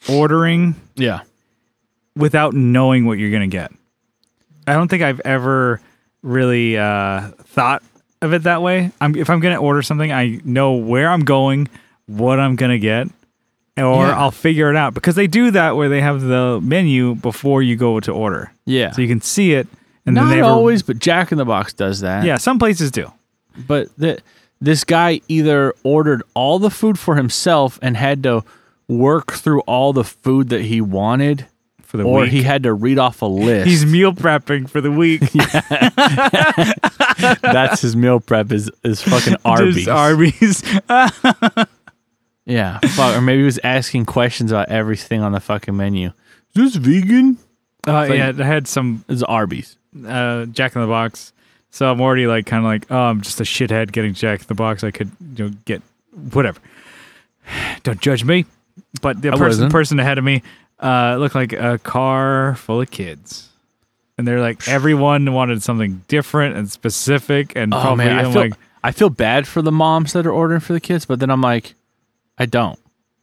Speaker 2: ordering
Speaker 1: Yeah.
Speaker 2: without knowing what you're going to get. I don't think I've ever really uh, thought of it that way. I'm, if I'm going to order something, I know where I'm going, what I'm going to get, or
Speaker 1: Yeah.
Speaker 2: I'll figure it out because they do that where they have the menu before you go to order.
Speaker 1: Yeah.
Speaker 2: So you can see it. And then
Speaker 1: Not
Speaker 2: they have a-
Speaker 1: always, but Jack in the Box does that.
Speaker 2: Yeah, some places do.
Speaker 1: But th- this guy either ordered all the food for himself and had to work through all the food that he wanted,
Speaker 2: For the
Speaker 1: or
Speaker 2: week.
Speaker 1: he had to read off a list.
Speaker 2: He's meal prepping for the week.
Speaker 1: That's his meal prep is is fucking
Speaker 2: Just
Speaker 1: Arby's.
Speaker 2: Arby's. Uh,
Speaker 1: yeah, fuck. or maybe he was asking questions about everything on the fucking menu. Is this vegan?
Speaker 2: Uh, yeah, I had some
Speaker 1: It's Arby's.
Speaker 2: uh, Jack in the Box, so I'm already like kind of like, oh, I'm just a shithead getting Jack in the Box. I could you know get whatever. Don't judge me, but the
Speaker 1: I
Speaker 2: person
Speaker 1: wasn't.
Speaker 2: person ahead of me uh, looked like a car full of kids. And they're like everyone wanted something different and specific, and
Speaker 1: Oh
Speaker 2: probably
Speaker 1: man, I
Speaker 2: I'm
Speaker 1: feel
Speaker 2: like
Speaker 1: I feel bad for the moms that are ordering for the kids, but then I'm like, I don't.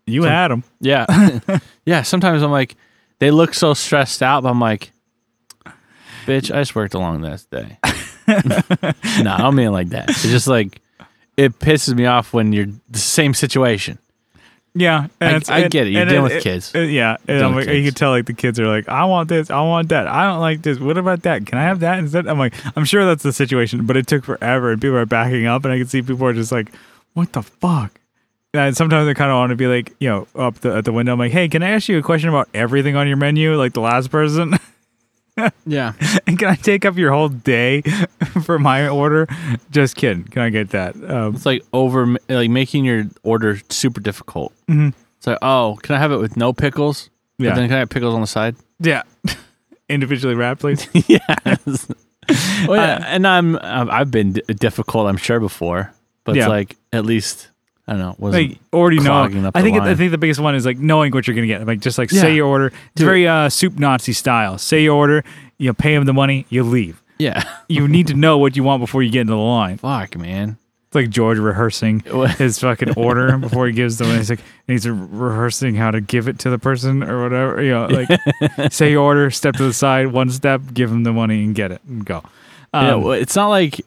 Speaker 2: you had them.
Speaker 1: Yeah. yeah. Sometimes I'm like, they look so stressed out, but I'm like, bitch, I just worked a long this day. no, I don't mean it like that. It's just like, it pisses me off when you're the same situation.
Speaker 2: Yeah,
Speaker 1: I-
Speaker 2: and it's-
Speaker 1: I get it. You're
Speaker 2: and
Speaker 1: dealing with kids.
Speaker 2: it- uh, yeah, and I'm
Speaker 1: with
Speaker 2: like, you
Speaker 1: kids.
Speaker 2: can tell like the kids are like, I want this, I want that, I don't like this. What about that? Can I have that instead? I'm like, I'm sure that's the situation, but it took forever, and people are backing up, and I can see people are just like, what the fuck. And sometimes I kind of want to be like, you know, up the, at the window. I'm like, hey, can I ask you a question about everything on your menu, like the last person?
Speaker 1: Yeah.
Speaker 2: and can I take up your whole day for my order? Just kidding. Can I get that? Um,
Speaker 1: It's like over, like making your order super difficult. Mm-hmm. It's like, oh, can I have it with no pickles? Yeah.
Speaker 2: Yeah.
Speaker 1: But then can I have pickles on the side?
Speaker 2: yeah, individually wrapped, please.
Speaker 1: Oh, yeah. and I'm, I've I've been d- difficult, I'm sure, before, but
Speaker 2: Yeah.
Speaker 1: it's like, at least, I don't know, it wasn't.
Speaker 2: like already know.
Speaker 1: clogging up
Speaker 2: I
Speaker 1: the
Speaker 2: think I
Speaker 1: line.
Speaker 2: think the biggest one is like knowing what you're gonna get. Like just like say
Speaker 1: Yeah.
Speaker 2: your order. It's very uh, soup Nazi style. Say your order. You pay them the money. You leave.
Speaker 1: yeah.
Speaker 2: You need to know what you want before you get into the line.
Speaker 1: Fuck, man.
Speaker 2: It's like George rehearsing
Speaker 1: What?
Speaker 2: his fucking order before he gives the one. He's like and he's rehearsing how to give it to the person or whatever. You know, like say your order, step to the side, one step, give him the money and get it and go. Um,
Speaker 1: yeah, well, it's not like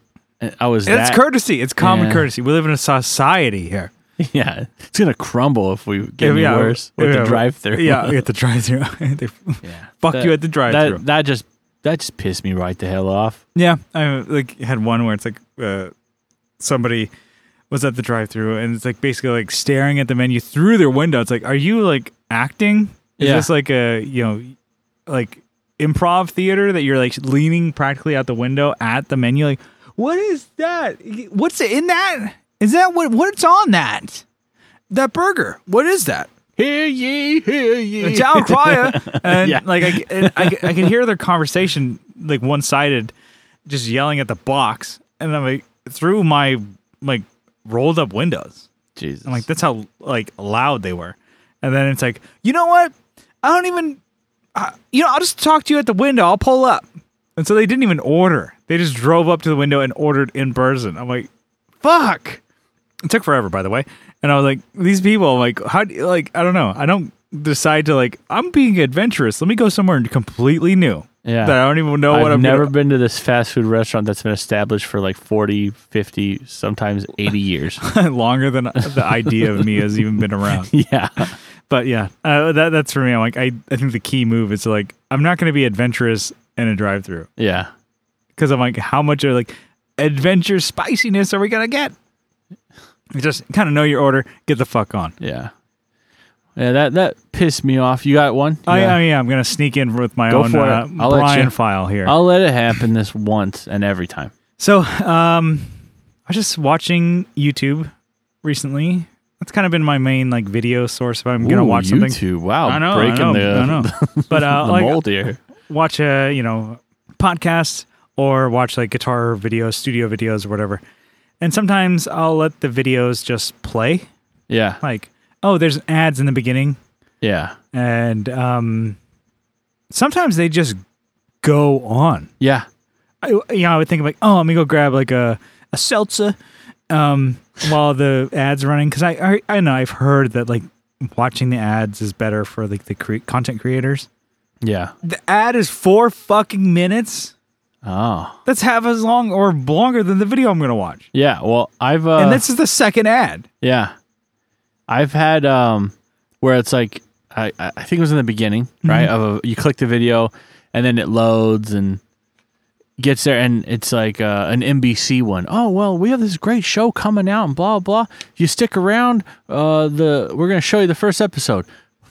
Speaker 1: I was.
Speaker 2: it's
Speaker 1: that-
Speaker 2: courtesy. It's common
Speaker 1: Yeah.
Speaker 2: courtesy. We live in a society here.
Speaker 1: Yeah, it's gonna crumble if we get any worse with
Speaker 2: yeah.
Speaker 1: the drive-through.
Speaker 2: Yeah, at the drive-through. They fuck
Speaker 1: That-
Speaker 2: you at the drive-through.
Speaker 1: That, that just that just pissed me right the hell off.
Speaker 2: yeah, I like had one where it's like uh, somebody was at the drive-through and it's like basically like staring at the menu through their window. It's like, are you like acting? Is
Speaker 1: Yeah.
Speaker 2: this like a you know like improv theater that you're like leaning practically out the window at the menu? Like, what is that? What's in that? Is that what what's on that? That burger. What is that?
Speaker 1: Hear ye, hear ye.
Speaker 2: down choir and
Speaker 1: Yeah.
Speaker 2: like I, and I, I can hear their conversation like one-sided just yelling at the box and i'm like through my like rolled up windows
Speaker 1: Jesus,
Speaker 2: i'm like that's how like loud they were and then it's like you know what i don't even I you know i'll just talk to you at the window i'll pull up and so they didn't even order they just drove up to the window and ordered in person i'm like fuck it took forever by the way and i was like these people like how do you- like i don't know i don't decide to like i'm being adventurous let me go somewhere completely new
Speaker 1: Yeah.
Speaker 2: that i don't even know
Speaker 1: I've
Speaker 2: what i'm
Speaker 1: never
Speaker 2: gonna-
Speaker 1: been to this fast food restaurant that's been established for like 40, 50, sometimes 80 years.
Speaker 2: longer than the idea of me has even been around
Speaker 1: yeah.
Speaker 2: but yeah uh, that, that's for me i'm like I, I think the key move is like i'm not going to be adventurous in a drive-through
Speaker 1: Yeah.
Speaker 2: because i'm like how much are like adventure spiciness are we gonna get just kind of know your order get the fuck on
Speaker 1: Yeah. Yeah, that that pissed me off. You got one?
Speaker 2: I,
Speaker 1: yeah.
Speaker 2: I mean, I'm gonna sneak in with my
Speaker 1: Go
Speaker 2: own
Speaker 1: for it.
Speaker 2: uh,
Speaker 1: I'll let
Speaker 2: Brian
Speaker 1: you.
Speaker 2: file here.
Speaker 1: I'll let it happen this once and every time.
Speaker 2: So, um, I was just watching YouTube recently. That's kind of been my main like video source if I'm gonna
Speaker 1: Ooh,
Speaker 2: watch something.
Speaker 1: YouTube. Wow,
Speaker 2: I know,
Speaker 1: breaking
Speaker 2: I know,
Speaker 1: the
Speaker 2: I know. But uh,
Speaker 1: the
Speaker 2: like,
Speaker 1: mold here.
Speaker 2: watch a you know podcast or watch like guitar videos, studio videos, or whatever. And sometimes I'll let the videos just play.
Speaker 1: Yeah,
Speaker 2: Like, oh, there's ads in the beginning,
Speaker 1: yeah,
Speaker 2: and um, sometimes they just go on.
Speaker 1: yeah.
Speaker 2: I, you know, I would think like, oh, let me go grab like a a seltzer, um, while the ads running because I, I I know I've heard that like watching the ads is better for like the cre- content creators.
Speaker 1: Yeah.
Speaker 2: The ad is four fucking minutes.
Speaker 1: Oh.
Speaker 2: That's half as long or longer than the video I'm gonna watch.
Speaker 1: Yeah. Well, I've uh,
Speaker 2: and this is the second ad.
Speaker 1: Yeah. I've had um where it's like I I I think it was in the beginning, right?
Speaker 2: Mm-hmm.
Speaker 1: Of a, you click the video and then it loads and gets there and it's like uh, an NBC one. Oh, well, we have this great show coming out and blah blah. You stick around uh the we're going to show you the first episode.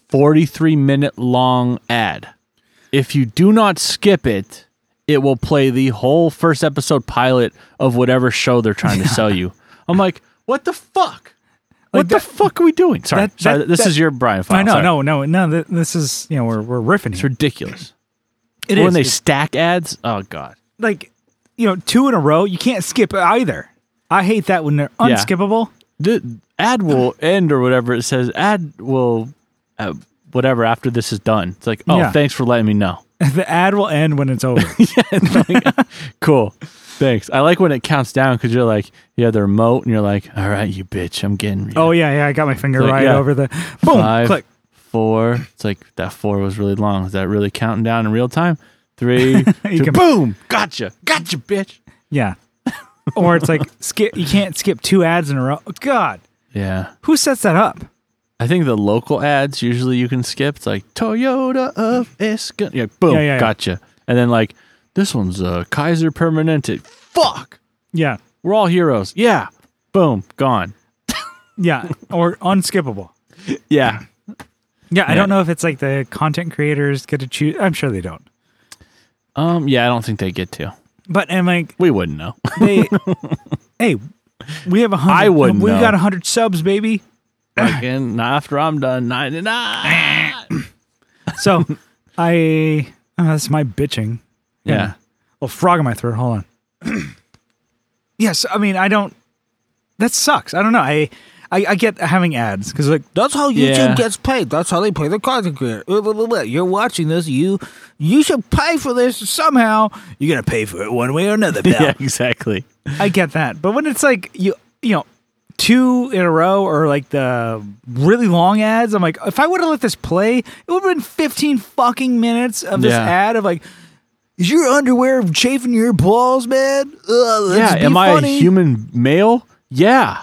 Speaker 1: 43 minute long ad. If you do not skip it, it will play the whole first episode pilot of whatever show they're trying to sell you. I'm like, what the fuck? what the
Speaker 2: that-
Speaker 1: fuck are we doing? Sorry,
Speaker 2: that-
Speaker 1: sorry.
Speaker 2: that-
Speaker 1: This
Speaker 2: that-
Speaker 1: is your Brian file.
Speaker 2: I know,
Speaker 1: sorry.
Speaker 2: no, no, no. th- This is you know we're we're riffing.
Speaker 1: it's
Speaker 2: Here.
Speaker 1: ridiculous.
Speaker 2: It
Speaker 1: Or when
Speaker 2: is.
Speaker 1: they
Speaker 2: It's
Speaker 1: stack ads, oh god,
Speaker 2: like you know two in a row. You can't skip either. I hate that when they're
Speaker 1: Yeah.
Speaker 2: unskippable.
Speaker 1: the ad will end or whatever it says. Ad will, uh, whatever after this is done. It's like, oh,
Speaker 2: Yeah.
Speaker 1: thanks for letting me know.
Speaker 2: the ad will end when it's over.
Speaker 1: Cool, thanks. I like when it counts down because you're like, you have the remote and you're like, all right, you bitch, I'm getting.
Speaker 2: oh yeah, yeah. I got my finger
Speaker 1: Click,
Speaker 2: right
Speaker 1: yeah.
Speaker 2: over the boom.
Speaker 1: Five,
Speaker 2: click.
Speaker 1: four. It's like that four was really long. Is that really counting down in real time? Three, two,
Speaker 2: can-
Speaker 1: boom, gotcha, gotcha, bitch.
Speaker 2: Yeah. or it's like skip. You can't skip two ads in a row. God,
Speaker 1: Yeah.
Speaker 2: who sets that up?
Speaker 1: I think the local ads usually you can skip. It's like Toyota of Escon. Yeah, boom,
Speaker 2: Yeah, yeah, yeah.
Speaker 1: gotcha. And then like this one's uh, Kaiser Permanente. Fuck,
Speaker 2: Yeah,
Speaker 1: we're all heroes. Yeah, boom, gone.
Speaker 2: yeah. Or unskippable.
Speaker 1: Yeah,
Speaker 2: Yeah, I
Speaker 1: Yeah.
Speaker 2: don't know if it's like the content creators get to choose. I'm sure they don't.
Speaker 1: um, yeah, I don't think they get to.
Speaker 2: But I'm like
Speaker 1: We wouldn't know.
Speaker 2: they. hey, we have a hundred.
Speaker 1: I wouldn't
Speaker 2: We've
Speaker 1: know.
Speaker 2: got a hundred subs, baby.
Speaker 1: Again, not after I'm done, ninety nine.
Speaker 2: So I. Oh, that's my bitching.
Speaker 1: Yeah,
Speaker 2: Well, frog in my throat. Hold on. yes, I mean I don't. That sucks. I don't know. I I, I get having ads because like
Speaker 4: That's how YouTube
Speaker 1: Yeah.
Speaker 4: gets paid. That's how they pay their content creator. Blah, blah, blah, blah. You're watching this. You you should pay for this somehow. You're gonna pay for it one way or another. Pal.
Speaker 1: yeah, exactly.
Speaker 2: I get that, but when it's like you you know two in a row or like the really long ads, I'm like, if I would have let this play, it would have been 15 fucking minutes of this
Speaker 1: Yeah.
Speaker 2: ad of like,
Speaker 4: Is your underwear chafing your balls, man? Ugh, let's
Speaker 1: Yeah,
Speaker 4: be
Speaker 1: am I
Speaker 4: funny.
Speaker 1: a human male? Yeah,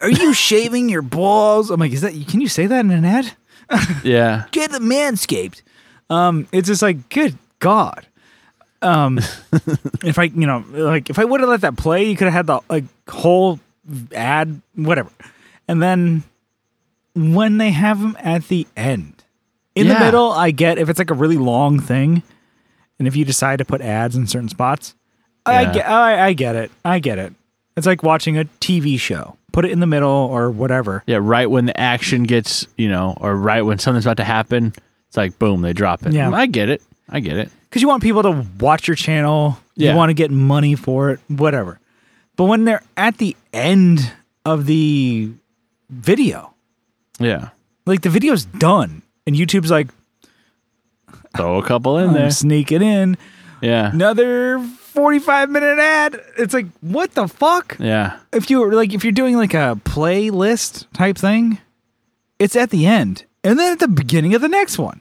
Speaker 4: Are you shaving your balls?
Speaker 2: balls. I'm like, is that can you say that in an ad?
Speaker 1: yeah.
Speaker 4: Get the manscaped.
Speaker 2: Um, It's just like, good god. Um, if I you know like if I would have let that play, you could have had the like whole ad whatever, and then when they have them at the end. In the
Speaker 1: Yeah.
Speaker 2: middle, I get if it's like a really long thing, and if you decide to put ads in certain spots, I
Speaker 1: Yeah.
Speaker 2: get, I, I get it, I get it. It's like watching a TV show. Put it in the middle or whatever.
Speaker 1: Yeah, right when the action gets, you know, or right when something's about to happen, it's like boom, they drop it.
Speaker 2: Yeah.
Speaker 1: I get it. I get it.
Speaker 2: because you want people to watch your channel.
Speaker 1: Yeah.
Speaker 2: You want to get money for it, whatever. But when they're at the end of the video,
Speaker 1: Yeah.
Speaker 2: like the video's done, and YouTube's like,
Speaker 1: Throw a couple in there.
Speaker 2: I'm sneaking in
Speaker 1: Yeah.
Speaker 2: another 45 minute ad. It's like, what the fuck?
Speaker 1: Yeah.
Speaker 2: If you were like, if you're doing like a playlist type thing, it's at the end and then at the beginning of the next one.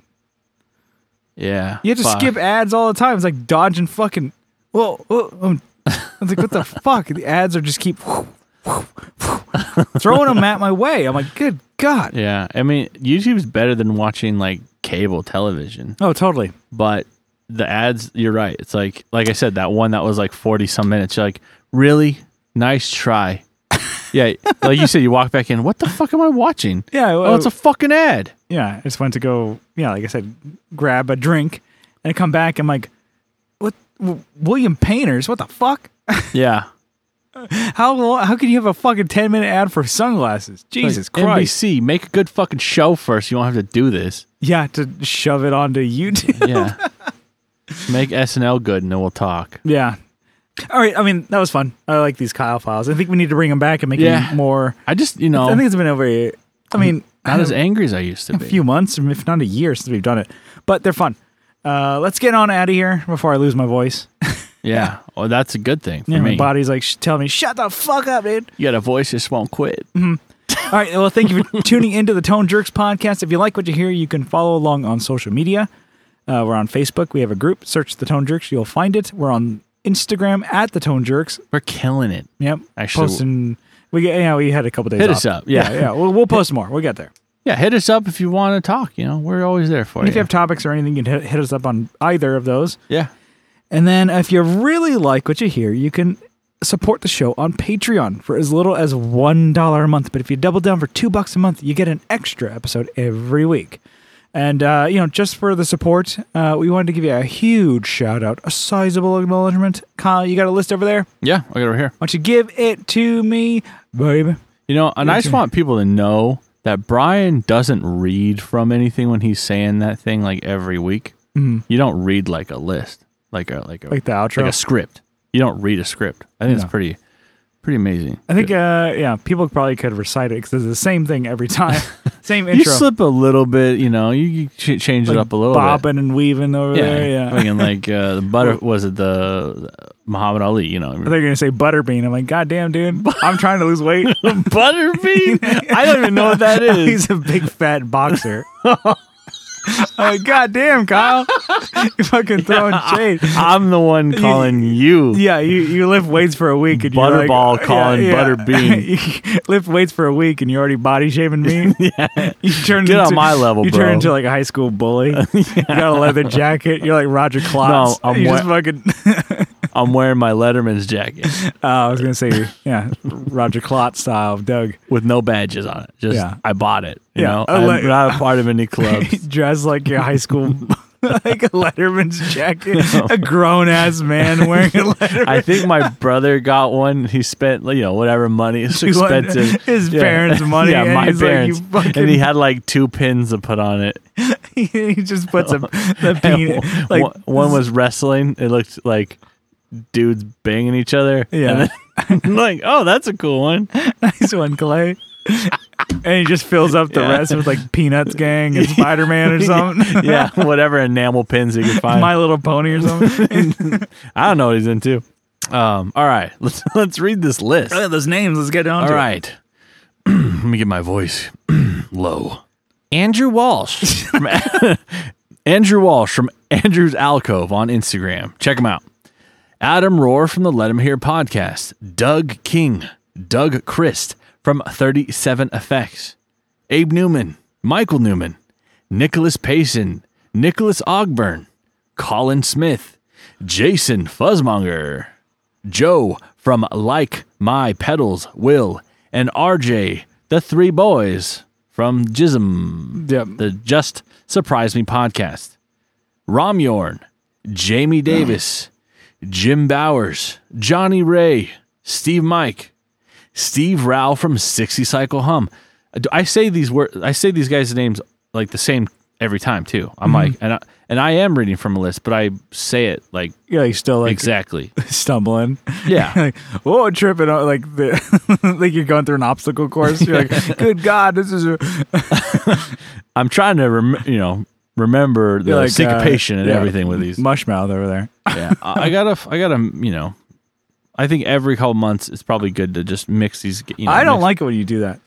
Speaker 1: Yeah.
Speaker 2: You have to
Speaker 1: Fuck.
Speaker 2: skip ads all the time. It's like dodging fucking. Whoa, whoa. um, I was like, what the fuck? The ads are just keep throwing them at my way. I'm like, good God.
Speaker 1: Yeah. I mean, YouTube's better than watching like cable television,
Speaker 2: Oh, totally.
Speaker 1: but the ads, you're right. It's like, like I said, that one that was like 40 some minutes. You're like, really? Nice try. yeah. Like you said, you walk back in. What the fuck am I watching?
Speaker 2: Yeah.
Speaker 1: Oh, it's a fucking ad.
Speaker 2: yeah. I just went to go, yeah, like I said, grab a drink and I come back. I'm like, what? W- William Painters? What the fuck?
Speaker 1: Yeah.
Speaker 2: How long, how can you have a fucking 10 minute ad for sunglasses? Jesus
Speaker 1: Like,
Speaker 2: Christ.
Speaker 1: NBC, make a good fucking show first. You won't have to do this.
Speaker 2: Yeah, to shove it onto YouTube.
Speaker 1: Yeah. Make SNL good and then we'll talk.
Speaker 2: Yeah. All right. I mean, that was fun. I like these Kyle files. I think we need to bring them back and make
Speaker 1: Yeah. Um,
Speaker 2: them more.
Speaker 1: I just, you know,
Speaker 2: I think
Speaker 1: not
Speaker 2: it's been over. a- I mean,
Speaker 1: as angry as I used to
Speaker 2: a
Speaker 1: be.
Speaker 2: few months, if not a year, since we've done it. But they're fun. Uh, let's get on out of here before I lose my voice.
Speaker 1: yeah. Well, that's a good thing for
Speaker 2: And
Speaker 1: me.
Speaker 2: my body's like sh- telling me, "Shut the fuck up, dude."
Speaker 1: You got a voice, just won't quit.
Speaker 2: Mm-hmm. All right. Well, thank you for tuning into the Tone Jerks podcast. If you like what you hear, you can follow along on social media. Uh, we're on Facebook. We have a group. Search the Tone Jerks. You'll find it. We're on Instagram at the Tone Jerks.
Speaker 1: We're killing it.
Speaker 2: Yep.
Speaker 1: Actually-
Speaker 2: posting. We get. Yeah, we had a couple days.
Speaker 1: Hit
Speaker 2: off.
Speaker 1: us up, yeah.
Speaker 2: yeah. We'll, we'll post more. We'll get there.
Speaker 1: Yeah, hit us up if you want to talk. You know, we're always there for you.
Speaker 2: And if you have topics or anything, you can hit, hit us up on either of those.
Speaker 1: yeah.
Speaker 2: And then if you really like what you hear, you can support the show on Patreon for as little as $1 a month. But if you double down for 2 bucks a month, you get an extra episode every week. And uh, you know, just for the support, uh, we wanted to give you a huge shout out, a sizable acknowledgement. Kyle, you got a list over there?
Speaker 1: Yeah, I got it right here.
Speaker 2: Why don't you give it to me, baby?
Speaker 1: You know, and I just want people to know that Brian doesn't read from anything when he's saying that thing like every week. Mm. You don't read like a list, like a like a
Speaker 2: Mm-hmm. Like the outro.
Speaker 1: like a script. You don't read a script. I think
Speaker 2: No.
Speaker 1: it's pretty pretty amazing.
Speaker 2: I think, uh, yeah, people probably could recite it because it's the same thing every time, same
Speaker 1: you
Speaker 2: intro.
Speaker 1: slip a little bit. You know, you, you ch- change it up a little bit.
Speaker 2: bobbing and weaving over there. Yeah,
Speaker 1: I mean, like uh, the butter was it the Muhammad Ali? You know,
Speaker 2: They're gonna say butterbean. I'm like, God damn, dude. I'm trying to lose weight.
Speaker 1: butterbean. I don't even know what that is.
Speaker 2: He's a big fat boxer. I'm like, God damn, Kyle. You fucking throwing shade.
Speaker 1: I'm the one calling you.
Speaker 2: Yeah, you, you lift weights for a week and you're like,
Speaker 1: Butterball calling Butterbean.
Speaker 2: You lift weights for a week and you're already body shaving me. yeah. You turn
Speaker 1: Get on
Speaker 2: into-
Speaker 1: my level,
Speaker 2: You
Speaker 1: bro.
Speaker 2: turn into like a high school bully. You got a leather jacket. You're like Roger Klotz.
Speaker 1: No, I'm
Speaker 2: you
Speaker 1: wa-
Speaker 2: just fucking.
Speaker 1: I'm wearing my Letterman's jacket
Speaker 2: Oh, I was gonna say, yeah, Roger Klotz style, of Doug.
Speaker 1: with no badges on it. Just
Speaker 2: Yeah.
Speaker 1: I bought it. You
Speaker 2: Yeah,
Speaker 1: know,
Speaker 2: I
Speaker 1: I'm
Speaker 2: like-
Speaker 1: not a part of any club.
Speaker 2: dressed like your high school, like a Letterman's jacket, a grown ass man wearing a Letterman.
Speaker 1: I think my brother got one. He spent you know whatever money. It's
Speaker 2: He won
Speaker 1: expensive.
Speaker 2: his
Speaker 1: Yeah.
Speaker 2: parents' money,
Speaker 1: Yeah,
Speaker 2: and
Speaker 1: my
Speaker 2: he's like, "You
Speaker 1: parents.
Speaker 2: fucking-"
Speaker 1: And he had like two pins to put on it.
Speaker 2: he just puts a the
Speaker 1: And
Speaker 2: penis,
Speaker 1: one-
Speaker 2: like
Speaker 1: one, one was wrestling. It looked like dudes banging each other.
Speaker 2: Yeah.
Speaker 1: And then, like, oh, that's a cool one.
Speaker 2: nice one, Clay. And he just fills up the rest with like Peanuts Gang and Spider Man or something,
Speaker 1: Yeah, whatever enamel pins he could find.
Speaker 2: My Little Pony or something.
Speaker 1: I don't know what he's into. Um, all right, let's let's read this list.
Speaker 2: Look at those names. Let's get down
Speaker 1: All
Speaker 2: to
Speaker 1: right. Let me get my voice low. Andrew Walsh. from- Andrew Walsh from Andrew's Alcove on Instagram. Check him out. Adam Rohr from the Let Him Hear podcast. Doug King. Doug Christ from 37 Effects. Abe Newman. Michael Newman. Nicholas Payson. Nicholas Ogburn. Colin Smith. Jason Fuzzmonger. Joe from Like My Pedals, Will, and RJ, the three boys from Jism,
Speaker 2: it. Yep.
Speaker 1: the Just Surprise Me podcast. Romyorn, Jamie Davis, Jim Bowers, Johnny Ray, Steve Mike, Steve Rao from 60 Cycle Hum. Do I say these wor- I say these guys' names like the same every time too. I'm like and I, and I am reading from a list, but I say it like
Speaker 2: Yeah, he's still like
Speaker 1: exactly.
Speaker 2: stumbling.
Speaker 1: Yeah.
Speaker 2: like, whoa, tripping on like the like you're going through an obstacle course. You're like, good God, this is a,
Speaker 1: I'm trying to rem- you know remember the
Speaker 2: You're like, uh,
Speaker 1: syncopation and
Speaker 2: yeah.
Speaker 1: everything with these.
Speaker 2: mushmouth over there.
Speaker 1: yeah, I I gotta, I gotta, you know, I think every couple months it's probably good to just mix these. You know,
Speaker 2: I don't
Speaker 1: mix-
Speaker 2: like it when you do that.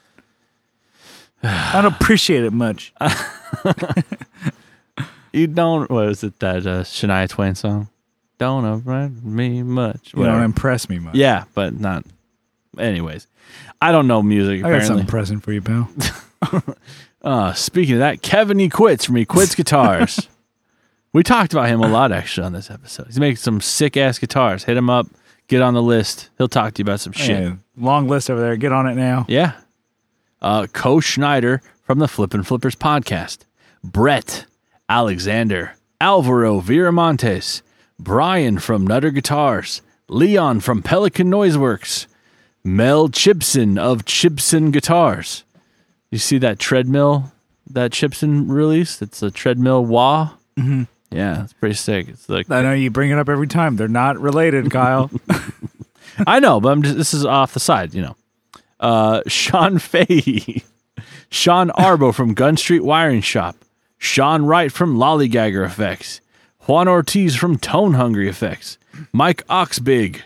Speaker 2: I don't appreciate it much.
Speaker 1: you don't. What is it that uh, Shania Twain song? Don't upset me much.
Speaker 2: You don't
Speaker 1: Whatever.
Speaker 2: impress me much.
Speaker 1: Uh, yeah, but not. Anyways, I don't know music.
Speaker 2: I got
Speaker 1: Apparently,
Speaker 2: something pressing for you, pal.
Speaker 1: Uh, speaking of that, Kevin E. Quits from E. Quits Guitars. we talked about him a lot actually on this episode. He's making some sick ass guitars. Hit him up. Get on the list. He'll talk to you about some shit.
Speaker 2: Hey, long list over there. Get on it now.
Speaker 1: Yeah. Uh, Co Schneider from the Flippin' Flippers podcast. Brett, Alexander, Alvaro Viramontes, Brian from Nutter Guitars, Leon from Pelican Noiseworks, Mel Chipson of Chipson Guitars. You see that treadmill that Chipson released? It's a treadmill wah. Mm-hmm. Yeah, it's pretty sick. It's like
Speaker 2: I know you bring it up every time. They're not related, Kyle.
Speaker 1: I know, but I'm just this is off the side, you know. Uh, Sean Fahey, Sean Arbo from Gun Street Wiring Shop, Sean Wright from Lollygagger Effects, Juan Ortiz from Tone Hungry Effects, Mike Oxbig,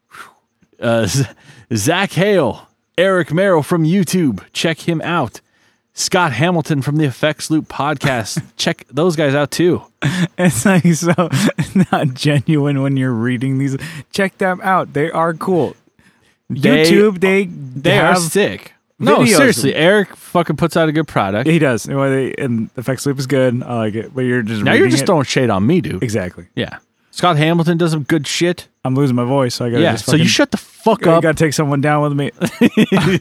Speaker 1: uh, Z- Zach Hale, Eric Merrill from YouTube. Check him out. Scott Hamilton from the Effects Loop podcast. Check those guys out too.
Speaker 2: It's like so not genuine when you're reading these. Check them out. They are cool.
Speaker 1: They-
Speaker 2: YouTube, they
Speaker 1: They are
Speaker 2: have-
Speaker 1: sick. No,
Speaker 2: videos.
Speaker 1: seriously, Eric fucking puts out a good product.
Speaker 2: He does. And why they- And effects loop is good. I like it. But you're just
Speaker 1: Now you're
Speaker 2: reading
Speaker 1: just
Speaker 2: it.
Speaker 1: throwing shade on me, dude.
Speaker 2: exactly.
Speaker 1: Yeah. Scott Hamilton does some good shit.
Speaker 2: I'm losing my voice, so I gotta
Speaker 1: Yeah.
Speaker 2: just
Speaker 1: So you
Speaker 2: fucking-
Speaker 1: shut the fuck
Speaker 2: I
Speaker 1: up.
Speaker 2: gotta take someone down with me.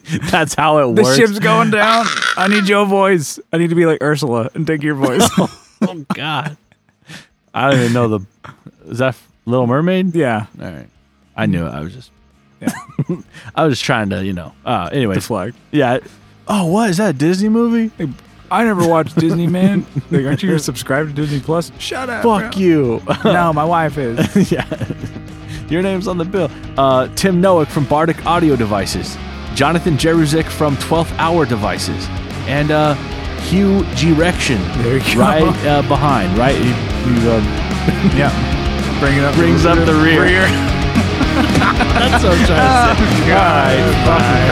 Speaker 1: That's how it
Speaker 2: The
Speaker 1: works.
Speaker 2: ship's going down. I need your voice. I need to be like Ursula and take your voice.
Speaker 1: oh God. I don't even know the. Is that Little Mermaid?
Speaker 2: yeah.
Speaker 1: All right. I knew it. I was just. I was just trying to, you know. Uh, anyways,
Speaker 2: Deflect.
Speaker 1: yeah. Oh, what is that a Disney movie?
Speaker 2: I never watched Disney, man. Like, aren't you subscribed to Disney Plus? Shut up.
Speaker 1: Fuck you.
Speaker 2: No, my wife is.
Speaker 1: yeah. Your name's on the bill. Uh, Tim Nowick from Bardic Audio Devices, Jonathan Jeruzik from 12th Hour Devices, and uh, Hugh G. Rection
Speaker 2: There you go.
Speaker 1: right uh, behind. Right, he, he uh,
Speaker 2: yeah. Bring it up.
Speaker 1: brings up the rear.
Speaker 2: rear.
Speaker 1: That's what I'm trying to say. All right, bye.